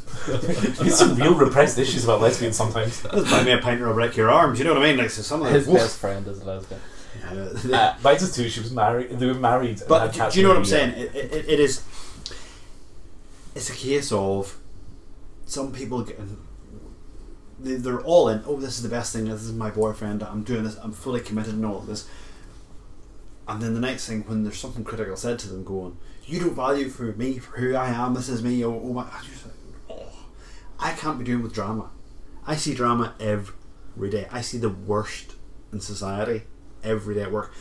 Uh, There's some real repressed issues about lesbians sometimes. Just buy me a pint or I'll break your arms. You know what I mean? Like so some of His the, best friend is a lesbian. Uh, Mine's just two, she was married. They were married. and but had do, cats do you know what I'm for a year. saying? It, it, it- it is. It's a case of some people get. they- They're all in. Oh, this is the best thing. This is my boyfriend. I'm doing this. I'm fully committed and all of this. And then the next thing, when there's something critical said to them, going, "You don't value for me for who I am. This is me." Oh, oh my! I just, oh, I can't be doing with drama. I see drama every day. I see the worst in society every day at work.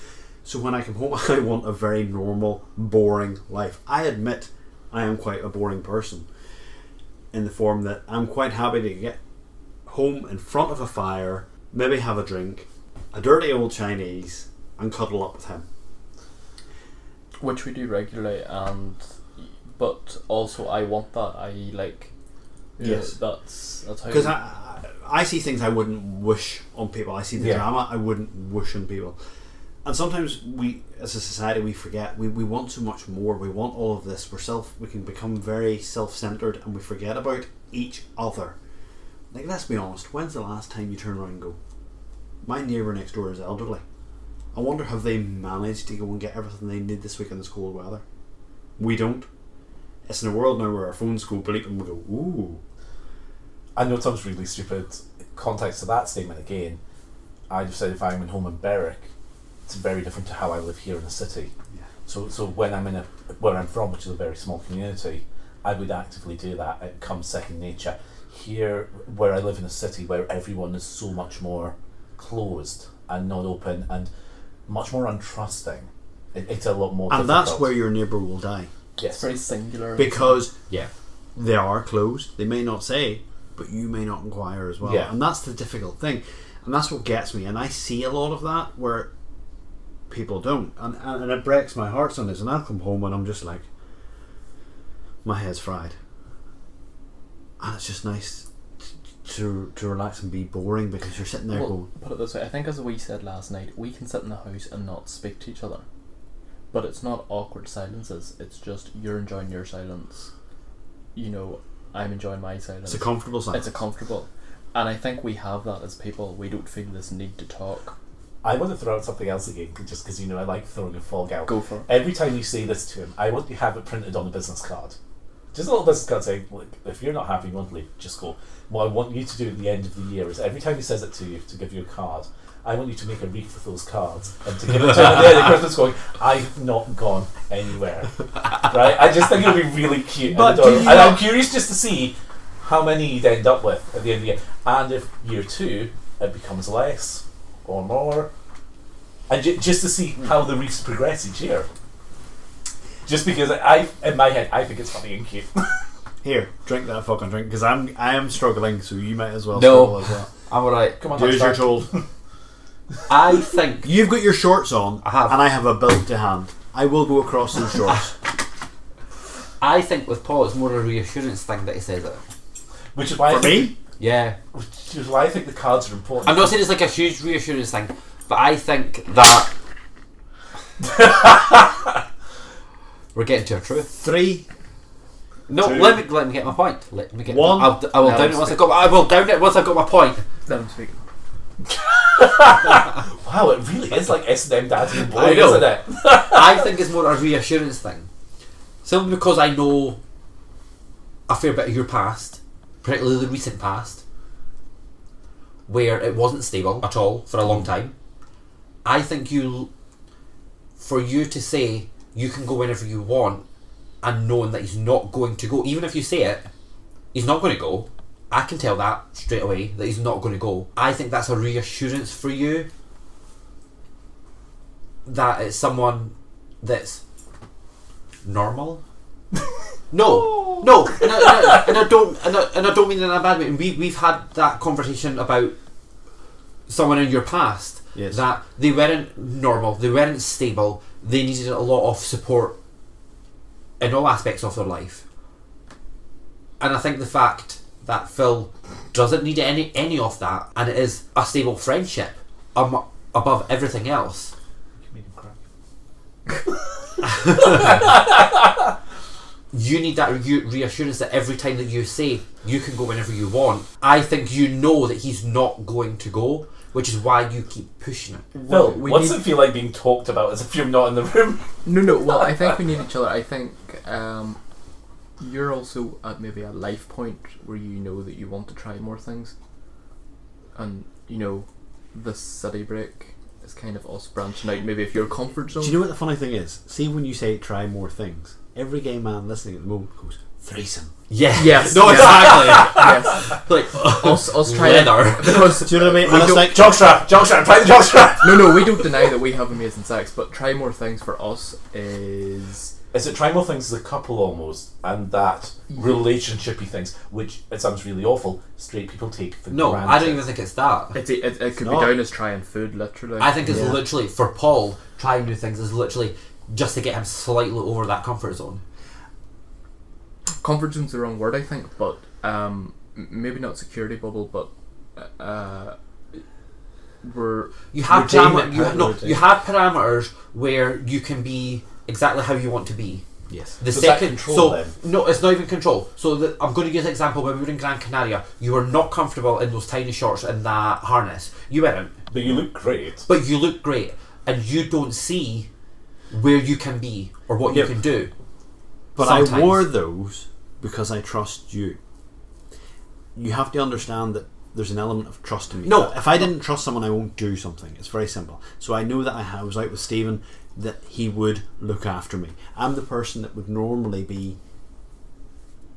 So when I come home, I want a very normal, boring life. I admit I am quite a boring person in the form that I'm quite happy to get home in front of a fire, maybe have a drink, a dirty old Chinese, and cuddle up with him. which we do regularly and but also I want that I like yeah, Yes. that's that's how Because I, I, I see things I wouldn't wish on people. I see the Yeah. drama I wouldn't wish on people. And sometimes we, as a society, we forget we, we want so much more. We want all of this. We're self. We can become very self-centered, and we forget about each other. Like, let's be honest. When's the last time you turn around and go, "My neighbor next door is elderly. I wonder have they managed to go and get everything they need this week in this cold weather." We don't. It's in a world now where our phones go bleep and we go, "Ooh." I know it sounds really stupid. Context to that statement again. I just said if I'm in home in Berwick, it's very different to how I live here in the city. Yeah. So, so when I'm in a where I'm from, which is a very small community, I would actively do that. It comes second nature. Here, where I live in a city where everyone is so much more closed and not open and much more untrusting, it, it's a lot more. and that's difficult. where your neighbour will die it's yes, very singular because Yeah. they are closed. They may not say, but you may not inquire as well. Yeah. And that's the difficult thing, and that's what gets me. And I see a lot of that where people don't, and and, and it breaks my heart sometimes. And I come home and I'm just like, my head's fried, and it's just nice. t- To, to relax and be boring because you're sitting there well, going, put it this way I think as we said last night we can sit in the house and not speak to each other but it's not awkward silences it's just you're enjoying your silence you know I'm enjoying my silence. It's a comfortable It's silence. a comfortable. And I think we have that as people. We don't feel this need to talk. I want to throw out something else again, just because you know I like throwing a fog out. Go for it. Every time you say this to him, I want you to have it printed on a business card. Just a little business card saying, look, if you're not happy, you want to leave, just go. What I want you to do at the end of the year is every time he says it to you to give you a card, I want you to make a wreath with those cards and to give it to him at the end of Christmas going, I've not gone anywhere. Right? I just think it'll be really cute. But and, do adorable. you and I'm not- curious just to see how many you'd end up with at the end of the year. And if year two, it becomes less or more. And ju- just to see how the wreaths progress each year. Just because I, in my head, I think it's funny and cute. Here, drink that fucking drink because I'm I am struggling, so you might as well No. struggle as well. I'm alright. Come on, Do as let's you're start. told. I think You've got your shorts on, I have. and I have a belt to hand. I will go across those shorts. I think with Paul, it's more a reassurance thing that he says it. Which is why I For think, me, Yeah, which is why I think the cards are important. I'm not saying it's like a huge reassurance thing, but I think that we're getting to a truth. three. No, Two. let me let me get my point. Let me get One. I'll, I will No, down it it's once I fine. got. I will down it once I got my point. Let him speak. Wow, it really is like S and M daddy and I boy, know. isn't it? I think it's more a reassurance thing, simply because I know a fair bit of your past, particularly the recent past, where it wasn't stable at all for a long time. I think you, for you to say you can go whenever you want, and knowing that he's not going to go, even if you say it, he's not going to go. I can tell that straight away that he's not going to go. I think that's a reassurance for you that it's someone that's normal. No, no, and I, and, I, and I don't, and I, and I don't mean it in a bad way. And We we've had that conversation about someone in your past Yes. that they weren't normal, they weren't stable, they needed a lot of support in all aspects of their life. And I think the fact that Phil doesn't need any any of that, and it is a stable friendship um, above everything else, You made him cry. you need that re- reassurance that every time that you say you can go whenever you want, I think you know that he's not going to go, which is why you keep pushing it. Phil, we what's need- it feel like being talked about as if you're not in the room? No, no. Well, I think we need each other. I think um, you're also at maybe a life point where you know that you want to try more things, and you know, the city break is kind of us branching out. Maybe if your comfort zone. Do you know what the funny thing is? See, when you say try more things, every gay man listening at the moment goes threesome. Yeah. Yes, No, yeah. exactly. yes, like, us, us trying leather. because Do you know what I mean? And it's like, Jogstrap, jogstrap, try the jogstrap. no, no, we don't deny that we have amazing sex, but try more things for us is Is it trying more things as a couple almost, and that relationshipy things, which it sounds really awful. Straight people take for No, granted. I don't even think it's that. it, it, it could be not. down as trying food literally. I think it's Yeah. literally for Paul trying new things is literally just to get him slightly over that comfort zone. comfort zone's the wrong word, I think, but um, m- maybe not security bubble, but uh, we're You have Routine, parameter, you, no, routine. you have parameters where you can be exactly how you want to be. yes. The Does that second, control so then? no, it's not even control. So the, I'm going to use an example. When we were in Gran Canaria, you were not comfortable in those tiny shorts and that harness. You weren't, But you look great. but you look great, and you don't see where you can be or what Yeah. you can do. But I Sometimes. wore those because I trust you. You have to understand that there's an element of trust to me. No. If I didn't trust someone, I won't do something. It's very simple. So I know that I ha- was out with Stephen, that he would look after me. I'm the person that would normally be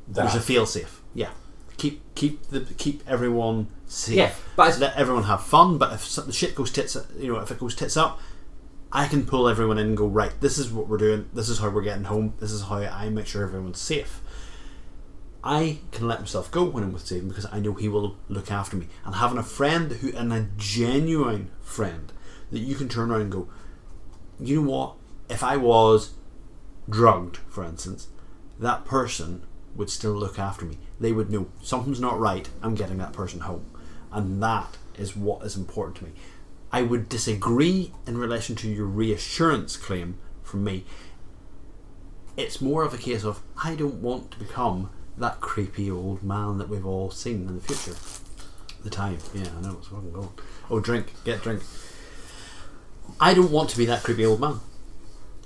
That. there's a feel safe. Yeah. Keep keep the keep everyone safe. Yeah, but it's- let everyone have fun. But if some, the shit goes tits, you know, if it goes tits up, I can pull everyone in and go right. This is what we're doing. This is how we're getting home. This is how I make sure everyone's safe. I can let myself go when I'm with Stephen because I know he will look after me. And having a friend who, and a genuine friend, that you can turn around and go, you know what? If I was drugged, for instance, that person would still look after me. They would know something's not right. I'm getting that person home, and that is what is important to me. I would disagree in relation to your reassurance claim from me. It's more of a case of I don't want to become that creepy old man that we've all seen in the future. The time, yeah, I know it's fucking gone. Oh, drink, get drink. I don't want to be that creepy old man.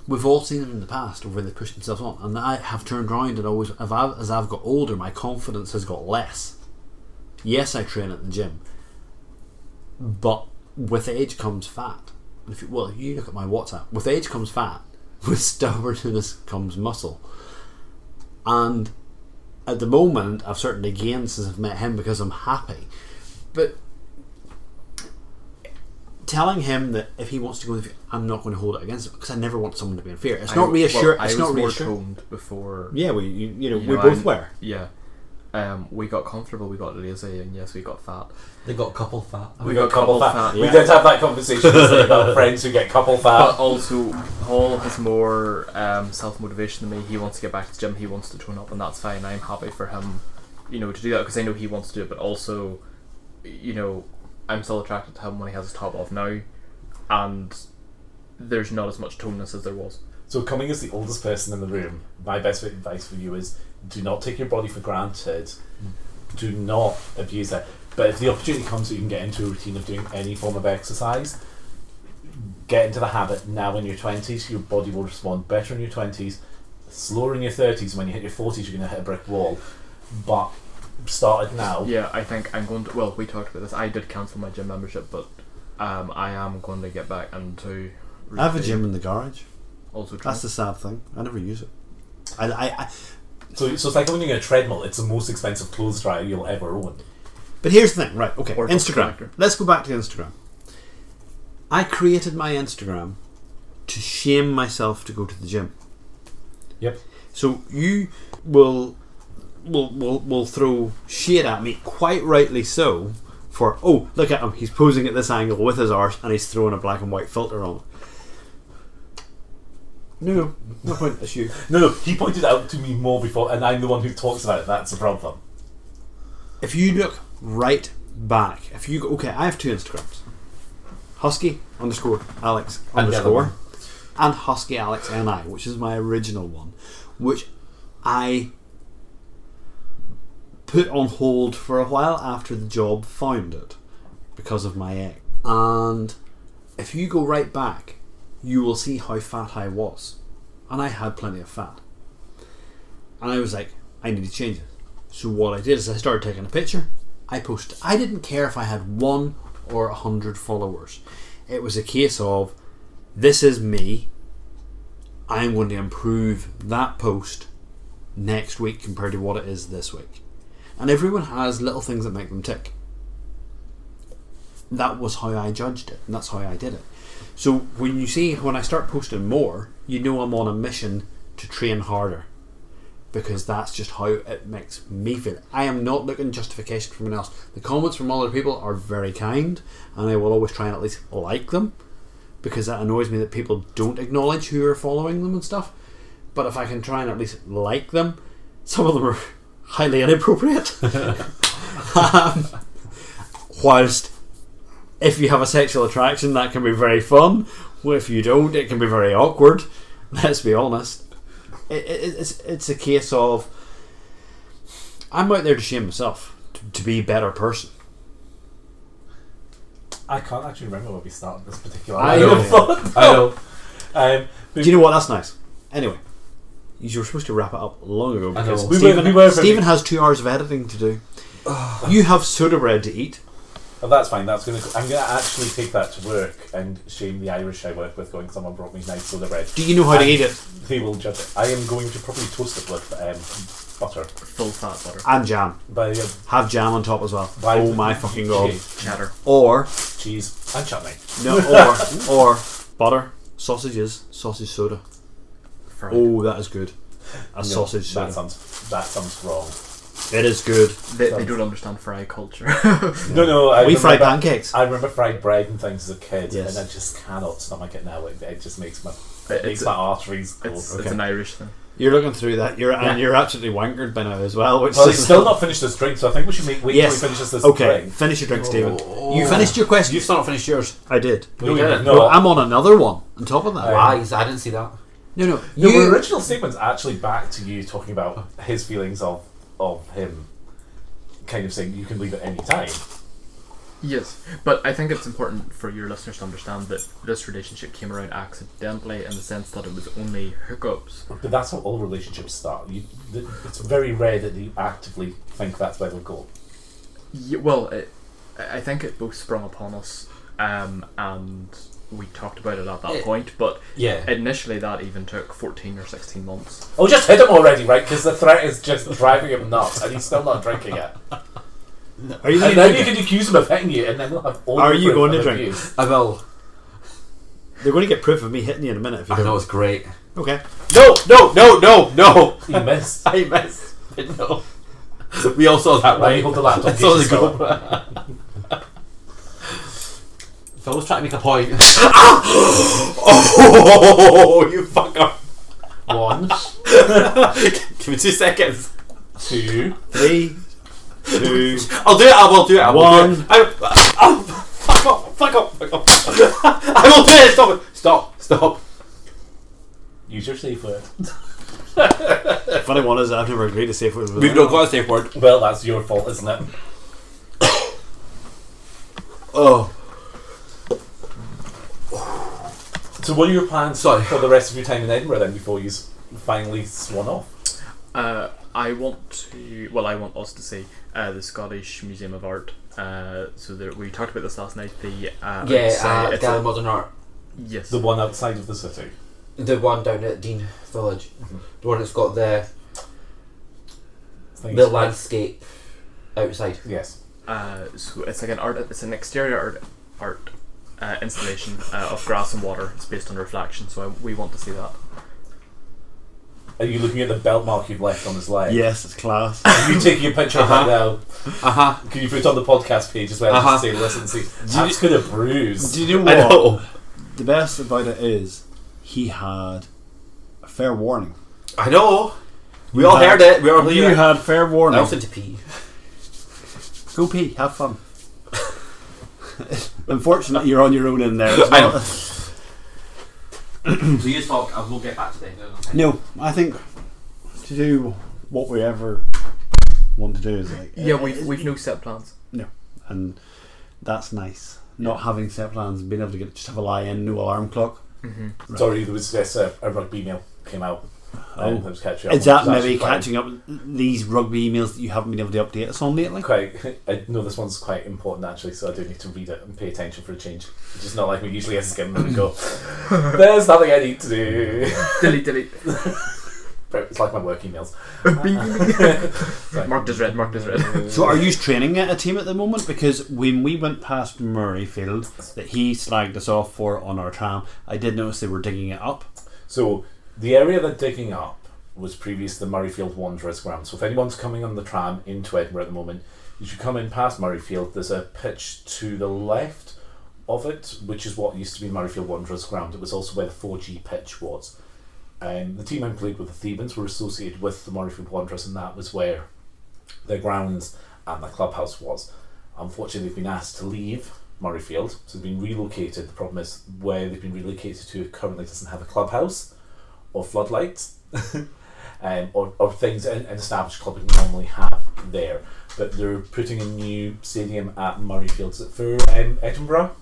We've all seen them in the past, where they push themselves on, and I have turned round and always, as I've, as I've got older, my confidence has got less. Yes, I train at the gym, but with age comes fat. And If you, well, you look at my WhatsApp. With age comes fat. With stubbornness comes muscle. And at the moment, I've certainly gained since I've met him because I'm happy. But telling him that if he wants to go, in the future, I'm not going to hold it against him because I never want someone to be in fear. It's I- not reassuring. well, I it's was not more reassuring. toned before. Yeah, we you, you know You we know, both I'm- were. Yeah. Um, we got comfortable, we got lazy, and yes, we got fat. They got a couple fat. We got couple fat, We yeah. don't have that conversation today about friends who get couple fat. Uh, But also, Paul has more um, self motivation than me. He wants to get back to the gym. He wants to tone up, and that's fine. I'm happy for him, you know, to do that because I know he wants to do it. But also, you know, I'm still attracted to him when he has his top off now, and there's not as much toneness as there was. So, coming as the oldest person in the room, my best bit of advice for you is do not take your body for granted. Do not abuse it. But if the opportunity comes that you can get into a routine of doing any form of exercise, get into the habit now in your 20s. Your body will respond better in your 20s, slower in your 30s. When you hit your 40s, you're going to hit a brick wall. But start it now. Yeah, I think I'm going to. Well, we talked about this. I did cancel my gym membership, but um, I am going to get back into. I have a gym in the garage. Also, trying. That's the sad thing. I never use it. I, I, I, So, so it's like owning a treadmill, it's the most expensive clothes dryer you'll ever own. but here's the thing, right? Okay, Or Instagram. contractor. Let's go back to Instagram. I created my Instagram to shame myself to go to the gym. Yep. So you will will will, will throw shade at me, quite rightly so. For oh, look at him! He's posing at this angle with his arse, and he's throwing a black and white filter on. No, no, no point. That's you. No, no, he pointed out to me more before, and I'm the one who talks about it. That's the problem. if you look right back, if you go, okay, I have two Instagrams Husky underscore Alex And the other underscore and Husky Alex NI, which is my original one, which I put on hold for a while after the job found it because of my ex. And if you go right back, you will see how fat I was. And I had plenty of fat. And I was like, I need to change it. So what I did is I started taking a picture. I posted. I didn't care if I had one or a hundred followers. It was a case of, this is me. I'm going to improve that post next week compared to what it is this week. And everyone has little things that make them tick. That was how I judged it, and that's how I did it. So when you see when I start posting more, you know I'm on a mission to train harder because that's just how it makes me feel. I am not looking justification from anyone else. The comments from other people are very kind, and I will always try and at least like them because that annoys me that people don't acknowledge who are following them and stuff. But if I can try and at least like them, some of them are highly inappropriate. um, whilst if you have a sexual attraction, that can be very fun. Well, if you don't, it can be very awkward. Let's be honest it, it, it's it's a case of I'm out there to shame myself to, to be a better person. I can't actually remember where we started this particular. I item. know. I know. Um, Do you know what? That's nice. Anyway, you were supposed to wrap it up long ago I because know. We were- Stephen, we were- Stephen has two hours of editing to do. you have soda bread to eat. oh, that's fine. That's gonna. I'm gonna actually take that to work and shame the Irish I work with. Going, someone brought me nice soda bread. Do you know how to I- eat it? They will judge it. I am going to probably toast it with um, butter. full fat butter, And jam. By, uh, Have jam on top as well. by oh my fucking god! cheese- cheddar. Or Cheese and chutney. no, or or butter sausages, sausage soda. fried. Oh, that is good. A No, sausage That soda. sounds. That sounds wrong. It is good. They, they don't understand fry culture. No, no. I we remember- fry pancakes. I remember fried bread and things as a kid, Yes. and I just cannot stomach it now. It, it just makes my it It's- makes my arteries cold. It's, Okay. it's an Irish thing. You're looking through that. You're and you're absolutely wankered by now as well. Oh, Which Well, is he's still not finished this drink, so I think we should make wait Yes. till he finishes this okay. drink. Finish your drink, Stephen. Oh. You finished your question. You've still not finished yours. I did. No, you didn't. no, No, I'm on another one. On top of that, Uh, Lies. I didn't see that. no, no. no, You, the original statement's actually back to you talking about his feelings of of him kind of saying you can leave at any time. Yes, but I think it's important for your listeners to understand that this relationship came around accidentally in the sense that it was only hookups. But that's how all relationships start. You, th- it's very rare that you actively think that's where they'll go. Yeah, well, it, I I think it both sprung upon us, um, and we talked about it at that Yeah. point. But Yeah. initially, that even took fourteen or sixteen months. Oh, just hit him already, right? Because the threat is just driving him nuts, and he's still not drinking it. Are you, And then you can accuse him of hitting you, and then we'll have all Are the you proof going of to drink? abuse. I will. They're going to get proof of me hitting you in a minute. If you I know don't. it's great. Okay. No, no, no, no, no. You missed. I missed. No. We all saw that, Right, right? hold the laptop. I saw the Yes, you group. Phil was trying to make a point. oh, you fucker. One, Give me two seconds. two. Three, two. I'll do it. I will do it. I will do One. it. I, oh, fuck off! Fuck off! Fuck off! I will do it. Stop it! Stop! Stop! Use your safe word. Funny one is I've never agreed to safe words. with We've them. not got a safe word. Well, that's your fault, isn't it? Oh, So, what are your plans Sorry. for the rest of your time in Edinburgh then before you s- finally swan off? Uh, I want to. Well, I want us to see uh, the Scottish Museum of Art. Uh, so there, we talked about this last night. The uh, yeah. it's, Uh, it's Galley a- Modern Art. yes, The one outside of the city. The one down at Dean Village. Mhm. The one that's got the Things- the landscape outside. Yes. Uh, so it's like an art. It's an exterior art art uh, installation uh, of grass and water. It's based on reflection, so I, we want to see that. Are you looking at the belt mark you've left on his leg? Yes, it's class. Are you taking a picture of that now? Uh huh. Can you put it on the podcast page as well? Just Uh-huh. say, listen, see, you- that's going to bruise. Do you know I what? know. The best about it is he had a fair warning. I know. We You all had- heard it. We all heard You it. had fair I warning. also to pee. Go pee. Have fun. Unfortunately, you're on your own in there. It's I not- know. So you talk, and we'll get back to them. No, I think to do what we ever want to do is like eh, Yeah, we've we've no set plans. and that's nice. Not having set plans, being able to get just have a lie in, no alarm clock. Mm-hmm. Sorry, there was this uh, a rugby meal came out. Um, that was catching up. Oh. Is that which was maybe actually quite- catching up with these rugby emails that you haven't been able to update us on lately? Quite, I know this one's quite important actually, so I do need to read it and pay attention for a change. It's just not like we usually skim and go. There's nothing I need to do. delete, delete. It's like my work emails. Bing, bing, bing. Sorry. Marked as red. Marked as red. So are you training at a team at the moment? Because when we went past Murrayfield that he slagged us off for on our tram, I did notice they were digging it up. So the area they're digging up was previous the Murrayfield Wanderers ground. So if anyone's coming on the tram into Edinburgh at the moment, you should come in past Murrayfield. There's a pitch to the left of it, which is what used to be Murrayfield Wanderers ground. It was also where the 4G pitch was. Um, the team I played with, the Thebans, were associated with the Murrayfield Wanderers, and that was where their grounds and the clubhouse was. Unfortunately, they've been asked to leave Murrayfield, so they've been relocated. The problem is where they've been relocated to currently doesn't have a clubhouse or floodlights um, or, or things an, an established club would normally have there. But they're putting a new stadium at Murrayfield Is it for um, Edinburgh.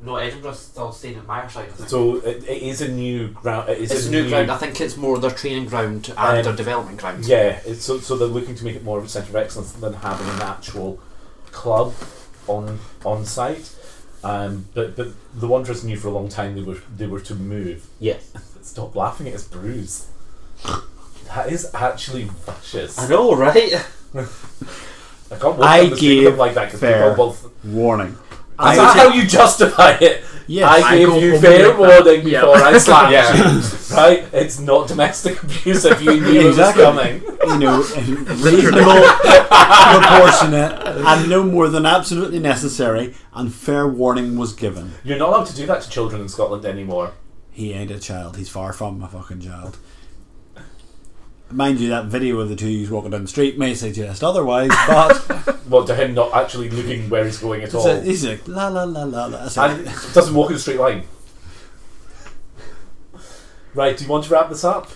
No, Edinburgh's still staying at Mireside. I think. So it, it is a new ground. It is it's a a new ground. I think it's more their training ground and Um, their development ground. Yeah, it's, so, so they're looking to make it more of a centre of excellence than having an actual club on on site. Um, but but the Wanderers knew for a long time they were they were to move. Yeah. Stop laughing at his bruise. That is actually vicious. I know, Uh, right? I can't I believe speak give them like that 'cause fair. people will. Th- Warning. is I that how you justify it? Yes. I I gave go you home fair with that. warning Yeah. before I slapped Yeah. you. Right? It's not domestic abuse if you knew Exactly. it was coming. you know, reasonable, proportionate, and no more than absolutely necessary, and fair warning was given. You're not allowed to do that to children in Scotland anymore. He ain't a child. He's far from a fucking child. Mind you, that video of the two yous walking down the street may suggest otherwise, but Well, to him, not actually looking where he's going at it's all. a, he's like la la la la la. So, and it doesn't walk in a straight line. Right, do you want to wrap this up?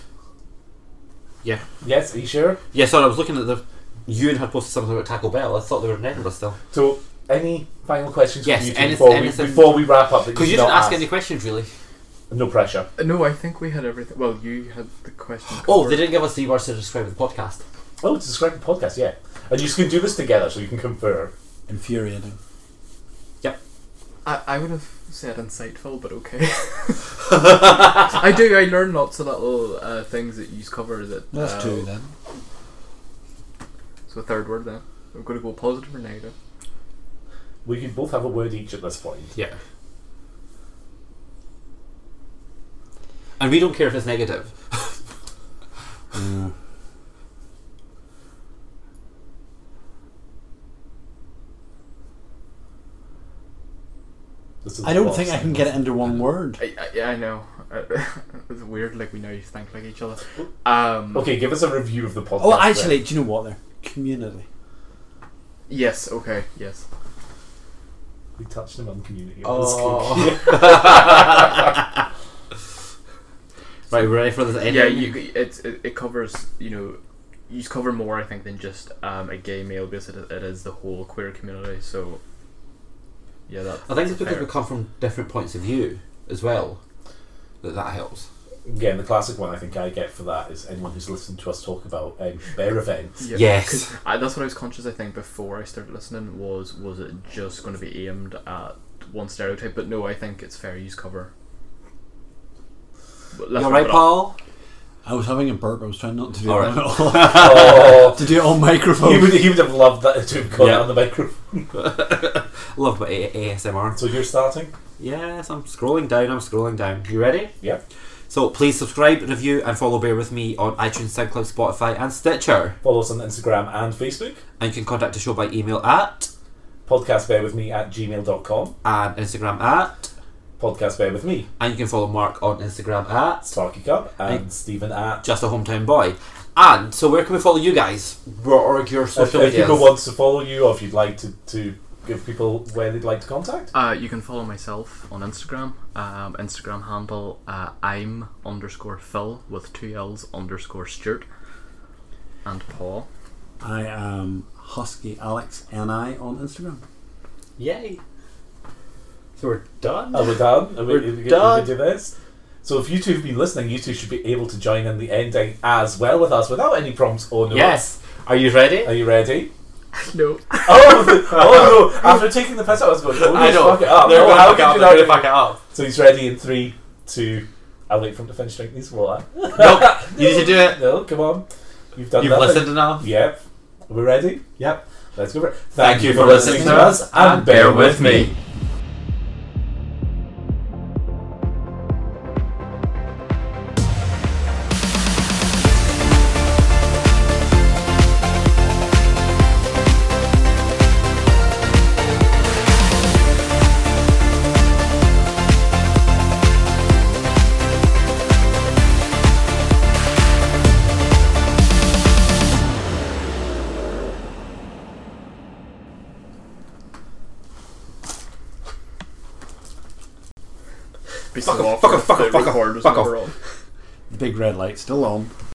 Yeah. Yes, are you sure? Yeah, sorry, I was looking at the. Ewan had posted something about Taco Bell. I thought they were in Edinburgh still. So, any final questions Yes, from you two anyth- before, we, anything- before we wrap up? that Because you did didn't not ask any questions, really. No pressure. Uh, No, I think we had everything. Well, you had the question. Oh, they covered. didn't give us the words to describe the podcast. Oh, to describe the podcast, yeah. And you can do this together so you can confirm. Infuriating. I, I would have said insightful, but okay. I do. I learn lots of little uh, things that you cover. That That's uh, two then. So a third word then. We're going to go positive or negative. We could both have a word each at this point. Yeah. And we don't care if it's negative. This is I don't the think I boss. can get it under one word. I, I, yeah, I know. it's weird. Like we now just think like each other. Um, Okay, give us a review of the podcast. Oh, then. actually, do you know what? There, community. Yes. Okay. Yes. We touched him on community. Oh. Oh. Right, we're ready for this end. yeah. You. c- It's. It, it covers. You know. You just cover more, I think, than just um, a gay male because it, it is the whole queer community. So. Yeah. That. I think it's because we come from different points of view as well that that helps. Again, the classic one I think I get for that is anyone who's listened to us talk about um, bear events. Yeah, Yes. 'cause I, that's what I was conscious. I think before I started listening was was it just going to be aimed at one stereotype? But no, I think it's fair use cover. But You let's wrap alright, it up. Paul? I was having a burp. I was trying not to do All that right. at all. oh, to do it on he, microphone. would, he would have loved that to have gone Yeah. on the microphone. Love about A- ASMR. So you're starting? Yes, I'm scrolling down, I'm scrolling down. You ready? Yeah. So please subscribe, review, and follow Bear With Me on iTunes, SoundCloud, Spotify, and Stitcher. Follow us on Instagram and Facebook. And you can contact the show by email at Podcast bear with me at gmail.com. and Instagram at. Podcast bear with me, And you can follow Mark on Instagram at Sparky Cup, and Stephen at. Just a Hometown Boy. And so where can we follow you guys? Or, or your If, social if media? people want to follow you, or if you'd like to, to give people where they'd like to contact. Uh, you can follow myself on Instagram. Um, Instagram handle uh, I'm underscore Phil with two L's underscore Stuart and Paul. I am Husky Alex Ni on Instagram. Yay. So we're done. Are we done? Are we, We're are we, good- done. we good to do this? So if you two have been listening, you two should be able to join in the ending as well with us without any prompts or notes. Yes. Are you ready? Are you ready? No. oh, oh no! After taking the piss out, I was going, oh, I know. fuck it up. They're Oh, gonna how fuck could it up. you They're gonna not- fuck it up. So he's ready in three, two. I'll wait for him to finish drinking his water. Nope. You need to do it. No, come on. You've done You've nothing. listened enough. Yep. Are we ready? Yep. Let's go for it. Thank, you for listening to us, and bear with me. Be Fuck off, fuck off, fuck off, fuck off, fuck off. The big red light still on.